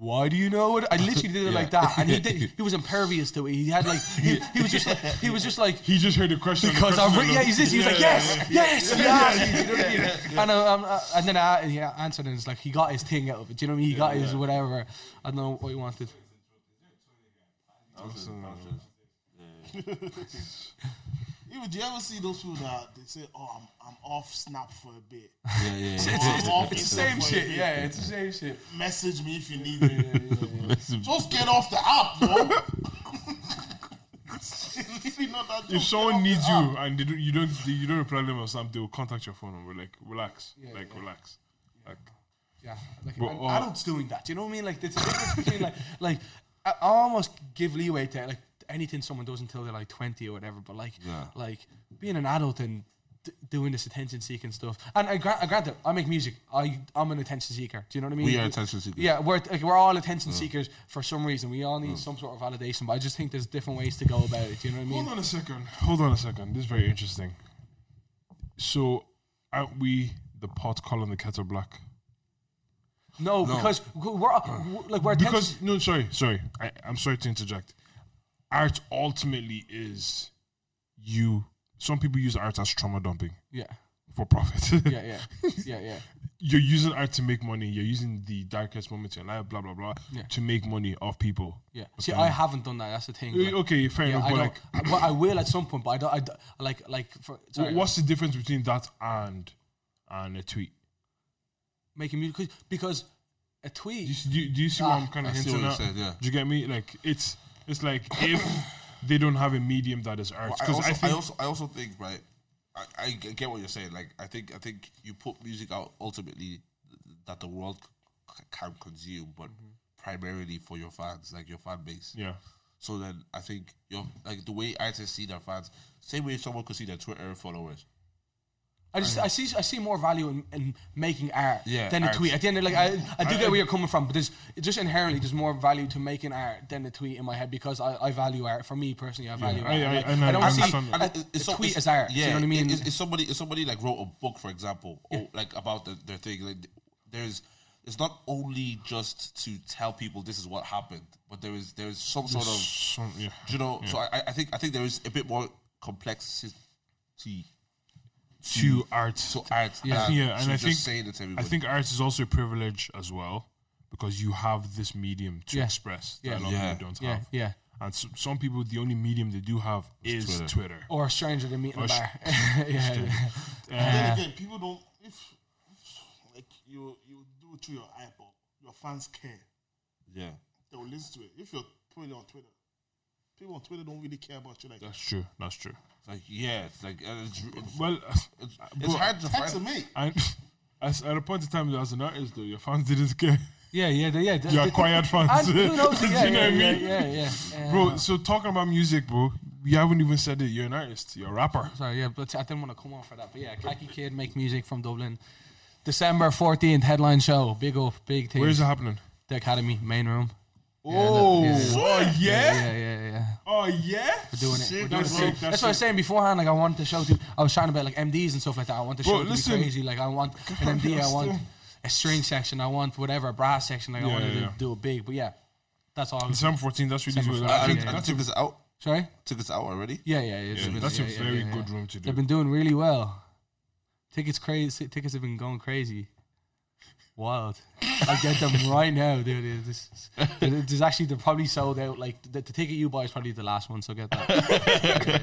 Why do you know it? I literally [LAUGHS] did it like that, and he did. He was impervious to it. He had like he, he was just like he was just [LAUGHS] like He just heard the question. and the because I've question written. Yeah, alone- he's this. He was like yes, [LAUGHS] yes, yes. You know what I mean? And I- I'm- I- and then I he answered, and it's like he got his thing out of it. Do you know what I mean? He got his whatever. I don't know what he wanted. Even do you ever see those people that they say, "Oh, I'm I'm off Snap for a bit." yeah, yeah. Or, [LAUGHS] "I'm off It's the Insta same for a shit. bit. Yeah, it's the same shit. Message me if you need me. Just get off the [LAUGHS] app, [LAUGHS] bro. It's really not [LAUGHS] that If deep. someone needs you and they don't, you don't, they- you don't reply them or something, they will contact your phone number. Like, relax, like, relax. Like, Yeah, like But, an uh, adults doing that. You know what I mean? Like it's a difference between like [LAUGHS] like I I almost give leeway to like anything someone does until they're like twenty or whatever. But like Yeah. like being an adult and d- doing this attention seeking stuff. And I, gra- I granted, I make music. I I'm an attention seeker. Do you know what I mean? We are attention seekers. Yeah, we're like, we're all attention seekers for some reason. We all need some sort of validation. But I just think there's different ways to go about it. Do you know what I mean? Hold on a second. Hold on a second. This is very interesting. So, aren't we the pot calling the kettle black? No, because we're all- like we're attention- Because no, sorry, sorry. I, I'm sorry to interject. Art ultimately is you. Some people use art as trauma dumping yeah. for profit. Yeah, yeah, yeah, yeah, [LAUGHS] You're using art to make money. You're using the darkest moments of your life, blah blah blah, Yeah. to make money off people. yeah. See, I haven't done that. That's the thing. like- Uh, Okay, fair Yeah, enough. I But don't. like, I- but I will at some point. But I don't. I don't- like like for, sorry, wh- what's the difference between that and and a tweet? making music 'cause- because a Do you, tweet. see- do you, do you see what I'm kind I of see hinting what you at? said, yeah. Do you get me? Like it's it's like if they don't have a medium that is art, I because also, I, I, think also I also think right. I, I g- get what you're saying. Like I think I think you put music out ultimately that the world c- can consume, but Mm-hmm. primarily for your fans, like your fan base. yeah, So then I think your like the way artists see their fans, same way someone could see their Twitter followers. Oh, I just I see I see more value in, in making art Yeah, than a art. tweet. At the end, of, like I, I do get where you're coming from, but there's it just inherently there's more value to making art than a tweet in my head because I, I value art. For me personally, I value I- art. I- Like, I know, I don't understand see that. a, it- a so- tweet as art. do you know what I mean? If, if somebody if somebody like wrote a book, for example, or, like about the, their thing, like there's it's not only just to tell people this is what happened, but there is there is some sort of some, yeah. do you know. So I, I- I think I think there is a bit more complexity to art. to art. I than think, yeah, and to I just think saying it to I everybody. think art is also a privilege as well because you have this medium to Yeah. express that Yeah. a lot Yeah. of people don't yeah, have. yeah. And s some people, the only medium they do have is Twitter. Or a stranger than meeting a Or sh- [LAUGHS] bar. [LAUGHS] yeah, yeah. Then Uh, again, people don't. If, if like you you do it through your iPod, your fans care. Yeah. They will listen to it. If you're putting it on Twitter, people on Twitter don't really care about you. Like That's true. That's true. It's like yeah, it's like uh, it's, it's, Well, [LAUGHS] it's, Bro, it's hard to text find. me. and [LAUGHS] as at a point in time as an artist, though, your fans didn't care. [LAUGHS] yeah, yeah, they- yeah. they- You they- acquired [LAUGHS] fans. and who knows? Do Yeah, you know yeah, what I mean? yeah, yeah, yeah. Uh, Bro, so talking about music, bro, you haven't even said it. You're an artist. You're a rapper. Sorry, yeah, but I didn't want to come on for that. But yeah, Khaki Kid make music from Dublin. December 14th, headline show. Big up, big thing. Where's it happening? the Academy main room? Oh, yeah. oh Yeah, yeah, yeah, yeah. yeah. oh yeah. We're doing it. We're doing That's it. sick, That's, that's what I was sick. saying beforehand. Like I want the show to. I was trying about like MDs and stuff like that. I want the show Bro, to listen. be crazy. Like I want an MD. I want a string section. I want whatever a brass section. Like I Yeah, wanted yeah, to yeah. do it big. But yeah, that's all. December 14th, that's really December good. I, I think I, I that's, a, took this out. Sorry. Took this out already. Yeah, yeah, yeah. yeah, that's a very good room to They've do. been doing really well. Tickets crazy. Tickets have been going crazy. Wild. I get them right now, dude. It- This, this, this is actually they're probably sold out. Like the, the ticket you buy is probably the last one, so get that.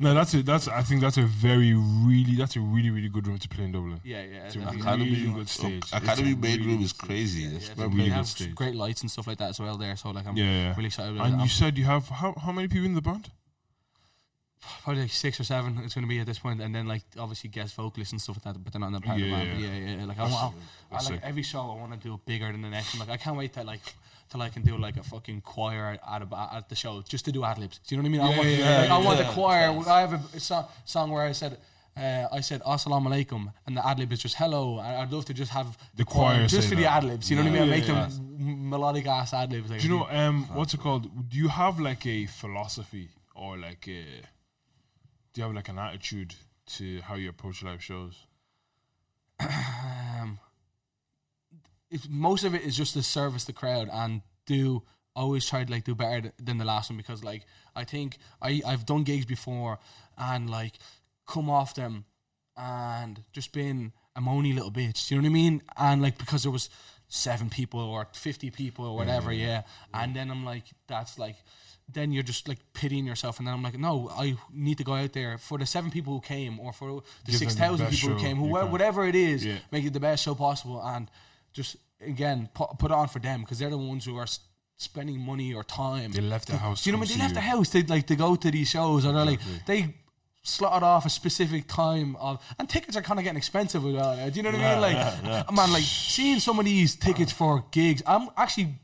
No, that's a, that's I think that's a very really that's a really really good room to play in Dublin. Yeah, yeah. It's a that'd be- really, Academy- good stage. Academy It's a main really room good is stage. crazy. It's yeah, very really they good have stage. great lights and stuff like that as well there. So like I'm Yeah, yeah. really excited. About And that. you I'm said you have how, how many people in the band? probably like six or seven. It's going to be at this point, and then like obviously guest vocalists and stuff like that. But they're not in the part Yeah, of the band. yeah. Yeah, yeah. yeah. Like I want, I That's like sick. every show. I want to do it bigger than the next. one. Like I can't wait to like. Till I can do like a fucking choir at, a, ba- at the show just to do ad libs. Do you know what I mean? I want, yeah, like, I want the choir. I have a, so- song where I said, uh, I said "Assalamu alaikum," and the ad lib is just "Hello." I, would love to just have The choir just say for the that. ad libs. You know what I mean? Yeah, I make yeah, them m- melodic ass ad libs. Like, Do you know um what's it called? Do you have like a philosophy or like a do you have like an attitude to how you approach live shows? um, it's, most of it is just to service the crowd and do always try to like do better th- than the last one because like I think I I've done gigs before and like come off them and just been a moany little bitch. Do you know what I mean? And like because there was Mm. seven people or fifty people or whatever, yeah. And then I'm like, that's like then you're just like pitying yourself, and then I'm like, no, I need to go out there for the seven people who came, or for the Give them the six thousand best people who show came, you whoever, can. whatever it is, Yeah. make it the best show possible, and just again put put on for them because they're the ones who are s- spending money or time. They left the house. Do you know come what I mean? see They left the you. house. They like to go to these shows, and they're like they slotted off a specific time of, and tickets are kind of getting expensive. With all that. Do you know what I mean? Like, man, like seeing some of these tickets for gigs. I'm actually,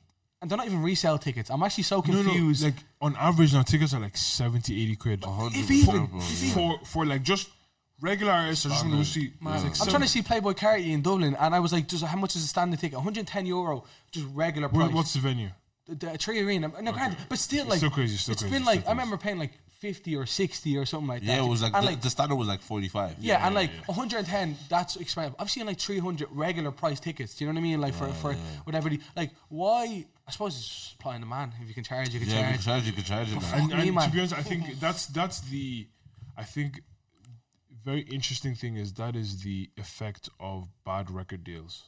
and they're not even resale tickets. I'm actually so No, no, confused. like on average now, tickets are like 70, 80 quid. if For- even, for for like just regular artists are just gonna go see. it's like I'm seven- trying to see Playboy Carti in Dublin, and I was like, just how much is a standing ticket? 110 euro, just regular Where- price. what's the venue? the, the Tree Arena. No, granted, but still, like, still crazy, still it's crazy, been still like I crazy. remember paying like 50 or 60 or something like that. Yeah, it was like and the, the standard was like forty five. Yeah, and like 110, that's expensive. I've seen like 300 regular price tickets. Do you know what I mean? Like for, for whatever. The, like why? I suppose it's supply and demand. If you can charge, you can Yeah, you charge. could charge, you could charge it. man. And, Fuck me, and man. to be honest, I think that's that's the, I think, very interesting thing is that is the effect of bad record deals.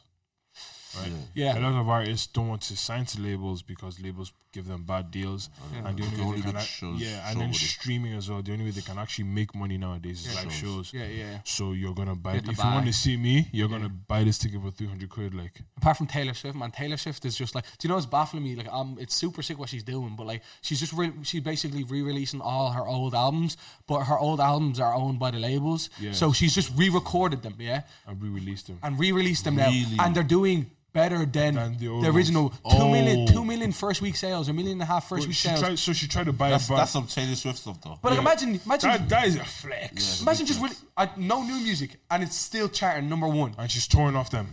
Right. Hmm. Yeah. A lot of artists don't want to sign to labels because labels give them bad deals, and the They only way Oh, only they can, do ac- shows- yeah, show and then with it. streaming as well. The only way they can actually make money nowadays is live shows. Yeah, yeah, yeah. So you're gonna buy. Get If the you want bag. to see me, you're gonna buy this ticket for three hundred quid. Like Apart from Taylor Swift, man, Taylor Swift is just like. Do you know what's baffling me? Like, um, it's super sick what she's doing, but like, she's just re- she's basically re-releasing all her old albums, but her old albums are owned by the labels, Yeah. so she's just re-recorded them. Yeah, I re-released them. and re-released them Really? now, and they're doing better than, Than the, the old original. ones. Two million, Oh. two million first week sales, a million and a half first But week she sales. tried, so she tried to buy That's a bar. that's some Taylor Swift stuff though. But like, imagine, imagine, that, that is a flex. imagine just really, uh, no new music, and it's still charting number one And she's torn off them.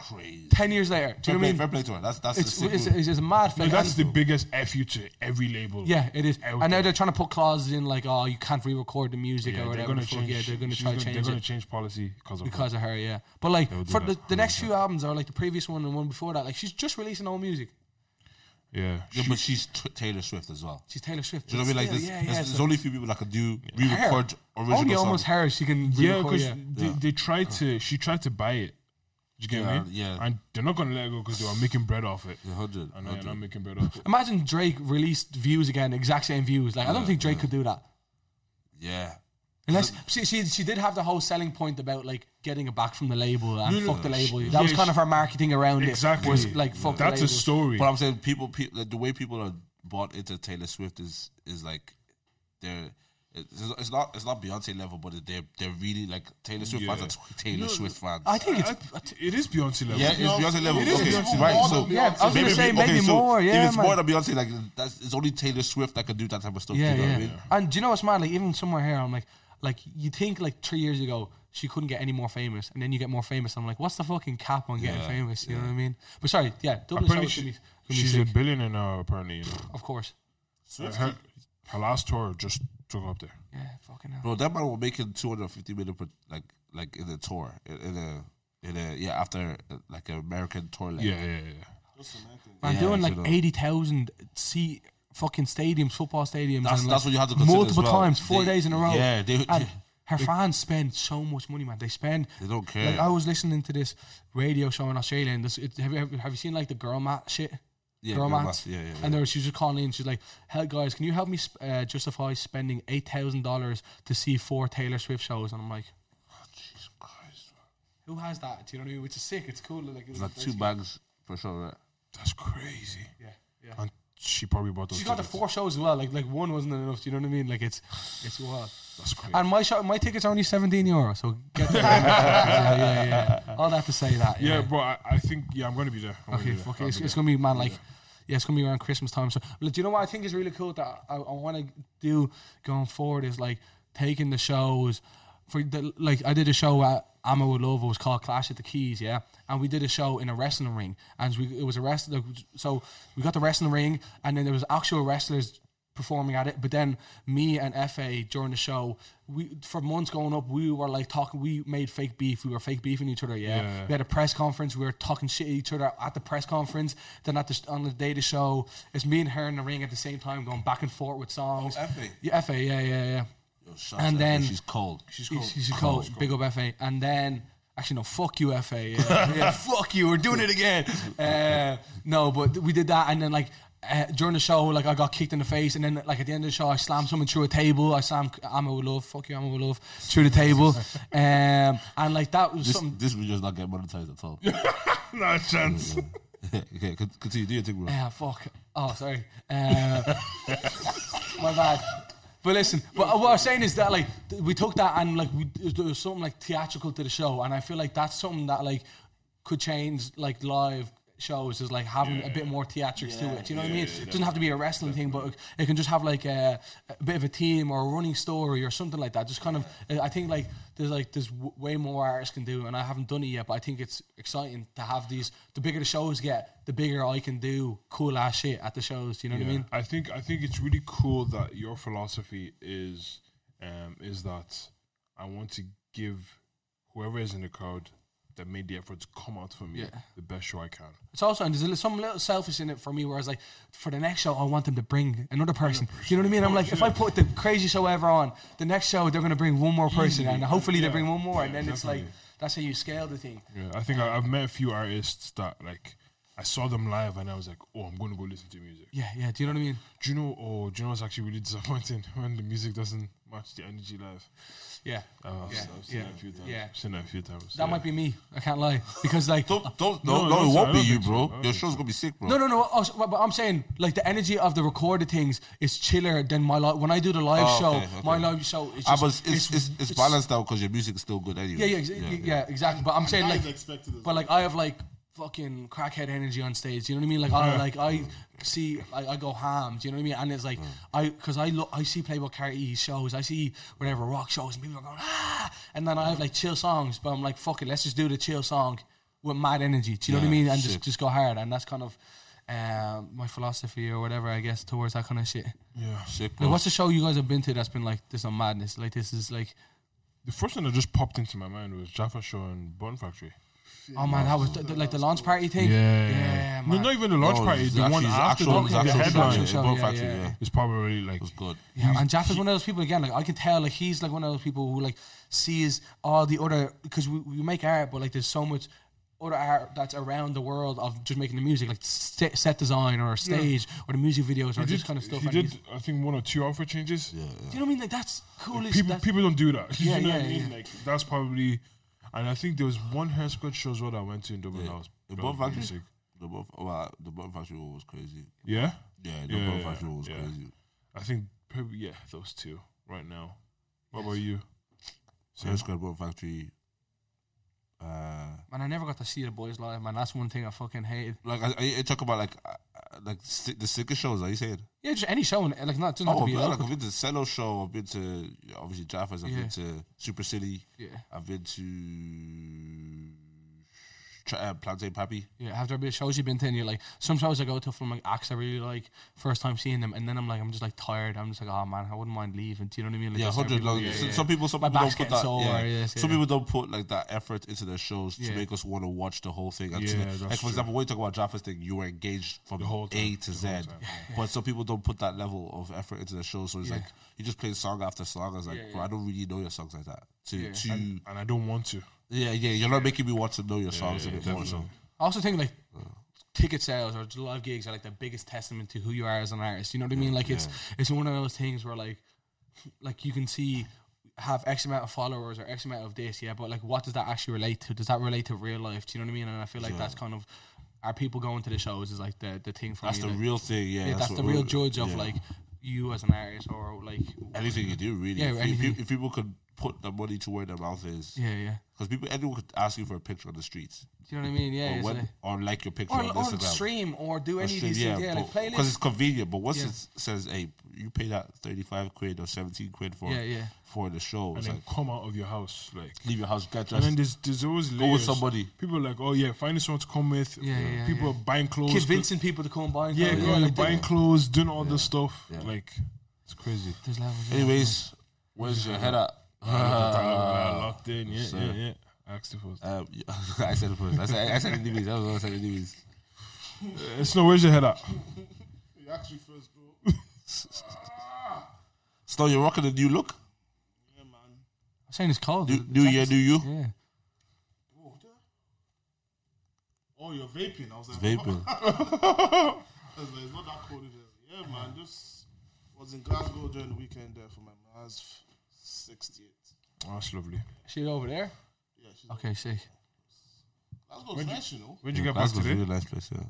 Crazy. ten years later. Do Fair you know what I play, mean? fair play to her. That's that's a It's sick it's, move. it's, it's a mad No, thing. that's the And- biggest F you to every label. yeah, it is. Out And now there. they're trying to put clauses in like, oh, you can't re-record the music Yeah, or they're whatever. gonna the fuck. change. yeah, they're going to she's try to gonna- change They're going it to change policy because of her. because of her. Yeah, but like They'll do for that. the, the next 100%. few albums or like the previous one and one before that, like she's just releasing old music. yeah. Yeah, She- but she's t- Taylor Swift as well. She's Taylor Swift. Do you know what I mean? Like, Still, there's, yeah, there's, yeah, there's so- only a few people that could do Her. re-record original Only songs. almost her. She can yeah, re-record. because Yeah, they, they tried to. She tried to buy it. Do you get Yeah, me? yeah. And they're not going to let it go because they were making bread off it. Yeah, 100, And they're not making bread [LAUGHS] off it. Imagine Drake released views again, exact same views. Like I don't think Drake could do that. Yeah. Unless she, she she did have the whole selling point about like getting it back from the label and No, no, fuck the no, label. she- that was yeah, kind of she- her marketing around Exactly. it. Was like fuck the That's a label. story. But I'm saying people, pe- like, the way people are bought into Taylor Swift is is like they're. It's it's not it's not Beyonce level, but they're they're really like Taylor Swift Yeah. fans are Taylor Swift fans. I think it's I, it is Beyonce level. yeah, it's Beyonce level. it is okay, Beyonce. right? More So than Yeah, I was gonna say maybe more, yeah, if it's man. more than Beyonce, like that's it's only Taylor Swift that can do that type of stuff. yeah, you know yeah. what I mean? And do you know what's mad? Like even somewhere here, I'm like, like you think like three years ago she couldn't get any more famous, and then you get more famous. I'm like, what's the fucking cap on getting Yeah, famous? You know what I mean? But sorry, yeah, Dublin Apparently, she- Soul should be, should be she's a sick, billionaire now, apparently. You know. of course. her, her last tour just took her up there. Yeah, fucking hell. Bro, that man was making two hundred fifty million per like like in a tour in, in a in a yeah after uh, like an American tour. Like, Yeah, yeah, yeah. Man, Yeah, doing you like know. eighty thousand seat fucking stadiums, football stadiums. That's- and that's like what you have to consider Multiple as well. times, four They- days in a row. yeah, they- and they- her fans spend so much money, man. They spend. [LAUGHS] They don't care. Like I was listening to this radio show in Australia, and this it, have you ever- have you seen like the girl mat shit? Yeah, girl, girl mats. mats, yeah, yeah, And there, was- she was just calling in. She's like, "Hey guys, can you help me sp- uh, justify spending eight thousand dollars to see four Taylor Swift shows?" And I'm like, Jesus Christ, bro. "Who has that? Do you know what I mean? Which is sick. It's cool. Like, It's like two bags for sure. Right? That's crazy. Yeah, yeah. And she probably bought those. She's got the tickets. four shows as well. Like like one wasn't enough. Do you know what I mean? Like it's it's wild. That's crazy. And my shot, my tickets are only seventeen euro. So [LAUGHS] get that. yeah, yeah, yeah. I'll have to say that. yeah, Yeah. bro. I, I think yeah, I'm gonna be there. I'm gonna okay. be there. Fuck it. I'll It's, be it's there. gonna be man like. Yeah, it's gonna be around Christmas time. So, look, do you know what I think is really cool that I, I want to do going forward is like taking the shows for the like I did a show at Amma with Love. It was called Clash at the Keys, yeah, and we did a show in a wrestling ring, and we it was a wrestling. So we got the wrestling ring, and then there was actual wrestlers performing at it. But then me and FA during the show, we for months going up, we were like talking. We made fake beef. We were fake beefing each other. Yeah, Yeah. we had a press conference. We were talking shit at each other at the press conference. Then at the on the day of the show, it's me and her in the ring at the same time, going back and forth with songs. Oh, FA. yeah, FA, yeah, yeah, yeah. Yo, shout And out to her. then- she's cold. She's cold. She's cold. Big up FA. And then, actually, no, fuck you, FA. Yeah, yeah fuck you. We're doing it again. Uh, no, but we did that. And then, like, uh, during the show, like I got kicked in the face, and then like at the end of the show, I slammed someone through a table. I slammed Amma with love, fuck you, Amma with love, through the table, um, and like that was This, something. this video's not getting monetized at all. [LAUGHS] [LAUGHS] Not a chance. okay, con- continue. Do your thing, bro. Yeah, fuck. Oh, sorry. Uh, [LAUGHS] my bad. But listen, but what I'm saying is that like th- we took that and like we, there was something like theatrical to the show, and I feel like that's something that like could change like live shows is like having a bit more theatrics to it. Do you know what I mean? it doesn't have to be a wrestling thing, but it can just have like a, a bit of a team or a running story or something like that. Just kind of, I think like there's like there's w- way more artists can do, and I haven't done it yet, but I think it's exciting to have these. The bigger the shows get, the bigger I can do cool ass shit at the shows. Do you know what I mean? I think I think it's really cool that your philosophy is um, is that I want to give whoever is in the crowd that made the effort to come out for me Yeah. the best show I can. It's also and there's a little, some little selfish in it for me, where I was like, for the next show, I want them to bring another person. You know what I mean? I'm like, if I put the crazy show ever on, the next show they're gonna bring one more person, and hopefully they Yeah. bring one more, and Yeah, then it's like definitely. that's how you scale the thing. Yeah, I think I, I've met a few artists that like I saw them live and I was like, oh, I'm going to go listen to music. Yeah, yeah. Do you know what I mean? Do you know? Oh, do you know what's actually really disappointing [LAUGHS] when the music doesn't match the energy live. Yeah, Oh, Uh, I've, Yeah, I've seen yeah, that a few times. yeah. Seen that a few times. that might be me. I can't lie [LAUGHS] because like. Don't, don't, No, no, no, no, sir, it I won't be don't you, think so. I bro. don't Your think show's gonna be sick, bro. no, no, no. also- but but I'm saying, like, the energy of the recorded things is chiller than my live. When I do the live Oh, show, okay, okay. my live show is just. Ah, but it's, it's, it's, it's it's- balanced out because your music's still good anyway. Yeah, yeah, exa- yeah, exactly. But I'm saying, that like, is expected as But like I have like fucking crackhead energy on stage. You know what I mean? Like I like I see like I go ham. Do you know what I mean? And it's like I because I look I see Playboy Carti shows. I see whatever rock shows and people are going ah, and then I have like chill songs. But I'm like fuck it, let's just do the chill song with mad energy. Do you know what I mean? And just just go hard. And that's kind of. Um, my philosophy or whatever, I guess, towards that kind of shit. Yeah. Sick, Like, bro. what's the show you guys have been to that's been like this on madness? Like this is like, The first one that just popped into my mind was Jaffa Show and Bun Factory. oh man, that was th- th- like the launch party thing. yeah No, man. not even the launch No, party. it's The one Oh, actually- it's after actual- the, it's the actual show, headline yeah. it's Bone Yeah, Factory, yeah, yeah. yeah. is probably like. It's good. Yeah, and Jaff is one of those people again. Like I can tell, like he's like one of those people who like sees all the other because we, we make art, but like there's so much other art that's around the world of just making the music, like set, set design or stage or the music videos or He this did, kind of stuff. he and did he's- I think, one or two outfit changes. Yeah, do you know what I mean? Like that's cool. as- people, that's- people don't do that. [LAUGHS] Yeah, you know yeah, what I mean? yeah. Like, that's probably. And I think there was one hair squad show as well that I went to in Dublin. That was, The that Bone was Factory? really sick. The Bone, well, the Bone Factory one was crazy. Yeah? Yeah, the Yeah, Bone yeah, Factory one was yeah. crazy. I think, probably, yeah, those two right now. What about you? Sarah Square Bone Factory. Uh, Man, I never got to see the boys live. Man, that's one thing I fucking hated. like I, I, I talk about like uh, uh, like si- the sickest shows. Are you saying? Yeah, just any show, and like not doesn't have Oh, to be man, like local. I've been to Cello show. I've been to yeah, obviously Jaffa's. I've Yeah. been to Super City. Yeah, I've been to Tra- uh, Plantain Pappy. yeah. Have there been shows you've been to? And you're like, some shows I go to from like acts I really like, first time seeing them, and then I'm like, I'm just like tired. I'm just like, oh man, I wouldn't mind leaving. Do you know what I mean? Like, Yeah, that's how hundred. people- Like, yeah, s- yeah. Some people, some My people back's don't put getting that. sore, yeah. yes, Some yeah. people don't put like that effort into their shows Yeah. to make us want to watch the whole thing. And Yeah, to, that's like for true. example, when you talk about Jaffa's thing, you were engaged from The whole A time, to the Z. whole time, [LAUGHS] But some people don't put that level of effort into their show, so it's like you just play song after song. It's like, Yeah, bro, I don't really know your songs like that. To to And, and I don't want to. yeah, yeah, you're not making me want to know your songs yeah, a bit more. So definitely. I also think like ticket sales or live gigs are like the biggest testament to who you are as an artist. You know what I mean? Like it's it's one of those things where like like you can see have X amount of followers or X amount of this, yeah, but like what does that actually relate to? Does that relate to real life? Do you know what I mean? And I feel like that's kind of are people going to the shows is like the the thing for that's me. the like, real thing. Yeah, yeah, that's what the we're- real judge of yeah. like you as an artist or like anything you do. Really, Yeah, If you- if, anything. you- if people could put the money to where their mouth is, yeah, yeah. because people anyone could ask you for a picture on the streets. Do you know what I mean? Yeah, or, it's when, like- or like your picture or, on or Instagram. stream or do Or any of stream, these things. Yeah, like because playlist. it's convenient. But once Yeah. it says, "Hey, you pay that thirty-five quid or seventeen quid for Yeah, yeah. for the show," And it's then like come out of your house. Like, leave your house, get and dressed. then there's, there's always layers. with somebody. People are like, oh, yeah, finding someone to come with. Yeah, yeah, people yeah. are buying clothes. Convincing people to come and buy and Yeah, come, girl, like, buying clothes, doing all this stuff. Yeah. Like, it's crazy. there's levels, yeah. Anyways, where's your head [LAUGHS] at? Ah. locked in, yeah, yeah, yeah. Asked you [LAUGHS] first. Um, [LAUGHS] I said it first. I said I said anyways. I was I said anyways. It's no, Uh, where's your head at? you actually first, [LAUGHS] bro. Snow, you're rocking the new look. yeah, man. I'm saying it's cold. New, new year, new you. Yeah. Oh, you're vaping. I was like, Vaping. It's like, it's not that cold. Either. Yeah, man. Just was in Glasgow during the weekend there for my ma's 68. Oh, that's lovely. She over there? Yeah, she's Okay, sick. Glasgow's nice, you know. Where'd you get back That's a today? really nice place, yeah.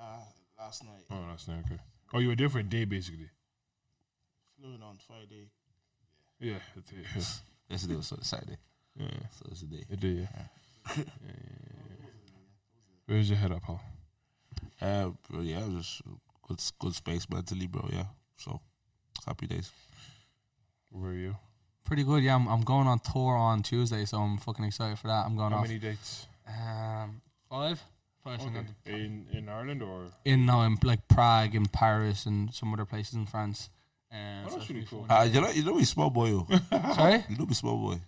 Ah, last night, Oh, that's not okay. Oh, you were there for a day basically. flew in on Friday. Yeah, a day. Yeah, Yesterday was Saturday, yeah, so it's a day. a day. Yeah. Yeah, yeah, yeah. [LAUGHS] Where's your head up, pal? Uh, bro, yeah, it was good, good space mentally, bro. Yeah, so happy days. Where are you? Pretty good, yeah. I'm, I'm going on tour on Tuesday, so I'm fucking excited for that. I'm going How off. many dates? Um, five? Five. something like Okay. that. In in Ireland or In now, in like Prague, in Paris, and some other places in France. Um, Oh, so that's really cool. Uh, you know, you know, he's small boy, yo. Sorry, you know, he's small boy.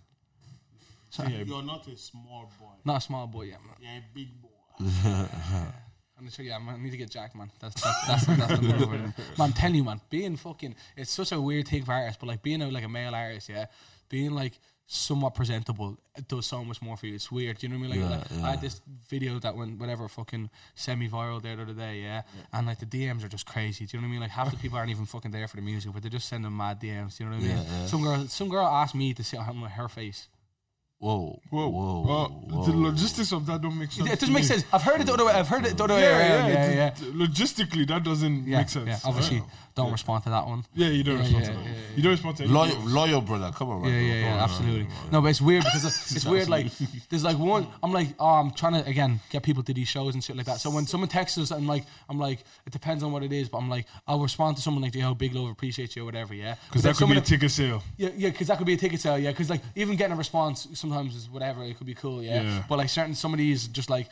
yeah, You're not a small boy. not a small boy yet, man. You're a big boy. I'm gonna show you. I need to get jacked, man. That's that's that's, that's the number one. Man, I'm telling you, man. Being fucking, it's such a weird thing for artists, but like being a, like a male artist, yeah, being like somewhat presentable it does so much more for you. It's weird. You know what I mean? Like, like I had this video that went whatever fucking semi viral there the other day, yeah? and like the DMs are just crazy. Do you know what I mean? Like half the people aren't even fucking there for the music, but they're just sending mad DMs. Do you know what I mean? Some girl, some girl asked me to sit on her face. Whoa, whoa, whoa, Well, uh, the logistics of that don't make sense. It to doesn't make me. sense. I've heard it the other way. I've heard it the other way around. Yeah, yeah, d- d- yeah. Logistically, that doesn't Yeah, make sense. yeah, obviously, don't respond to that one. Yeah, you don't Yeah, respond yeah, to that. yeah, You don't respond to Loyal, anything. loyal brother. Come on, man. Yeah, bro. Come yeah, Oh, on, yeah, man. absolutely. Come on. No, but it's weird because it's, it's [LAUGHS] weird. Like, there's like one. I'm like, oh, I'm trying to again get people to these shows and shit like that. So when someone texts us, I'm like, I'm like, it depends on what it is, but I'm like, I'll respond to someone like, yo, big love, appreciate you, or whatever. Yeah, Because that could be a ticket sale. Yeah, yeah, because that could be a ticket sale. Yeah, because like even getting a response sometimes is whatever. It could be cool. Yeah, Yeah. but like certain some of these just like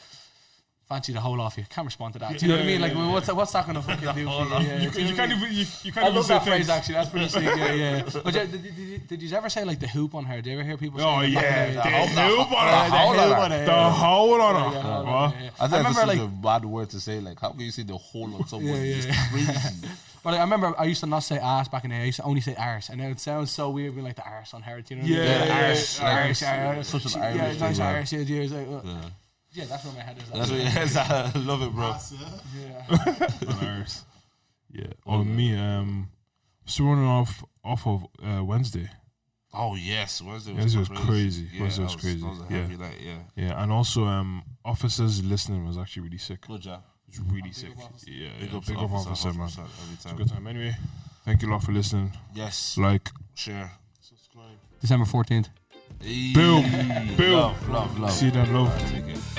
fancy the whole off you. Can't respond to that. Do you know what I mean? Like, what's that, what's that [LAUGHS] gonna fucking do? For you? Yeah, do You, you know can, you what I can't mean? even. You, you can't I even love say that thanks. phrase actually. That's pretty sick. Yeah, yeah. But yeah, did, did, did, did you ever say like the hoop on her? Did you ever hear people? Oh say yeah, the the hoop hold on, on hold her. on, the hold Yeah, yeah, hold on. on, her. yeah, yeah. I I think that's remember such like a bad word to say. Like, how can you say the whole of someone? Yeah, yeah. It's crazy. But like, I remember I used to not say ass back in the day. I used to only say arse, and then it sounds so weird being like the arse on her. do You know what I mean? Yeah, yeah, arse, yeah, arse, arse. Such an Yeah, Irish nice thing, man. arse. Yeah, yeah, it's like, uh, yeah, that's where my head is. [LAUGHS] That's what yes, I love it, bro. That's it. yeah. On ours. Yeah, on me. Um, so running off off of uh, Wednesday. Oh yes, Wednesday was, Wednesday was crazy. crazy. Wednesday was that crazy. That was a Yeah. heavy night. Yeah. Yeah, and also um, officers listening was actually really sick. It Good job. was really sick. Yeah, Big yeah, up, big up officer, man. It's officer every a time. good time. Anyway, thank you a lot for listening. Yes. Like, Share. Subscribe. December fourteenth. boom, Hey. boom. Love, love, love. See you then, love. Take it.